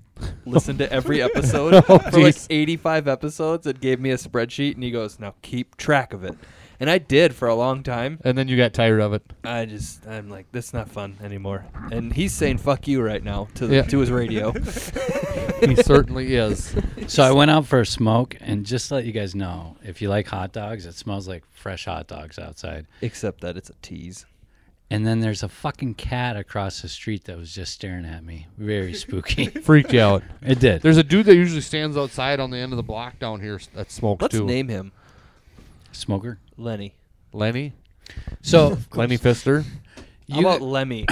Speaker 1: listened to every episode for like
Speaker 4: jeez.
Speaker 1: 85 episodes and gave me a spreadsheet and he goes, "Now keep track of it." And I did for a long time.
Speaker 4: And then you got tired of it.
Speaker 1: I just I'm like, that's not fun anymore. And he's saying "fuck you" right now to the,
Speaker 4: Yeah.
Speaker 1: to his radio.
Speaker 4: He certainly is.
Speaker 5: So I went out for a smoke and just to let you guys know, if you like hot dogs, it smells like fresh hot dogs outside.
Speaker 1: Except that it's a tease.
Speaker 5: And then there's a fucking cat across the street that was just staring at me. Very spooky.
Speaker 4: Freaked you out.
Speaker 5: it did.
Speaker 4: There's a dude that usually stands outside on the end of the block down here that smokes
Speaker 1: Let's
Speaker 4: too.
Speaker 1: name him
Speaker 5: Smoker.
Speaker 1: Lenny.
Speaker 4: Lenny.
Speaker 5: So
Speaker 4: Lenny Fister.
Speaker 1: How about Lemmy?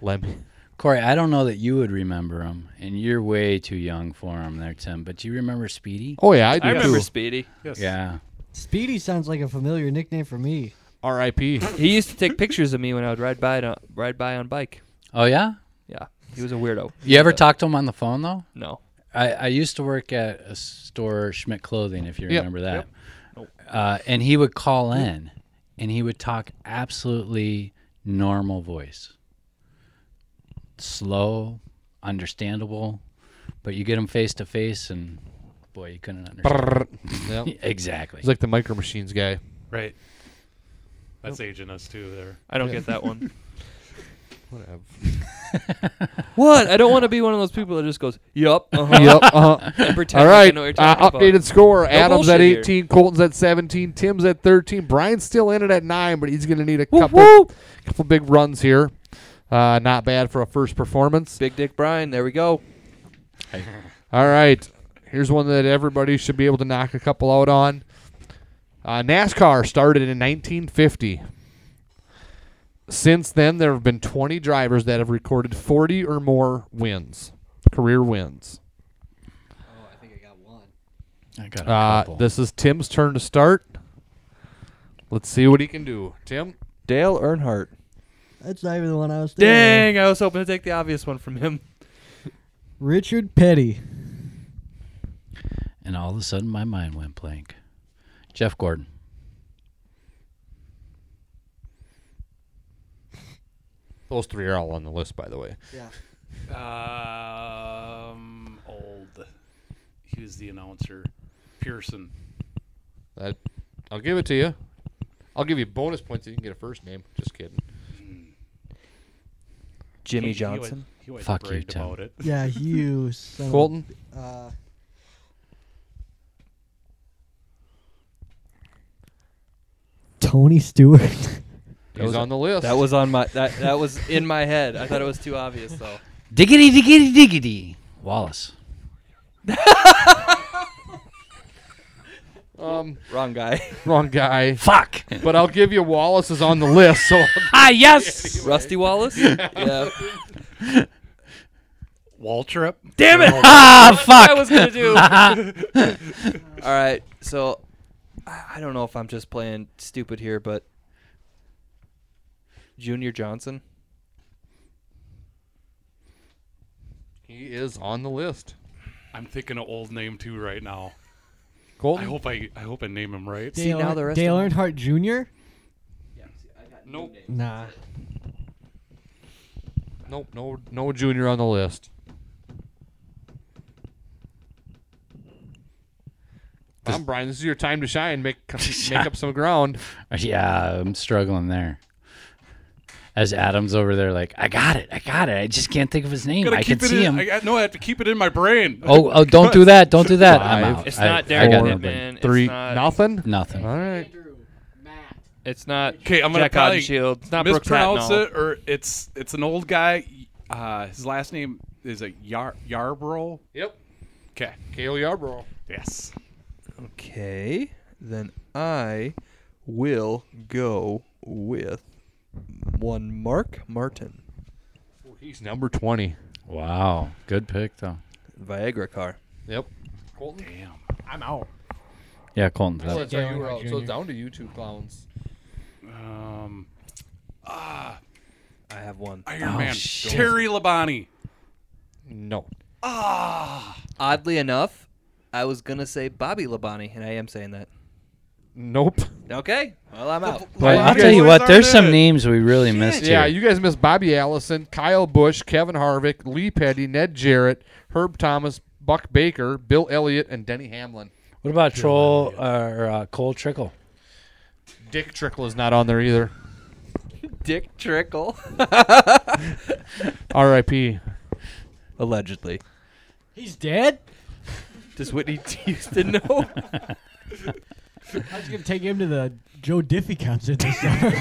Speaker 4: Lemmy.
Speaker 5: Corey, I don't know that you would remember him, and you're way too young for him there, Tim. But do you remember Speedy?
Speaker 4: Oh yeah, I do
Speaker 1: I remember
Speaker 4: too.
Speaker 1: Speedy.
Speaker 6: Yes.
Speaker 5: Yeah.
Speaker 10: Speedy sounds like a familiar nickname for me.
Speaker 4: R.I.P.
Speaker 1: He used to take pictures of me when I would ride by to, ride by on bike.
Speaker 5: Oh yeah.
Speaker 1: Yeah, he was a weirdo.
Speaker 5: You ever talk to him on the phone though?
Speaker 1: No,
Speaker 5: I, I used to work at a store, Schmidt Clothing, if you
Speaker 4: Yep,
Speaker 5: remember that. Uh, and he would call in, and he would talk absolutely normal voice, slow, understandable. But you get him face to face, and boy, you couldn't understand.
Speaker 4: yep.
Speaker 5: exactly.
Speaker 4: He's like the micro machines guy.
Speaker 6: Right. That's aging us too there.
Speaker 1: I don't get that one.
Speaker 4: Whatever.
Speaker 1: what? I don't want to be one of those people that just goes, "Yup." Uh-huh,
Speaker 4: yep. Uh-huh.
Speaker 1: and pretend
Speaker 4: All
Speaker 1: like I
Speaker 4: right.
Speaker 1: know what you're
Speaker 4: uh,
Speaker 1: talking about.
Speaker 4: updated score. Adams at
Speaker 1: bullshit here.
Speaker 4: 18, Colton's at 17, Tim's at 13. Brian's still in it at 9, but he's going to need a
Speaker 1: Whoop,
Speaker 4: couple
Speaker 1: whoop.
Speaker 4: couple big runs here. Uh, not bad for a first performance.
Speaker 1: Big Dick Brian. There we go.
Speaker 4: All right. Here's one that everybody should be able to knock a couple out on. Uh, NASCAR started in 1950. Since then, there have been 20 drivers that have recorded 40 or more wins, career wins.
Speaker 5: I got a
Speaker 4: Uh,
Speaker 5: couple.
Speaker 4: this is Tim's turn to start. Let's see what he can do. Tim,
Speaker 1: Dale Earnhardt.
Speaker 10: That's not even the one I was thinking. of.
Speaker 1: Dang, I was hoping to take the obvious one from him.
Speaker 10: Richard Petty.
Speaker 5: and all of a sudden, my mind went blank. Jeff Gordon.
Speaker 4: those three are all on the list, by the way.
Speaker 6: Um, old. He was the announcer. Pearson.
Speaker 4: That I'll give it to you. I'll give you bonus points if you can get a first name. Just kidding.
Speaker 1: Jimmy
Speaker 6: He- he wa-
Speaker 1: Johnson.
Speaker 6: He was
Speaker 5: Fuck you,
Speaker 6: bragged
Speaker 5: Tim.
Speaker 6: about it.
Speaker 10: Yeah, you son of a-
Speaker 4: Colton,
Speaker 10: uh, Tony Stewart.
Speaker 4: he's
Speaker 1: was-
Speaker 4: on the list.
Speaker 1: That was on my that that was in my head. I thought it was too obvious though.
Speaker 5: Diggity, diggity, diggity. Wallace.
Speaker 4: um
Speaker 1: Wrong guy.
Speaker 4: wrong guy.
Speaker 5: Fuck.
Speaker 4: But I'll give you Wallace is on the list. So
Speaker 5: ah, yes.
Speaker 1: Rusty Wallace? yeah.
Speaker 6: Waltrip.
Speaker 1: Damn it!
Speaker 5: Ah,
Speaker 1: I
Speaker 5: fuck.
Speaker 1: was gonna do. All right, so I I don't know if I'm just playing stupid here, but Junior Johnson.
Speaker 4: he is on the list.
Speaker 6: I'm thinking of old name too right now. I
Speaker 4: Colton,
Speaker 6: hope I I hope I name him right.
Speaker 8: Dale,
Speaker 1: now the rest
Speaker 8: Dale
Speaker 1: of
Speaker 8: Earnhardt Jr.
Speaker 6: Nope.
Speaker 8: Nah,
Speaker 4: nope, no, no junior on the list. Tom Brian, this is your time to shine. Make make up some ground.
Speaker 5: Yeah, I'm struggling there. As Adam's over there, like, I got it. I got it. I just can't think of his name.
Speaker 6: Gotta
Speaker 5: I can
Speaker 6: keep it
Speaker 5: see
Speaker 6: in-
Speaker 5: him.
Speaker 6: I, got- no, I have to keep it in my brain.
Speaker 5: Oh, oh, don't do that. Don't do that. I'm
Speaker 4: Five.
Speaker 5: out.
Speaker 1: It's
Speaker 5: I-
Speaker 1: not
Speaker 5: I got
Speaker 1: Darren
Speaker 5: nobody.
Speaker 1: Pittman.
Speaker 4: Three,
Speaker 1: it's not,
Speaker 4: nothing.
Speaker 5: Nothing.
Speaker 4: All right.
Speaker 1: It's not.
Speaker 6: Okay, I'm gonna
Speaker 1: Jack
Speaker 6: probably
Speaker 1: Shield. It's not Brooks
Speaker 6: mispronounce
Speaker 1: Hatnall.
Speaker 6: it, or it's it's an old guy. Uh, his last name is a Yar Yarbrough.
Speaker 4: Yep.
Speaker 6: Okay.
Speaker 4: Kale Yarbrough.
Speaker 6: Yes.
Speaker 1: Okay, then I will go with one Mark Martin
Speaker 4: He's number twenty.
Speaker 5: Wow. Good pick, though.
Speaker 1: Viagra car.
Speaker 4: Yep. Colton.
Speaker 6: Damn. I'm out.
Speaker 5: Yeah, Colton's
Speaker 4: So
Speaker 5: out.
Speaker 4: that's how you were
Speaker 8: Earnhardt
Speaker 4: out. So
Speaker 8: Jr..
Speaker 4: down to you two clowns.
Speaker 6: Um. Ah,
Speaker 1: I have one.
Speaker 6: Iron
Speaker 5: Oh,
Speaker 6: Man.
Speaker 5: shit.
Speaker 6: Terry Labonte.
Speaker 4: No.
Speaker 6: Ah.
Speaker 1: Oddly enough, I was gonna say Bobby Labonte, and I am saying that.
Speaker 4: Nope.
Speaker 1: Okay, well I'm out.
Speaker 5: But I'll
Speaker 6: you
Speaker 5: tell you
Speaker 6: guys
Speaker 5: what, there's
Speaker 6: aren't
Speaker 5: some
Speaker 6: in.
Speaker 5: names we really missed here.
Speaker 4: Yeah, you guys missed Bobby Allison, Kyle Bush, Kevin Harvick, Lee Petty, Ned Jarrett, Herb Thomas, Buck Baker, Bill Elliott, and Denny Hamlin.
Speaker 5: What about Troll or uh, Cole Trickle?
Speaker 4: Dick Trickle is not on there either.
Speaker 1: Dick Trickle.
Speaker 4: R.I.P.
Speaker 1: Allegedly.
Speaker 8: he's dead.
Speaker 1: Does Whitney Houston know?
Speaker 8: I was gonna take him to the Joe Diffie concert this summer.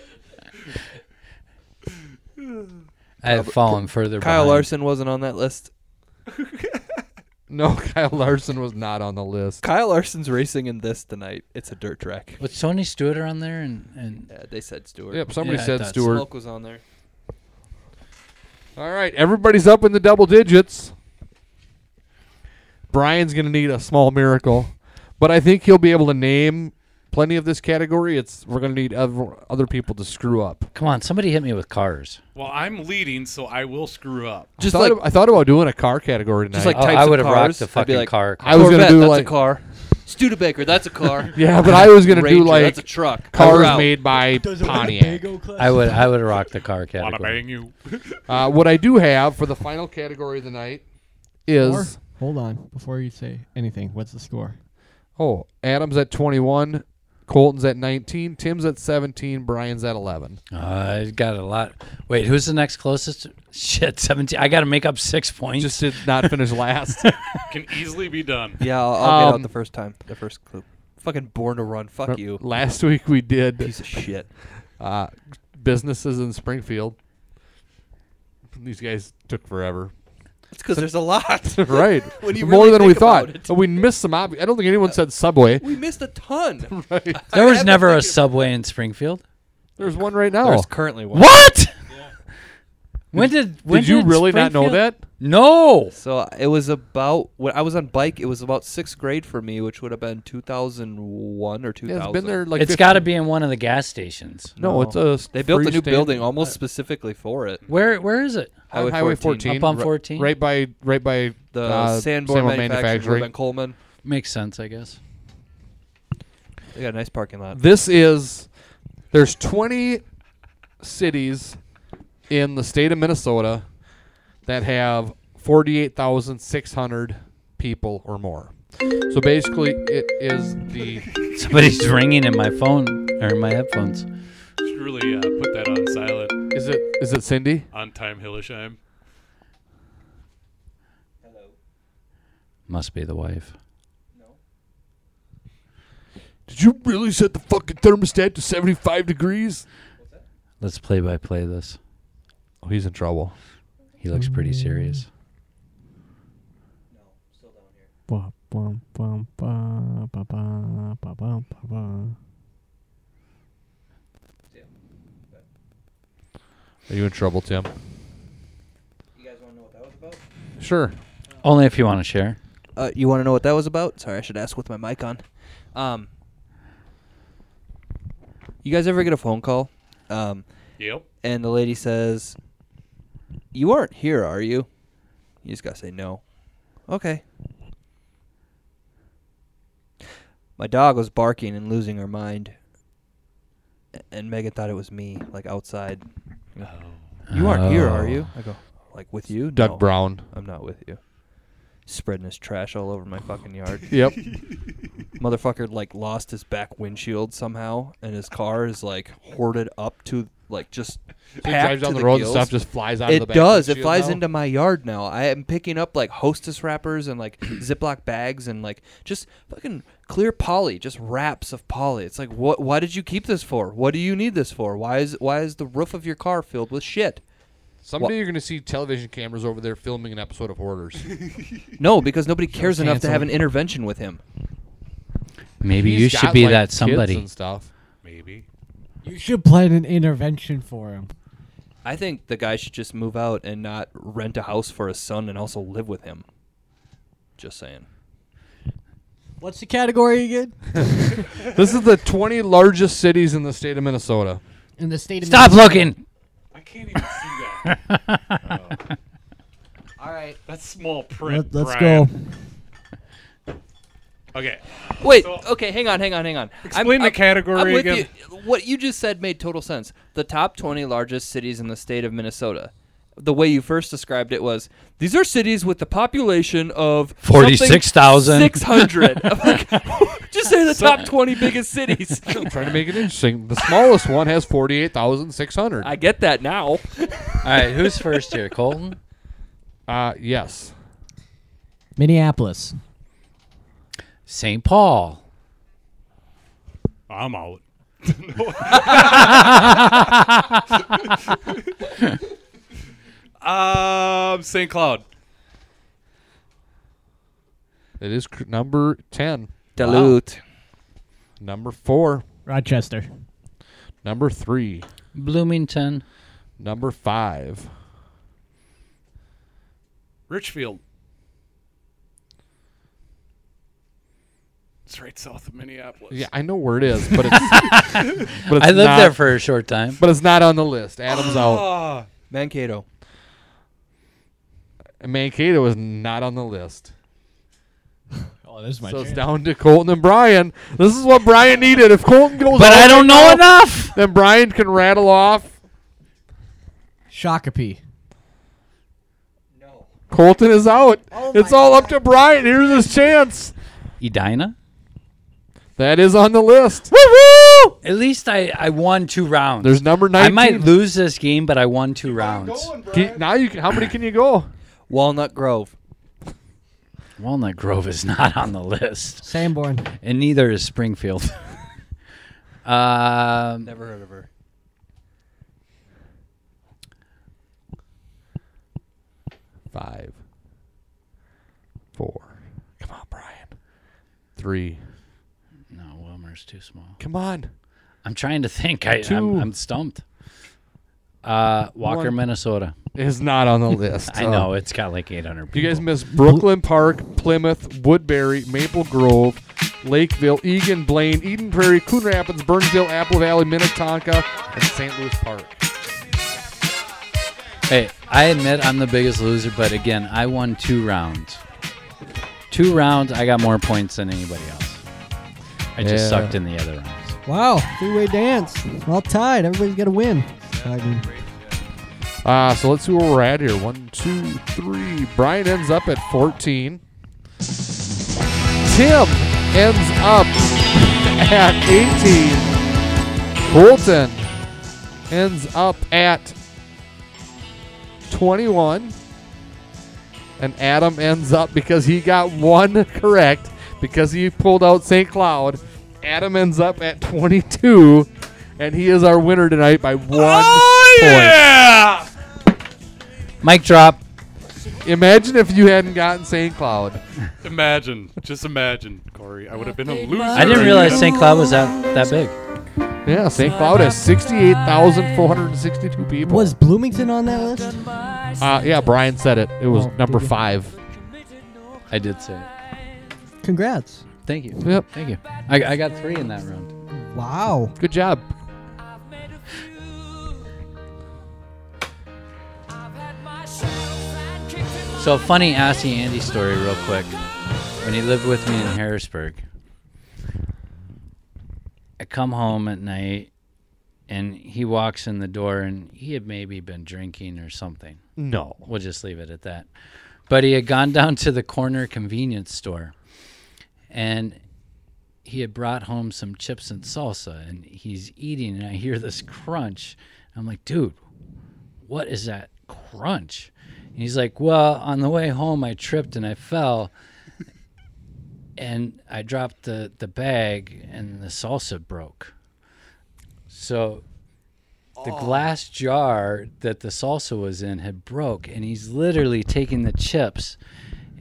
Speaker 5: I have fallen further.
Speaker 1: Uh, Kyle
Speaker 5: behind.
Speaker 1: Larson wasn't on that list.
Speaker 4: No, Kyle Larson was not on the list.
Speaker 1: Kyle Larson's racing in this tonight. It's a dirt track.
Speaker 5: Was Tony Stewart on there? And, and
Speaker 1: Yeah, they said Stewart.
Speaker 4: Yep, somebody
Speaker 5: Yeah, I
Speaker 4: said
Speaker 5: thought so.
Speaker 4: Stewart.
Speaker 1: Smoke was on there.
Speaker 4: All right, everybody's up in the double digits. Brian's going to need a small miracle, but I think he'll be able to name plenty of this category. It's we're going to need other, other people to screw up.
Speaker 5: come on, somebody hit me with cars.
Speaker 6: Well, I'm leading, so I will screw up.
Speaker 1: Just
Speaker 4: I thought,
Speaker 1: like-
Speaker 4: ab- I thought about doing a car category tonight.
Speaker 1: Just like
Speaker 5: Oh,
Speaker 1: types
Speaker 5: I would
Speaker 1: of
Speaker 5: have
Speaker 1: cars.
Speaker 5: rocked the
Speaker 1: I'd be
Speaker 5: fucking
Speaker 1: like,
Speaker 5: car.
Speaker 4: I was
Speaker 1: Corvette,
Speaker 4: gonna do
Speaker 1: that's
Speaker 4: like
Speaker 1: a car. Studebaker, that's a car.
Speaker 4: yeah, but I was gonna
Speaker 1: Ranger,
Speaker 4: do like
Speaker 1: that's a truck. We're
Speaker 4: cars
Speaker 1: out.
Speaker 4: made by Pontiac.
Speaker 5: I would. I would rock the car
Speaker 6: Wanna
Speaker 5: category.
Speaker 6: bang you?
Speaker 4: Uh, what I do have for the final category of the night is
Speaker 8: Hold on, before you say anything, what's the score?
Speaker 4: oh Adams at twenty one, Colton's at nineteen, Tim's at seventeen, Brian's at eleven.
Speaker 5: Uh, I got a lot. Wait, who's the next closest? Shit, seventeen. I got to make up six points.
Speaker 4: Just did not finish last.
Speaker 6: Can easily be done.
Speaker 1: Yeah, I'll, I'll get
Speaker 4: Um,
Speaker 1: out the first time. The first clue. Fucking born to run. Fuck you.
Speaker 4: last week we did
Speaker 1: Piece of shit.
Speaker 4: uh, businesses in Springfield. These guys took forever.
Speaker 1: It's because there's a lot.
Speaker 4: right.
Speaker 1: When you
Speaker 4: More
Speaker 1: really
Speaker 4: than we
Speaker 1: think about
Speaker 4: thought.
Speaker 1: it.
Speaker 4: And we missed some obvious. I don't think anyone said Subway.
Speaker 1: we missed a ton.
Speaker 5: There
Speaker 1: had
Speaker 5: was
Speaker 1: been
Speaker 5: never a
Speaker 1: thinking-
Speaker 5: Subway in Springfield.
Speaker 4: There's one right now.
Speaker 1: There's currently one.
Speaker 5: What? When did when
Speaker 4: Did you really not know
Speaker 5: Springfield-
Speaker 4: that?
Speaker 5: No.
Speaker 1: So uh, it was about when I was on bike. It was about sixth grade for me, which would have been 2001 or 2000.
Speaker 4: Yeah, it's been there like.
Speaker 5: it's
Speaker 4: 15
Speaker 5: got to be in one of the gas stations.
Speaker 4: No, it's a. s-
Speaker 1: They built a new
Speaker 4: freestanding-
Speaker 1: building almost specifically for it.
Speaker 5: Where where is it?
Speaker 4: on Highway, 14,
Speaker 5: Up on
Speaker 4: ri-
Speaker 5: 14?
Speaker 4: right by right by
Speaker 1: The
Speaker 4: uh,
Speaker 1: Sanborn Manufacturing, Reuben Coleman.
Speaker 5: Makes sense, I guess.
Speaker 1: They got a nice parking lot.
Speaker 4: This is there's 20 cities in the state of Minnesota that have 48,600 people or more. So basically, it is the
Speaker 5: Somebody's ringing in my phone or in my headphones.
Speaker 6: Should really uh, put that on silent.
Speaker 4: is it is it Cindy?
Speaker 6: On time, Hillesheim.
Speaker 5: Must be the wife.
Speaker 4: Did you really set the fucking thermostat to 75 degrees?
Speaker 5: Let's play by play this.
Speaker 4: Oh, he's in trouble.
Speaker 5: He looks pretty serious.
Speaker 10: Bum, bum, bum, bum, bum, bum, bum, bum, bum.
Speaker 4: Are you in trouble, Tim? Sure.
Speaker 5: Only if you want to share.
Speaker 1: Uh, you want to know what that was about? Sorry, I should ask with my mic on. Um, you guys ever get a phone call? Um,
Speaker 6: Yep.
Speaker 1: and the lady says, "You aren't here, are you?" You just gotta say no. Okay. My dog was barking and losing her mind, A- and Megan thought it was me, like outside. You aren't here, are you? I go, like with you,
Speaker 4: Doug
Speaker 1: No,
Speaker 4: Brown.
Speaker 1: I'm not with you. Spreading his trash all over my fucking yard.
Speaker 4: Yep.
Speaker 1: Motherfucker like lost his back windshield somehow, and his car is like hoarded up to like just
Speaker 4: he
Speaker 1: packed
Speaker 4: drives
Speaker 1: to
Speaker 4: down
Speaker 1: the,
Speaker 4: the, road
Speaker 1: gills
Speaker 4: and stuff just flies out
Speaker 1: it
Speaker 4: of the back
Speaker 1: does. It
Speaker 4: windshield
Speaker 1: flies
Speaker 4: now.
Speaker 1: into my yard now. I am picking up like hostess wrappers and like Ziploc bags and like just fucking clear poly, just wraps of poly. It's like what? Why did you keep this for? What do you need this for? Why is why is the roof of your car filled with shit?
Speaker 4: Someday you're going to see television cameras over there filming an episode of Hoarders.
Speaker 1: No, because nobody cares enough to
Speaker 5: handsome.
Speaker 1: have an intervention with him.
Speaker 5: Maybe
Speaker 4: He's
Speaker 5: you should
Speaker 4: got,
Speaker 5: be
Speaker 4: like,
Speaker 5: that
Speaker 4: kids
Speaker 5: somebody.
Speaker 4: and stuff.
Speaker 6: Maybe.
Speaker 8: You should plan an intervention for him.
Speaker 1: I think the guy should just move out and not rent a house for his son and also live with him. Just saying.
Speaker 8: What's the category again?
Speaker 4: this is the 20 largest cities in the state of Minnesota.
Speaker 8: In the state of
Speaker 5: Stop looking.
Speaker 6: I can't even see that. Oh.
Speaker 8: All right.
Speaker 6: That's small print.
Speaker 10: Let, let's
Speaker 6: Brian.
Speaker 10: go.
Speaker 6: Okay.
Speaker 1: Wait,
Speaker 6: So-
Speaker 1: okay, hang on, hang on, hang on.
Speaker 6: Explain the category
Speaker 1: I'm with
Speaker 6: again.
Speaker 1: You. What you just said made total sense. The top 20 largest cities in the state of Minnesota. The way you first described it was these are cities with the population of something
Speaker 5: 46,000.
Speaker 1: 600. I'm like, just say the top 20 biggest cities.
Speaker 4: Trying to make it interesting. The smallest one has 48,600.
Speaker 1: I get that now.
Speaker 5: All right, who's first here? Colton?
Speaker 4: Uh, yes.
Speaker 8: Minneapolis.
Speaker 5: St. Paul.
Speaker 6: I'm out. um, St. Cloud.
Speaker 4: It is cr- number 10,
Speaker 1: Dilute.
Speaker 4: number 4,
Speaker 8: Rochester.
Speaker 4: number 3,
Speaker 5: Bloomington.
Speaker 4: number 5,
Speaker 6: Richfield. It's right south of Minneapolis.
Speaker 4: Yeah, I know where it is, but it's, but it's
Speaker 5: I lived
Speaker 4: not,
Speaker 5: there for a short time.
Speaker 4: but it's not on the list. Adam's out.
Speaker 6: Ah,
Speaker 1: Mankato.
Speaker 4: And Mankato is not on the list.
Speaker 8: Oh, this is my
Speaker 4: So it's down to Colton and Brian. This is what Brian needed. If Colton goes
Speaker 5: But
Speaker 4: out
Speaker 5: I don't
Speaker 4: right
Speaker 5: know
Speaker 4: now,
Speaker 5: enough.
Speaker 4: then Brian can rattle off.
Speaker 8: Shakopee.
Speaker 4: Colton is out. it's all up to Brian. Here's his chance.
Speaker 5: Edina?
Speaker 4: That is on the list.
Speaker 5: At least I, I won two rounds.
Speaker 4: There's number 19.
Speaker 5: I might lose this game, but I won two rounds.
Speaker 4: Can- now you can, how many can you go?
Speaker 1: Walnut Grove.
Speaker 5: Walnut Grove is not on the list,
Speaker 8: Sanborn.
Speaker 5: and neither is Springfield. um,
Speaker 1: Never heard of her.
Speaker 4: Five, three.
Speaker 5: No, Wilmer's too small.
Speaker 4: Come on.
Speaker 5: I'm trying to think. I, I'm,
Speaker 4: Two.
Speaker 5: I'm stumped. Uh, Walker,
Speaker 4: One.
Speaker 5: Minnesota.
Speaker 4: It's not on the list. Uh,
Speaker 5: I know it's got like 800 people.
Speaker 4: You guys miss Brooklyn Park, Plymouth, Woodbury, Maple Grove, Lakeville, Egan, Blaine, Eden Prairie, Coon Rapids, Burnsville, Apple Valley, Minnetonka, and St. Louis Park.
Speaker 5: Hey, I admit I'm the biggest loser, but again, I won two rounds. Two rounds, I got more points than anybody else. I just
Speaker 4: Yeah.
Speaker 5: sucked in the other rounds.
Speaker 9: Wow, three-way dance. All tied. Everybody's got to win. I mean,
Speaker 4: Uh, so let's see where we're at here. One, two, three. Brian ends up at 14. Tim ends up at 18. Colton ends up at 21. And Adam ends up because he got one correct because he pulled out St. Cloud. Adam ends up at 22. And he is our winner tonight by one
Speaker 6: Oh!
Speaker 4: point.
Speaker 5: Mic drop.
Speaker 4: Imagine if you hadn't gotten St. Cloud.
Speaker 6: Imagine, just imagine, Corey. I would have been a loser.
Speaker 5: I didn't realize St. Cloud was that, that big.
Speaker 4: Yeah, St. Cloud has 68,462 people.
Speaker 9: was Bloomington on that list?
Speaker 4: uh, yeah, Brian said it. It was
Speaker 9: Oh,
Speaker 4: number
Speaker 9: did you?
Speaker 4: five.
Speaker 5: I did say it.
Speaker 9: Congrats.
Speaker 5: Thank you.
Speaker 4: Yep.
Speaker 5: Thank you. I, I got three in that round.
Speaker 9: Wow.
Speaker 4: Good job.
Speaker 5: So, funny Assy Andy story, real quick. When he lived with me in Harrisburg, I come home at night and he walks in the door and he had maybe been drinking or something.
Speaker 4: No.
Speaker 5: We'll just leave it at that. But he had gone down to the corner convenience store and he had brought home some chips and salsa and he's eating and I hear this crunch. I'm like, dude, what is that crunch? And he's like, well, on the way home, I tripped and I fell and I dropped the, the bag and the salsa broke. So the glass jar that the salsa was in had broke and he's literally taking the chips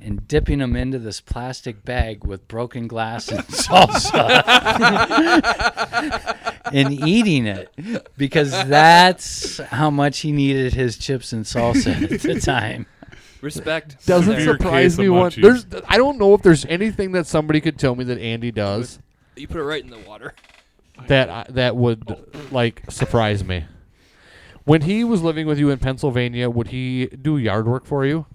Speaker 5: and dipping them into this plastic bag with broken glass and salsa and eating it because that's how much he needed his chips and salsa at the time.
Speaker 1: Respect.
Speaker 4: Doesn't
Speaker 6: Severe
Speaker 4: surprise
Speaker 6: case of
Speaker 4: me one.
Speaker 6: munchies.
Speaker 4: There's, I don't know if there's anything that somebody could tell me that Andy does
Speaker 1: You put it right in the water.
Speaker 4: that I, that would like surprise me. When he was living with you in Pennsylvania, would he do yard work for you?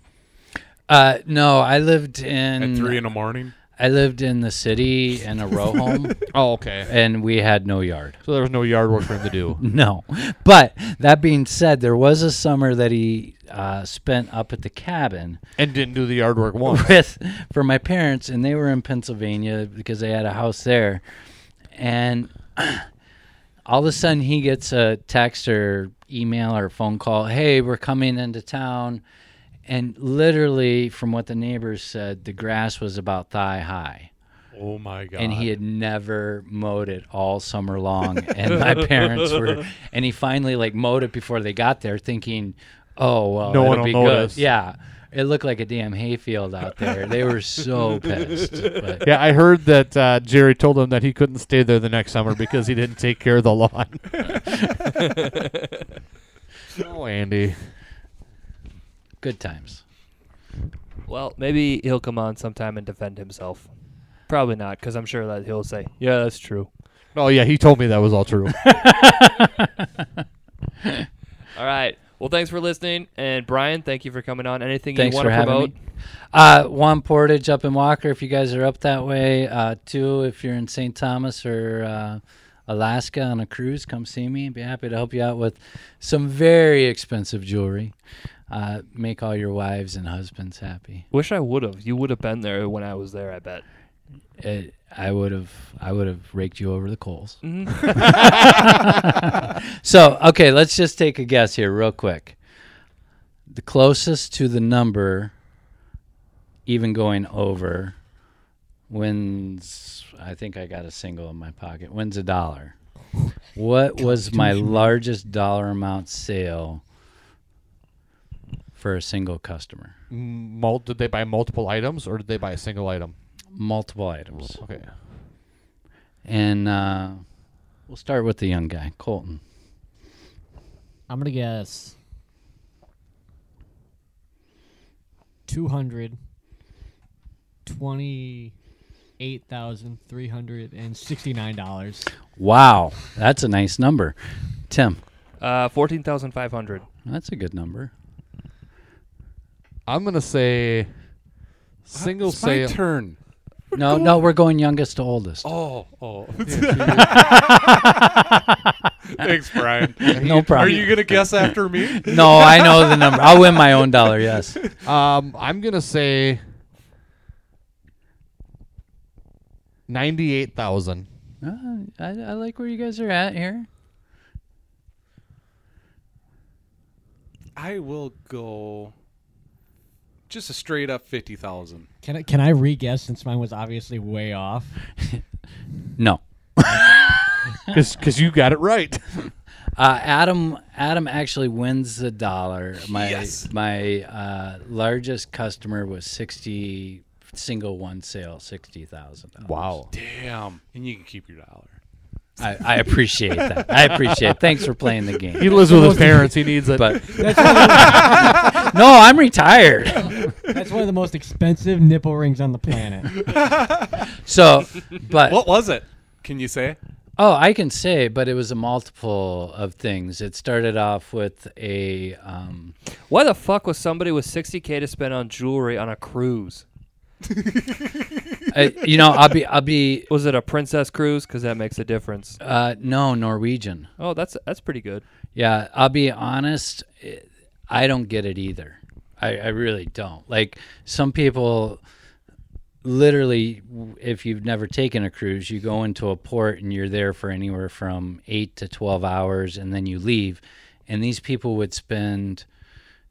Speaker 5: Uh, no, I lived in
Speaker 6: at three in the morning.
Speaker 5: I lived in the city in a row home
Speaker 4: Oh, okay.
Speaker 5: and we had no yard.
Speaker 4: So there was no yard work for him to do.
Speaker 5: No. But that being said, there was a summer that he uh, spent up at the cabin
Speaker 4: and didn't do the yard work once.
Speaker 5: with for my parents, and they were in Pennsylvania because they had a house there. And all of a sudden, he gets a text or email or phone call Hey, we're coming into town. And literally, from what the neighbors said, the grass was about thigh high
Speaker 6: Oh my god!
Speaker 5: and he had never mowed it all summer long and my parents were and he finally like mowed it before they got there thinking oh well
Speaker 4: No
Speaker 5: it'll
Speaker 4: one'll
Speaker 5: be
Speaker 4: notice.
Speaker 5: good yeah it looked like a damn hayfield out there they were so pissed but
Speaker 4: Yeah, I heard that uh, Jerry told him that he couldn't stay there the next summer because he didn't take care of the lawn. oh, Andy.
Speaker 5: good times
Speaker 1: Well, maybe he'll come on sometime and defend himself. Probably not, because I'm sure that he'll say, "Yeah, that's true."
Speaker 4: Oh, yeah, he told me that was all true.
Speaker 1: All right. Well, thanks for listening, and Brian, thank you for coming on. Anything
Speaker 5: thanks
Speaker 1: you
Speaker 5: for
Speaker 1: want to
Speaker 5: having
Speaker 1: promote?
Speaker 5: me uh one portage up in walker if you guys are up that way uh two if you're in st thomas or uh Alaska on a cruise, come see me. Be happy to help you out with some very expensive jewelry. Uh, make all your wives and husbands happy.
Speaker 1: Wish I would have. You would have been there when I was there. I bet.
Speaker 5: it, I would have I would have raked you over the coals. so okay, let's just take a guess here, real quick. The closest to the number, even going over, wins. I think I got a single in my pocket. Wins a dollar. What was my largest dollar amount sale for a single customer?
Speaker 4: Mul- did they buy multiple items or did they buy a single item?
Speaker 5: multiple items.
Speaker 4: Okay.
Speaker 5: And uh, we'll start with the young guy, Colton.
Speaker 8: I'm gonna guess two hundred twenty eight thousand three hundred and sixty nine dollars.
Speaker 5: Wow, that's a nice number. Tim,
Speaker 1: Uh, fourteen thousand five hundred.
Speaker 5: that's a good number.
Speaker 4: I'm gonna say single
Speaker 6: it's my
Speaker 4: sale.
Speaker 6: turn.
Speaker 5: No, no, we're going youngest to oldest.
Speaker 6: Oh, oh. Thanks, Brian.
Speaker 5: no
Speaker 6: Are
Speaker 5: problem.
Speaker 6: you gonna guess after me?
Speaker 5: no, I know the number. I'll win my own dollar. Yes.
Speaker 4: Um, I'm gonna say ninety-eight thousand.
Speaker 5: Uh, I, I like where you guys are at here.
Speaker 6: I will go. Just a straight up fifty thousand.
Speaker 8: Can I can I re-guess since mine was obviously way off?
Speaker 5: No.
Speaker 4: Because you got it right.
Speaker 5: Uh, Adam Adam actually wins the dollar. My my uh, largest customer was sixty single one sale, sixty thousand dollars.
Speaker 4: Wow.
Speaker 6: Damn. And you can keep your dollar.
Speaker 5: I, I appreciate that. I appreciate it. Thanks for playing the game.
Speaker 4: He lives with his parents. He needs it.
Speaker 5: But no, I'm retired.
Speaker 8: That's one of the most expensive nipple rings on the planet.
Speaker 5: So, but
Speaker 6: What was it? Can you say?
Speaker 5: Oh, I can say, but it was a multiple of things. It started off with a um,
Speaker 1: Why the fuck was somebody with sixty k to spend on jewelry on a cruise?
Speaker 5: I, you know, I'll be, I'll be,
Speaker 1: Was it a princess cruise? Because that makes a difference.
Speaker 5: uh, no Norwegian.
Speaker 1: Oh, that's that's pretty good.
Speaker 5: Yeah, I'll be honest. It, I don't get it either. I, I really don't. Like some people, literally, w- if you've never taken a cruise, you go into a port and you're there for anywhere from eight to 12 hours and then you leave. And these people would spend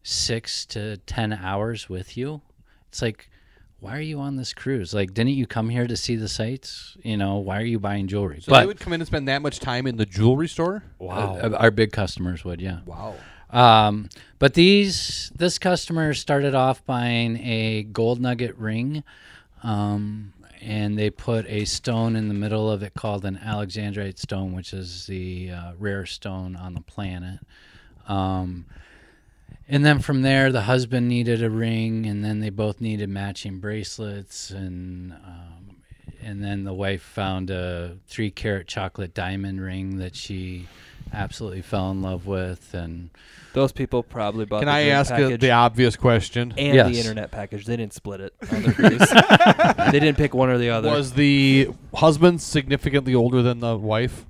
Speaker 5: six to 10 hours with you. It's like, why are you on this cruise? Like, didn't you come here to see the sights? You know, why are you buying jewelry?
Speaker 4: So they would come in and spend that much time in the jewelry store.
Speaker 5: Wow. Uh, our big customers would, yeah. Wow. Um, but these this customer started off buying a gold nugget ring, um, and they put a stone in the middle of it called an alexandrite stone, which is the uh, rare stone on the planet. Um, and then from there, the husband needed a ring, and then they both needed matching bracelets, and um, and then the wife found a three carat chocolate diamond ring that she absolutely fell in love with, and
Speaker 1: Those people probably bought.
Speaker 4: Can
Speaker 1: the
Speaker 4: I
Speaker 1: dream
Speaker 4: ask a-
Speaker 1: package
Speaker 4: the obvious question?
Speaker 1: and
Speaker 5: Yes.
Speaker 1: the internet package? They didn't split it. On the cruise. they didn't pick one or the other.
Speaker 4: Was the husband significantly older than the wife?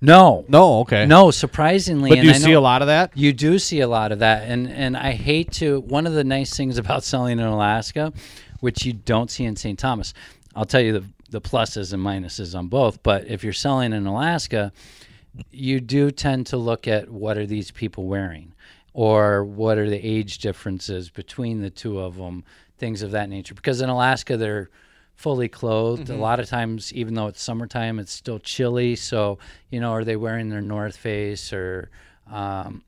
Speaker 5: no,
Speaker 4: No. Okay.
Speaker 5: no, surprisingly,
Speaker 4: But
Speaker 5: and
Speaker 4: do you
Speaker 5: I
Speaker 4: see
Speaker 5: know-
Speaker 4: a lot of that?
Speaker 5: You do see a lot of that, and and I hate to. One of the nice things about selling in Alaska, which you don't see in St. Thomas, I'll tell you the the pluses and minuses on both. But if you're selling in Alaska, you do tend to look at what are these people wearing, or what are the age differences between the two of them, things of that nature. Because in Alaska, they're fully clothed. A lot of times, even though it's summertime, it's still chilly. So, you know, are they wearing their North Face or um,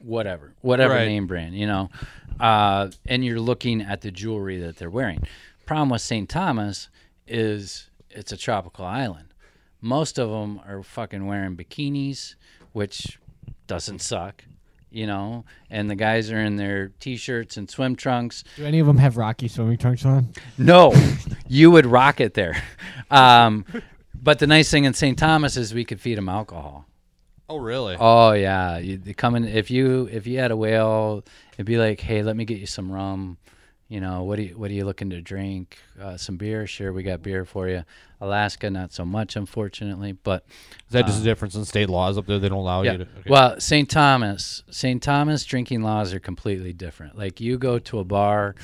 Speaker 5: whatever, whatever
Speaker 4: Right.
Speaker 5: name brand, you know? Uh, and you're looking at the jewelry that they're wearing. Problem with St. Thomas is it's a tropical island. Most of them are fucking wearing bikinis, which doesn't suck, you know? And the guys are in their t shirts and swim trunks.
Speaker 8: Do any of them have Rocky swimming trunks on?
Speaker 5: No, you would rock it there. Um, but the nice thing in St. Thomas is we could feed them alcohol.
Speaker 4: Oh, really?
Speaker 5: Oh yeah, you they come in if you if you had a whale, it'd be like, hey, let me get you some rum. You know what? Are you, what are you looking to drink? Uh, some beer? Sure, we got beer for you. Alaska, not so much, unfortunately. But
Speaker 4: Is that just a difference in state laws up there? They don't allow
Speaker 5: yeah.
Speaker 4: Oh, you to. okay.
Speaker 5: Well, St. Thomas, St. Thomas drinking laws are completely different. Like you go to a bar,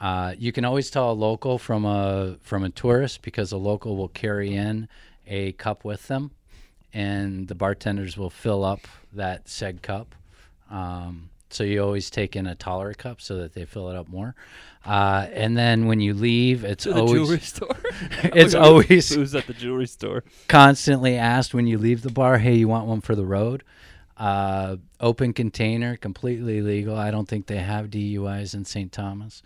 Speaker 5: uh, you can always tell a local from a from a tourist because a local will carry in a cup with them, and the bartenders will fill up that said cup. Um, so you always take in a taller cup so that they fill it up more. Uh, and then when you leave, it's
Speaker 1: the jewelry
Speaker 5: always
Speaker 1: store?
Speaker 5: it's always
Speaker 1: Who's at the jewelry store?
Speaker 5: constantly asked when you leave the bar, "Hey, you want one for the road?" Uh, open container, completely legal. I don't think they have DUIs in St. Thomas.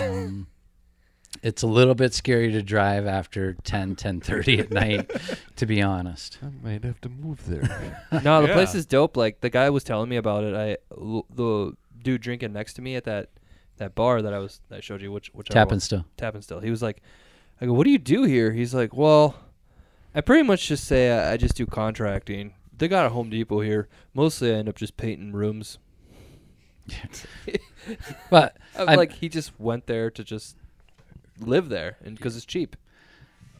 Speaker 5: Um, it's a little bit scary to drive after 10 10:30 at night to be honest
Speaker 4: I might have to move there.
Speaker 1: No, the
Speaker 6: Yeah.
Speaker 1: place is dope. Like the guy was telling me about it. I l- the dude drinking next to me at that that bar that I was that I showed you, which which
Speaker 5: tapping still
Speaker 1: tapping still. He was like, I go, what do you do here? He's like, well, I pretty much just say I, I just do contracting. They got a Home Depot here. Mostly, I end up just painting rooms.
Speaker 5: but
Speaker 1: I was
Speaker 5: I'm-
Speaker 1: like he just went there to just live there, and because it's cheap.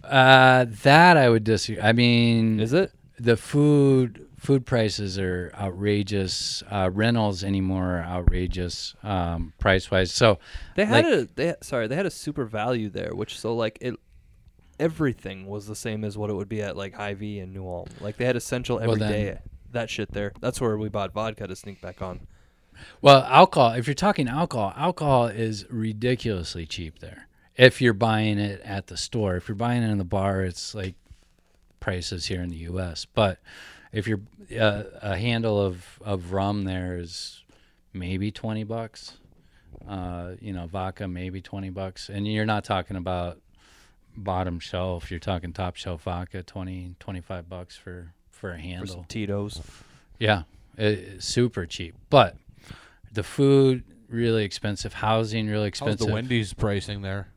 Speaker 5: uh that i would disagree i mean
Speaker 1: Is it?
Speaker 5: the food food prices are outrageous uh rentals anymore are outrageous um price wise so
Speaker 1: They had
Speaker 5: like-
Speaker 1: a they sorry, they had a super value there, which so like it everything was the same as what it would be at like High V in New Ulm. Like they had essential every day.
Speaker 5: then-
Speaker 1: That shit there. That's where we bought vodka to sneak back on.
Speaker 5: Well, alcohol, if you're talking alcohol, alcohol is ridiculously cheap there. If you're buying it at the store, if you're buying it in the bar, it's like prices here in the US. But if you're uh, a handle of, of rum there is maybe 20 bucks. Uh, you know, vodka maybe 20 bucks. And you're not talking about bottom shelf, you're talking top shelf vodka 20 25 bucks for for a
Speaker 1: For some
Speaker 5: handle.
Speaker 1: Tito's.
Speaker 5: Yeah, i- i- super cheap. But the food really expensive, housing really
Speaker 4: How's
Speaker 5: expensive.
Speaker 4: the Wendy's pricing there?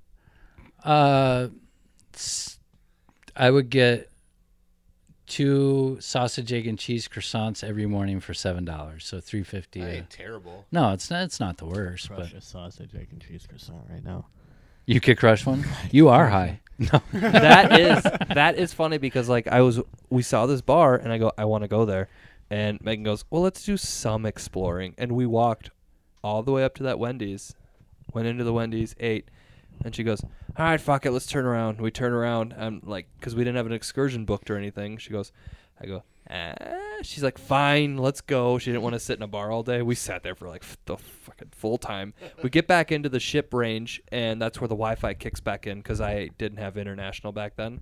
Speaker 5: Uh, s- I would get two sausage, egg, and cheese croissants every morning for seven dollars, so three fifty.
Speaker 4: terrible.
Speaker 5: No, it's not. It's not the worst,
Speaker 8: Crush
Speaker 5: but
Speaker 8: a sausage, egg, and cheese croissant right now.
Speaker 5: you could crush one. You are high.
Speaker 1: that is that is funny because like I was we saw this bar and I go I want to go there, and Megan goes well let's do some exploring and we walked all the way up to that Wendy's, went into the Wendy's ate, and she goes all right fuck it let's turn around we turn around I'm like because we didn't have an excursion booked or anything she goes I go. Ah. She's like, fine, let's go. She didn't want to sit in a bar all day. We sat there for like f- the fucking full time. We get back into the ship range, and that's where the Wi-Fi kicks back in because I didn't have international back then.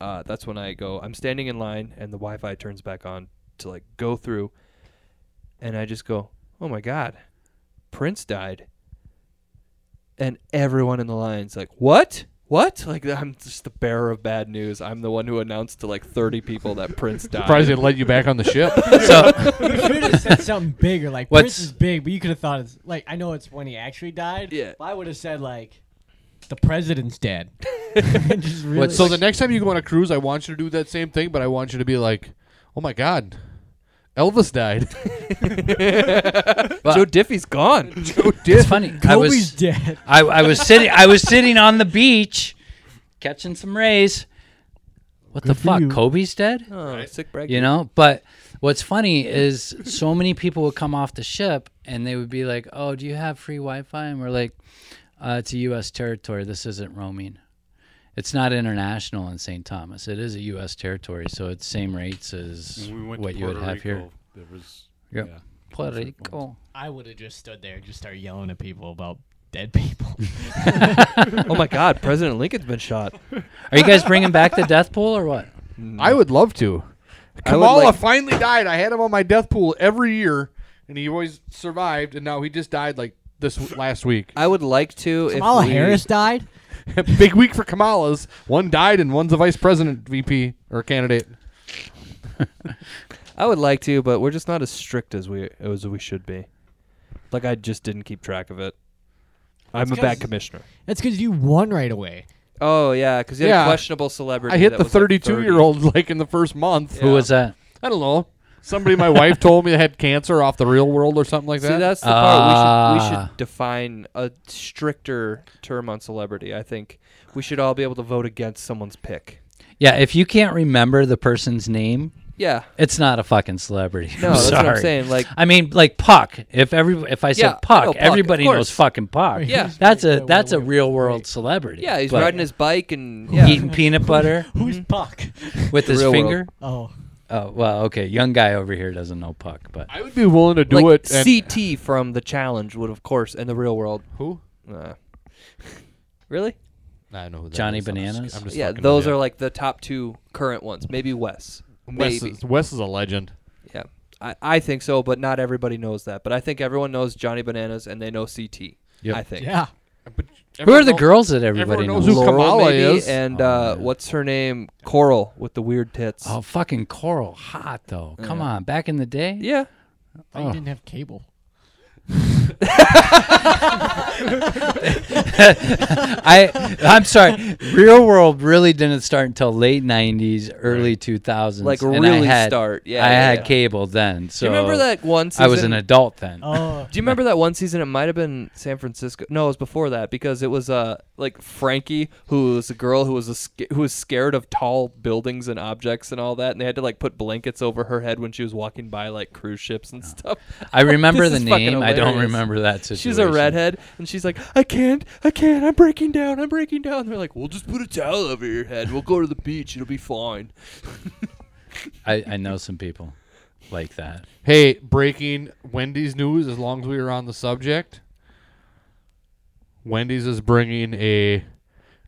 Speaker 1: Uh, that's when I go. I'm standing in line, and the Wi-Fi turns back on to like go through, and I just go, oh my god, Prince died, and everyone in the line's like, what? What? Like I'm just the bearer of bad news. I'm the one who announced to like 30 people that Prince died.
Speaker 4: Surprised they let you back on the ship.
Speaker 8: You should have said something bigger, like
Speaker 5: What's-
Speaker 8: Prince is big, but you could have thought it's like I know it's when he actually died.
Speaker 1: Yeah.
Speaker 8: but I would have said like the president's dead. And just really,
Speaker 4: so the next time you go on a cruise, I want you to do that same thing, but I want you to be like, "Oh my God, Elvis died."
Speaker 5: But
Speaker 1: Joe Diffie's gone.
Speaker 5: it's funny. I
Speaker 8: Kobe's
Speaker 5: was
Speaker 8: dead.
Speaker 5: I, I was sitting I was sitting on the beach, catching some rays. What the
Speaker 8: for
Speaker 5: fuck?
Speaker 8: you.
Speaker 5: Kobe's dead.
Speaker 1: Oh, sick brag.
Speaker 5: you know but what's funny is so many people would come off the ship and they would be like oh do you have free wi-fi and we're like uh, it's a u.s territory this isn't roaming it's not international in st thomas it is a u.s territory so it's same rates as
Speaker 6: When we went
Speaker 5: what
Speaker 6: to
Speaker 5: you would
Speaker 6: Puerto
Speaker 5: have here
Speaker 6: Rico, There was
Speaker 5: Yep.
Speaker 6: yeah.
Speaker 5: puerto rico
Speaker 8: I would have just stood there and just started yelling at people about dead people.
Speaker 1: oh my God, President Lincoln's been shot.
Speaker 5: are you guys bringing back the death pool or what
Speaker 4: I would love to.
Speaker 1: I would
Speaker 4: Kamala
Speaker 1: like-
Speaker 4: finally died. I had him on my death pool every year, and he always survived. And now he just died like this w- last week.
Speaker 1: I would like to.
Speaker 8: Kamala
Speaker 1: if we,
Speaker 8: Harris died.
Speaker 4: Big week for Kamala's. One died, and one's a vice president, VP, or candidate.
Speaker 1: I would like to, but we're just not as strict as we as we should be. Like I just didn't keep track of it. I'm a
Speaker 8: 'cause-
Speaker 1: bad commissioner.
Speaker 8: That's because you won right away.
Speaker 1: Oh yeah, because you had
Speaker 4: Yeah.
Speaker 1: a questionable celebrity.
Speaker 4: I hit
Speaker 1: that
Speaker 4: the
Speaker 1: was, like,
Speaker 4: 32 year old like in the first month.
Speaker 5: who was that
Speaker 4: I don't know. Somebody my wife told me they had cancer off the real world or something like
Speaker 1: 30. See,
Speaker 4: that.
Speaker 1: that's the part we should we
Speaker 5: Ah.
Speaker 1: should define a stricter term on celebrity. I think we should all be able to vote against someone's pick.
Speaker 5: yeah if you can't remember the person's name
Speaker 1: Yeah.
Speaker 5: it's not a fucking celebrity.
Speaker 1: No,
Speaker 5: I'm
Speaker 1: that's what I'm
Speaker 5: sorry.
Speaker 1: saying, like-
Speaker 5: I mean, like Puck. If every if I said
Speaker 1: Yeah, I
Speaker 5: Puck,
Speaker 1: know Puck,
Speaker 5: everybody
Speaker 1: of
Speaker 5: knows
Speaker 1: course.
Speaker 5: fucking Puck.
Speaker 1: Yeah.
Speaker 5: that's a
Speaker 8: Wait,
Speaker 5: that's a
Speaker 8: wait, wait,
Speaker 5: real world
Speaker 8: wait.
Speaker 5: celebrity.
Speaker 1: Yeah, he's
Speaker 5: But
Speaker 1: riding his bike and yeah.
Speaker 5: eating peanut butter
Speaker 8: Who's Puck?
Speaker 5: with his
Speaker 1: Real world.
Speaker 5: finger.
Speaker 8: Mm-hmm. Oh,
Speaker 5: Oh well, okay. Young guy over here doesn't know Puck, but
Speaker 4: I would be willing to do
Speaker 1: like
Speaker 4: it. and-
Speaker 1: CT from the challenge would, of course, in the real world.
Speaker 4: who?
Speaker 1: Uh, really?
Speaker 4: I know who that
Speaker 5: Johnny
Speaker 4: is. I'm just-
Speaker 5: Bananas?
Speaker 4: I'm just
Speaker 1: yeah,
Speaker 4: fucking with
Speaker 1: those
Speaker 4: you.
Speaker 1: are like the top two current ones. Maybe Wes.
Speaker 4: Wes
Speaker 1: Maybe.
Speaker 4: is, Wes is a legend.
Speaker 1: Yeah, I, I think so, but not everybody knows that. But I think everyone knows Johnny Bananas and they know CT. I think.
Speaker 8: yeah.
Speaker 5: Who
Speaker 4: But
Speaker 5: are
Speaker 4: Everyone
Speaker 5: the
Speaker 4: know-
Speaker 5: girls that everybody
Speaker 4: everyone
Speaker 5: knows?
Speaker 4: knows who
Speaker 1: Laurel
Speaker 4: Kamala
Speaker 1: maybe,
Speaker 4: is.
Speaker 1: and
Speaker 5: Oh,
Speaker 1: uh,
Speaker 5: yeah.
Speaker 1: what's her name? Coral with the weird tits.
Speaker 5: Oh, fucking Coral, hot though. Come on, back in the day.
Speaker 1: yeah.
Speaker 8: I
Speaker 5: Oh.
Speaker 8: didn't have cable.
Speaker 5: I I'm sorry. Real World really didn't start until late '90s, early 2000s.
Speaker 1: Like
Speaker 5: and I
Speaker 1: really
Speaker 5: had-
Speaker 1: start. Yeah.
Speaker 5: I
Speaker 1: yeah,
Speaker 5: had
Speaker 1: yeah.
Speaker 5: cable then, so
Speaker 1: Do you remember that one season?
Speaker 5: I was an adult then.
Speaker 8: Oh,
Speaker 1: Do you remember that one season? It might have been San Francisco. No, it was before that because it was uh like Frankie, who was a girl who was a sca- who was scared of tall buildings and objects and all that, and they had to like put blankets over her head when she was walking by like cruise ships and stuff.
Speaker 5: I remember
Speaker 1: This
Speaker 5: the
Speaker 1: is fucking
Speaker 5: name. I don't
Speaker 1: hilarious.
Speaker 5: remember that situation.
Speaker 1: She's a redhead, and she's like, I can't, I can't, I'm breaking down, I'm breaking down. they're like, we'll just put a towel over your head. We'll go to the beach. It'll be fine.
Speaker 5: I, I know some people like that.
Speaker 4: Hey, breaking Wendy's news as long as we are on the subject. Wendy's is bringing a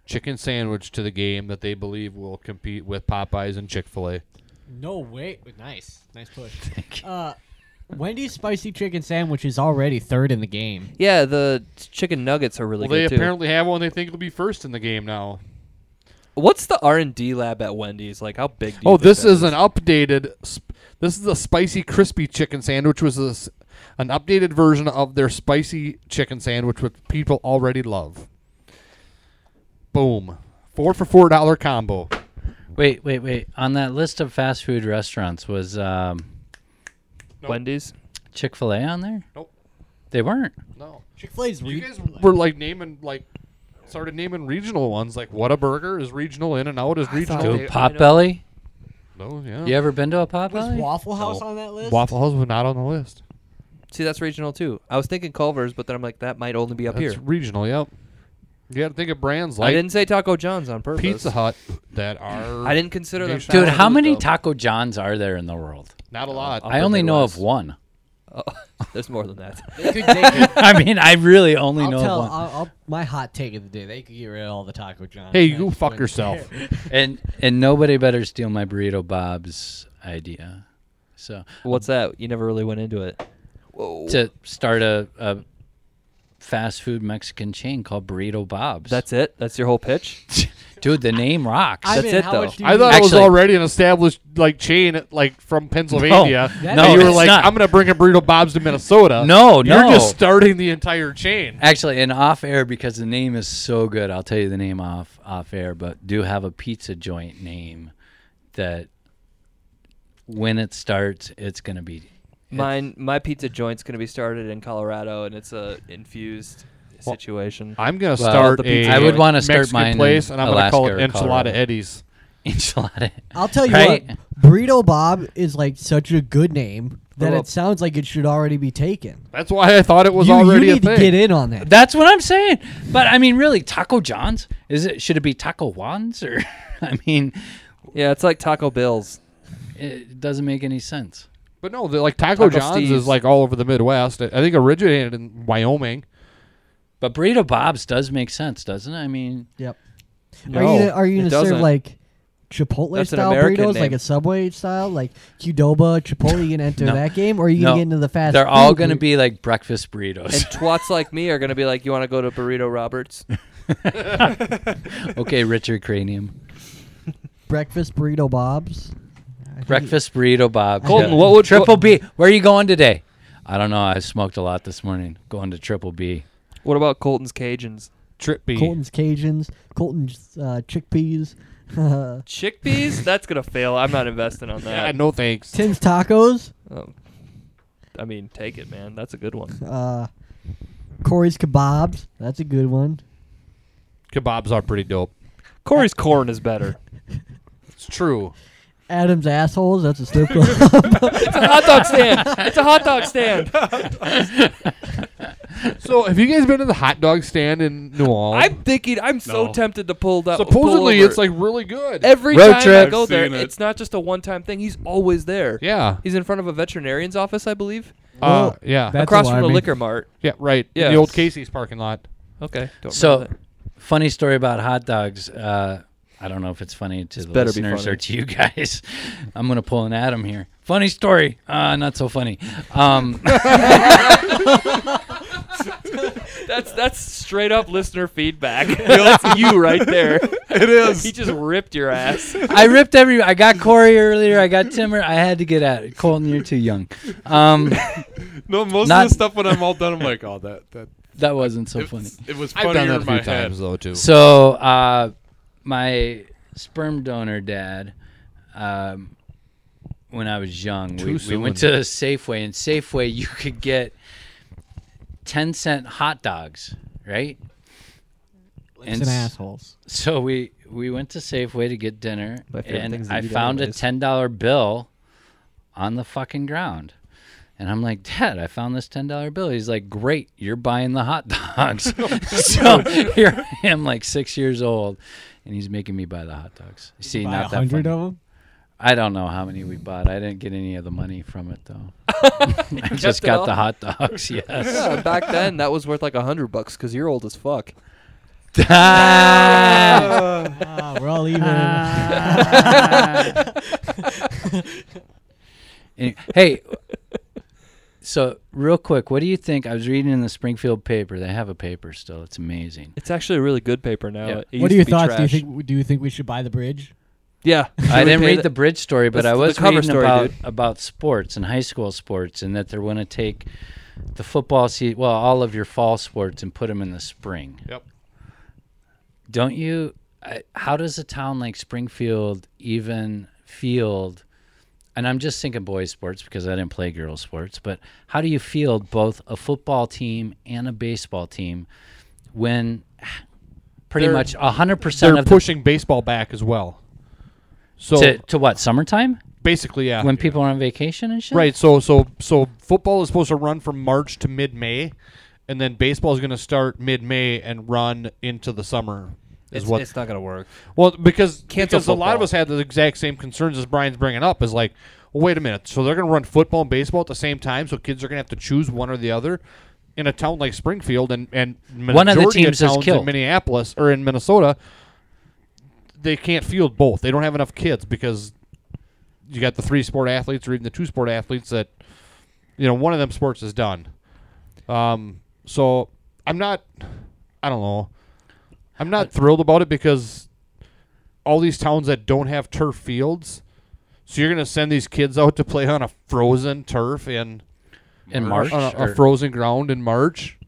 Speaker 4: chicken sandwich to the game that they believe will compete with Popeyes and Chick fil A.
Speaker 8: no way. Nice, nice push. Uh, Wendy's spicy chicken sandwich is already third in the game.
Speaker 1: Yeah, the chicken nuggets are really
Speaker 4: well, they
Speaker 1: good too.
Speaker 4: apparently have one they think will be first in the game now.
Speaker 1: What's the R and D lab at Wendy's like? How big? Do you
Speaker 4: Oh,
Speaker 1: think
Speaker 4: this
Speaker 1: that
Speaker 4: is an updated. sp- This is the spicy crispy chicken sandwich, was this, an updated version of their spicy chicken sandwich, which people already love. Boom, four for four dollar combo.
Speaker 5: Wait, wait, wait. On that list of fast food restaurants was um,
Speaker 1: Wendy's.
Speaker 5: Chick Fil A on there?
Speaker 4: Nope.
Speaker 5: They weren't.
Speaker 4: No,
Speaker 8: Chick Fil A's
Speaker 4: you guys were like naming like started naming regional ones like What a Burger is regional, In and Out is
Speaker 8: Oh,
Speaker 4: regional.
Speaker 5: Go
Speaker 4: They-
Speaker 5: Potbelly.
Speaker 4: No, yeah.
Speaker 5: You ever been to a
Speaker 8: uh, was
Speaker 5: Potbelly?
Speaker 8: Waffle House on that list?
Speaker 4: Waffle House was not on the list.
Speaker 1: See, that's regional too. I was thinking Culver's, but then I'm like, that might only be up
Speaker 4: That's
Speaker 1: here.
Speaker 4: regional. Yep. You got to think of brands
Speaker 1: I
Speaker 4: like
Speaker 1: didn't say Taco John's on purpose.
Speaker 4: Pizza Hut that are
Speaker 1: I didn't consider them.
Speaker 4: Dude,
Speaker 5: Dude,
Speaker 1: fast
Speaker 5: how
Speaker 1: food,
Speaker 5: many
Speaker 1: though.
Speaker 5: Taco Johns are there in the world?
Speaker 4: not a lot.
Speaker 5: I only know of
Speaker 1: Midwest.
Speaker 5: one.
Speaker 1: There's more than that.
Speaker 8: They could- they could-
Speaker 5: I mean, I really only
Speaker 8: I'll
Speaker 5: know
Speaker 8: tell.
Speaker 5: of one.
Speaker 8: I'll, I'll, my hot take of the day: they could get rid of all the Taco John.
Speaker 4: Hey, you go fuck yourself.
Speaker 5: and and nobody better steal my burrito Bob's idea. So
Speaker 1: What's that? You never really went into it. Whoa.
Speaker 5: to start a, a fast food Mexican chain called Burrito Bob's.
Speaker 1: That's it. That's your whole pitch.
Speaker 5: dude, the name rocks.
Speaker 8: I
Speaker 1: That's
Speaker 8: mean,
Speaker 1: it,
Speaker 8: how
Speaker 1: though.
Speaker 8: Much do you
Speaker 4: I thought it was
Speaker 5: Actually-
Speaker 4: already an established like chain like from Pennsylvania.
Speaker 5: No,
Speaker 4: and
Speaker 8: no,
Speaker 4: you were
Speaker 5: it's
Speaker 4: like,
Speaker 5: not.
Speaker 4: I'm gonna bring a burrito Bob's to Minnesota.
Speaker 5: No,
Speaker 4: you're
Speaker 5: no.
Speaker 4: just starting the entire chain.
Speaker 5: Actually, and off air because the name is so good. I'll tell you the name off off air, but do have a pizza joint name that when it starts, it's gonna be
Speaker 1: Mine, my pizza joint's gonna be started in Colorado, and it's a infused situation.
Speaker 4: I'm gonna
Speaker 5: Well,
Speaker 4: start
Speaker 1: the
Speaker 4: a
Speaker 1: pizza I would
Speaker 5: wanna start
Speaker 4: Mexican
Speaker 5: mine in
Speaker 4: place, and I'm gonna call it
Speaker 5: Alaska or
Speaker 4: Enchilada
Speaker 5: Colorado.
Speaker 4: Eddie's.
Speaker 5: enchilada.
Speaker 8: I'll tell you
Speaker 5: Right?
Speaker 8: what, Burrito Bob is like such a good name that
Speaker 1: Well,
Speaker 8: it sounds like it should already be taken.
Speaker 4: That's why I thought it was
Speaker 8: you, you
Speaker 4: already
Speaker 8: need
Speaker 4: a
Speaker 8: to
Speaker 4: thing.
Speaker 8: get in on that.
Speaker 5: That's what I'm saying. But I mean, really, Taco John's is it? Should it be Taco Juan's or? I mean,
Speaker 1: Yeah, it's like Taco Bill's.
Speaker 5: it doesn't make any sense.
Speaker 4: But no, the, like Taco,
Speaker 1: Taco
Speaker 4: John's
Speaker 1: Steve's.
Speaker 4: is like all over the Midwest. I I think originated in Wyoming.
Speaker 5: But Burrito Bob's does make sense, doesn't it? I mean,
Speaker 8: Yep.
Speaker 1: No,
Speaker 8: are you gonna, are you
Speaker 1: it
Speaker 8: gonna
Speaker 1: doesn't.
Speaker 8: serve like Chipotle
Speaker 1: That's an
Speaker 8: style burritos,
Speaker 1: American
Speaker 8: like
Speaker 1: name.
Speaker 8: a Subway style, like Qdoba, Chipotle? You gonna enter
Speaker 5: No.
Speaker 8: that game, or are you gonna
Speaker 5: No.
Speaker 8: get into the fast?
Speaker 5: they're all
Speaker 8: food
Speaker 5: going to
Speaker 8: bur-
Speaker 5: be like breakfast burritos.
Speaker 1: And twats like me are gonna be like, you want to go to Burrito Roberts?
Speaker 5: okay, Richard Cranium.
Speaker 8: breakfast burrito Bob's.
Speaker 5: Breakfast burrito, Bob.
Speaker 1: Colton, what would-
Speaker 5: Triple B? Where are you going today? I don't know. I smoked a lot this morning. Going to Triple B.
Speaker 1: What about Colton's Cajuns?
Speaker 4: Trippy.
Speaker 8: Colton's Cajuns, Colton's uh, chickpeas,
Speaker 1: Chickpeas? That's gonna fail. I'm not investing on
Speaker 4: Yeah,
Speaker 1: that.
Speaker 4: no thanks.
Speaker 8: Tim's Tacos,
Speaker 1: Oh. I mean, take it, man. That's a good one.
Speaker 8: uh, Corey's Kebabs. That's a good one.
Speaker 4: Kebabs are pretty dope.
Speaker 1: Corey's corn is better.
Speaker 4: It's true.
Speaker 8: Adam's assholes. That's a strip club.
Speaker 1: It's a hot dog stand. It's a hot dog stand.
Speaker 4: So, have you guys been to the hot dog stand in New Orleans?
Speaker 1: I'm thinking. I'm so
Speaker 6: No.
Speaker 1: tempted to pull that. pull
Speaker 4: Supposedly,
Speaker 1: over.
Speaker 4: it's like really good.
Speaker 1: every
Speaker 5: Road
Speaker 1: time
Speaker 5: trip.
Speaker 1: I go
Speaker 6: I've
Speaker 1: there,
Speaker 6: seen it.
Speaker 1: it's not just a one-time thing. He's always there.
Speaker 4: yeah.
Speaker 1: He's in front of a veterinarian's office, I believe,
Speaker 4: Uh,
Speaker 8: Well,
Speaker 4: yeah.
Speaker 10: That's
Speaker 1: across from the
Speaker 10: alarming.
Speaker 1: liquor mart.
Speaker 4: Yeah, right. In
Speaker 1: Yes.
Speaker 4: the old Casey's parking lot.
Speaker 1: Okay. Don't
Speaker 5: So,
Speaker 1: remember that.
Speaker 5: funny story about hot dogs. Uh, I don't know if it's funny to the
Speaker 1: better be
Speaker 5: listeners or
Speaker 1: funny.
Speaker 5: to you guys. I'm gonna pull an Adam here. Funny story. Uh, not so funny. Um,
Speaker 1: that's that's straight up listener feedback. That's you right there.
Speaker 6: It is.
Speaker 1: He just ripped your ass.
Speaker 5: I ripped every. I got Corey earlier. I got Timmer. I had to get at it. Colton, you're too young. Um,
Speaker 6: No, most
Speaker 5: Not-
Speaker 6: of the stuff when I'm all done, I'm like, oh, that that
Speaker 5: that wasn't so
Speaker 6: it,
Speaker 5: funny.
Speaker 6: was- it was
Speaker 4: I've
Speaker 6: funnier
Speaker 4: done that a
Speaker 6: in
Speaker 4: few
Speaker 6: my head.
Speaker 4: times though too.
Speaker 5: So, uh, my sperm donor dad, um, when I was young, we, we went to Safeway, and Safeway you could get ten cent hot dogs, right?
Speaker 8: It's an
Speaker 5: s-
Speaker 8: assholes.
Speaker 5: So we we went to Safeway to get dinner,
Speaker 1: My favorite things to
Speaker 5: and I
Speaker 1: eat
Speaker 5: found
Speaker 1: anyways.
Speaker 5: a ten dollar bill on the fucking ground. And I'm like, Dad, I found this ten dollar bill. He's like, Great, you're buying the hot dogs. so here I am, like six years old, and he's making me buy the hot dogs. See,
Speaker 8: Buy
Speaker 5: not
Speaker 8: a
Speaker 5: that
Speaker 8: hundred
Speaker 5: funny.
Speaker 8: of them.
Speaker 5: I don't know how many we bought. I didn't get any of the money from it though. I just
Speaker 1: it all?
Speaker 5: got the hot dogs. Yes.
Speaker 1: Yeah, back then that was worth like a hundred bucks because you're old as fuck. Oh,
Speaker 8: Ah, we're all even.
Speaker 5: Any- hey, so real quick, what do you think? I was reading in the Springfield paper. They have a paper still. It's amazing.
Speaker 1: It's actually a really good paper now.
Speaker 5: Yeah.
Speaker 1: It used
Speaker 8: what
Speaker 1: to
Speaker 8: are your
Speaker 1: be
Speaker 8: thoughts?
Speaker 1: trash.
Speaker 8: Do you think do you think we should buy the bridge?
Speaker 1: Yeah, Should
Speaker 5: I
Speaker 1: we
Speaker 5: didn't
Speaker 1: pay
Speaker 5: read
Speaker 1: the-
Speaker 5: the bridge story, but
Speaker 1: That's
Speaker 5: I
Speaker 1: the
Speaker 5: was
Speaker 1: cover
Speaker 5: reading
Speaker 1: story,
Speaker 5: about
Speaker 1: dude.
Speaker 5: about sports and high school sports, and that they're going to take the football season, well, all of your fall sports, and put them in the spring.
Speaker 4: Yep.
Speaker 5: Don't you? I, how does a town like Springfield even field? And I'm just thinking boys sports because I didn't play girls sports, but how do you field both a football team and a baseball team when pretty
Speaker 4: They're-
Speaker 5: much much 100%
Speaker 4: They're
Speaker 5: of the,
Speaker 4: pushing baseball back as well. So
Speaker 5: to, to what, summertime?
Speaker 4: basically, yeah.
Speaker 5: when people are on vacation and shit?
Speaker 4: Right. So so so football is supposed to run from March to mid May, and then baseball is going to start mid May and run into the summer. Is
Speaker 1: It's,
Speaker 4: what
Speaker 1: it's not gonna work.
Speaker 4: well because
Speaker 1: Cancel
Speaker 4: because a lot of
Speaker 1: football.
Speaker 4: us had the exact same concerns as Brian's bringing up is like well, wait a minute so they're going to run football and baseball at the same time so kids are going to have to choose one or the other in a town like Springfield and and
Speaker 5: One of the
Speaker 4: majority
Speaker 5: teams is
Speaker 4: towns in
Speaker 5: killed.
Speaker 4: Minneapolis or in Minnesota they can't field both they don't have enough kids because you got the three sport athletes or even the two sport athletes that you know one of them sports is done um so I'm not I don't know I'm not thrilled about it because all these towns that don't have turf fields. So you're going to send these kids out to play on a frozen turf in
Speaker 5: In March?
Speaker 4: on a, a
Speaker 5: or-
Speaker 4: frozen ground in March.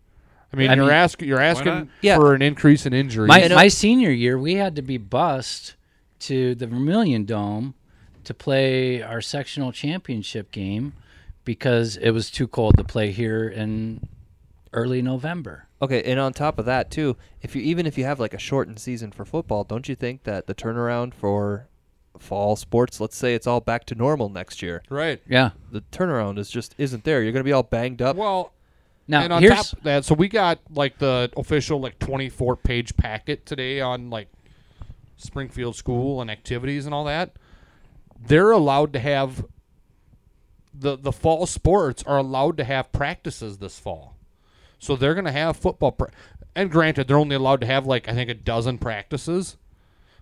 Speaker 4: I mean,
Speaker 5: I
Speaker 4: you're
Speaker 5: mean-
Speaker 4: asking you're
Speaker 6: not?
Speaker 4: asking
Speaker 1: Yeah.
Speaker 4: for an increase in injuries.
Speaker 5: my, my senior year, we had to be bussed to the Vermilion Dome to play our sectional championship game because it was too cold to play here in early November.
Speaker 1: Okay, and on top of that too, if you even if you have like a shortened season for football, don't you think that the turnaround for fall sports, let's say it's all back to normal next year,
Speaker 4: right.
Speaker 5: Yeah.
Speaker 1: the turnaround is just isn't there. You're gonna be all banged up.
Speaker 4: Well, and
Speaker 5: Now
Speaker 4: on
Speaker 5: here's
Speaker 4: top of that, so we got like the official like 24 page packet today on like Springfield school and activities and all that. They're allowed to have the the fall sports are allowed to have practices this fall. So they're going to have football pra- and granted they're only allowed to have like I think a dozen practices.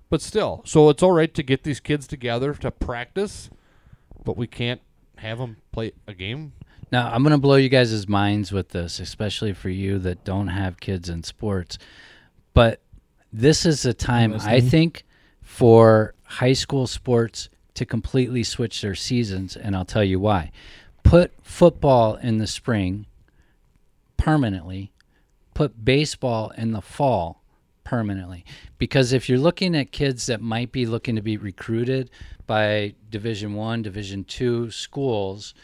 Speaker 4: But still, so it's all right to get these kids together to practice, but we can't have them play a game
Speaker 5: Now, I'm going to blow you guys' minds with this, especially for you that don't have kids in sports. But this is a time, I think, for high school sports to completely switch their seasons, and I'll tell you why. Put football in the spring permanently, put baseball in the fall permanently. Because if you're looking at kids that might be looking to be recruited by Division 1, Division 2 schools,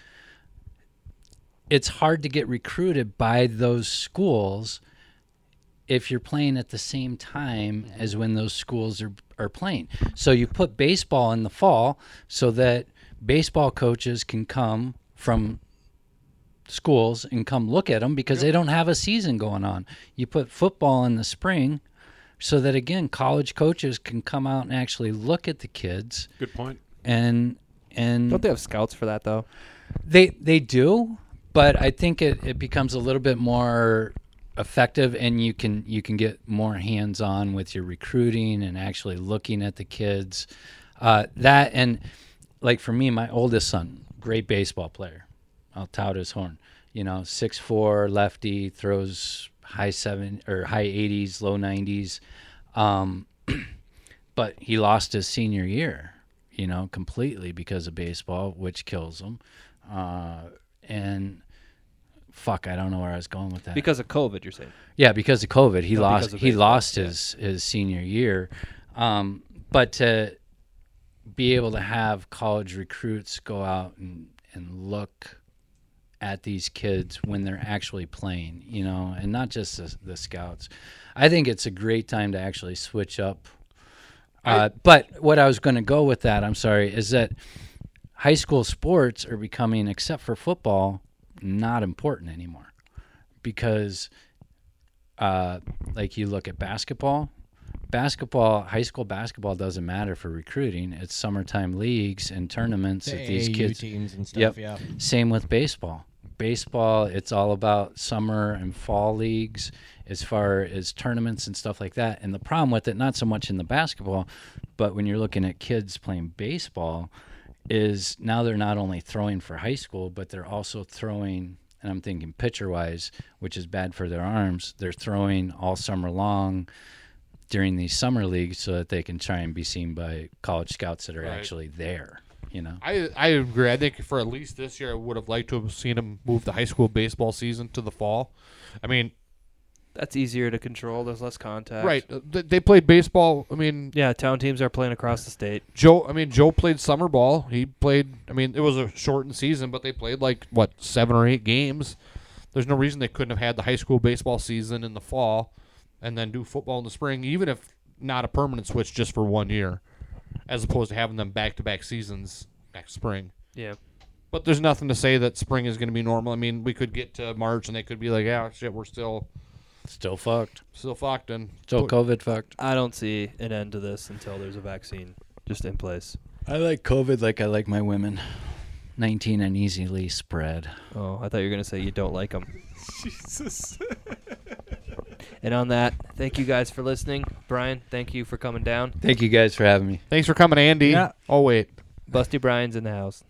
Speaker 5: it's hard to get recruited by those schools if you're playing at the same time as when those schools are, are playing. So you put baseball in the fall so that baseball coaches can come from schools and come look at them because they don't have a season going on. You put football in the spring so that again college coaches can come out and actually look at the kids
Speaker 6: Good point.
Speaker 5: and and
Speaker 1: don't they have scouts for that though?
Speaker 5: they they do, but I think it, it becomes a little bit more effective and you can you can get more hands on with your recruiting and actually looking at the kids. Uh, that and like for me, my oldest son, great baseball player. I'll tout his horn. You know, six four lefty, throws high seven or high 80s, low 90s. Um, but he lost his senior year, you know, completely because of baseball, which kills him. Uh, and fuck, I don't know where I was going with that.
Speaker 1: because of COVID. You're saying
Speaker 5: Yeah, because of COVID, he lost
Speaker 1: because of
Speaker 5: he
Speaker 1: baseball,
Speaker 5: lost his his senior year, um, but to be able to have college recruits go out and and look at these kids when they're actually playing, you know, and not just the, the scouts. I think it's a great time to actually switch up. Uh, but what I was going to go with that, I'm sorry, is that high school sports are becoming, except for football, not important anymore because uh, like you look at basketball, basketball, high school basketball doesn't matter for recruiting. It's summertime leagues and tournaments
Speaker 8: The
Speaker 5: that these
Speaker 8: AAU
Speaker 5: kids.
Speaker 8: teams and
Speaker 5: Yep.
Speaker 8: stuff. Yeah.
Speaker 5: Same with baseball. Baseball, it's all about summer and fall leagues as far as tournaments and stuff like that. And the problem with it, not so much in the basketball, but when you're looking at kids playing baseball, is now they're not only throwing for high school, but they're also throwing, and I'm thinking pitcher wise, which is bad for their arms, they're throwing all summer long during these summer leagues so that they can try and be seen by college scouts that are actually there, you know?
Speaker 4: I I agree. I think for at least this year, I would have liked to have seen him move the high school baseball season to the fall. I mean,
Speaker 1: that's easier to control. There's less contact.
Speaker 4: right? uh, They, they played baseball. I mean,
Speaker 1: Yeah, town teams are playing across the state.
Speaker 4: Joe. I mean, Joe played summer ball. He played. I mean, it was a shortened season, but they played like what seven or eight games. There's no reason they couldn't have had the high school baseball season in the fall, and then do football in the spring, even if not a permanent switch, just for one year, as opposed to having them back to back seasons next spring.
Speaker 1: Yeah.
Speaker 4: But there's nothing to say that spring is going to be normal. I mean, we could get to March and they could be like, "Yeah, shit, we're still
Speaker 5: Still fucked.
Speaker 4: still fucked." And
Speaker 5: Still
Speaker 4: put-
Speaker 5: COVID fucked.
Speaker 1: I don't see an end to this until there's a vaccine just in place.
Speaker 5: I like COVID like I like my women. 19 and easily spread.
Speaker 1: Oh, I thought you were gonna say you don't like them. Jesus. and on that, thank you guys for listening. Brian, thank you for coming down.
Speaker 5: Thank you guys for having me.
Speaker 4: Thanks for coming, Andy.
Speaker 8: Yeah.
Speaker 4: Oh wait,
Speaker 1: Busty Brian's in the house.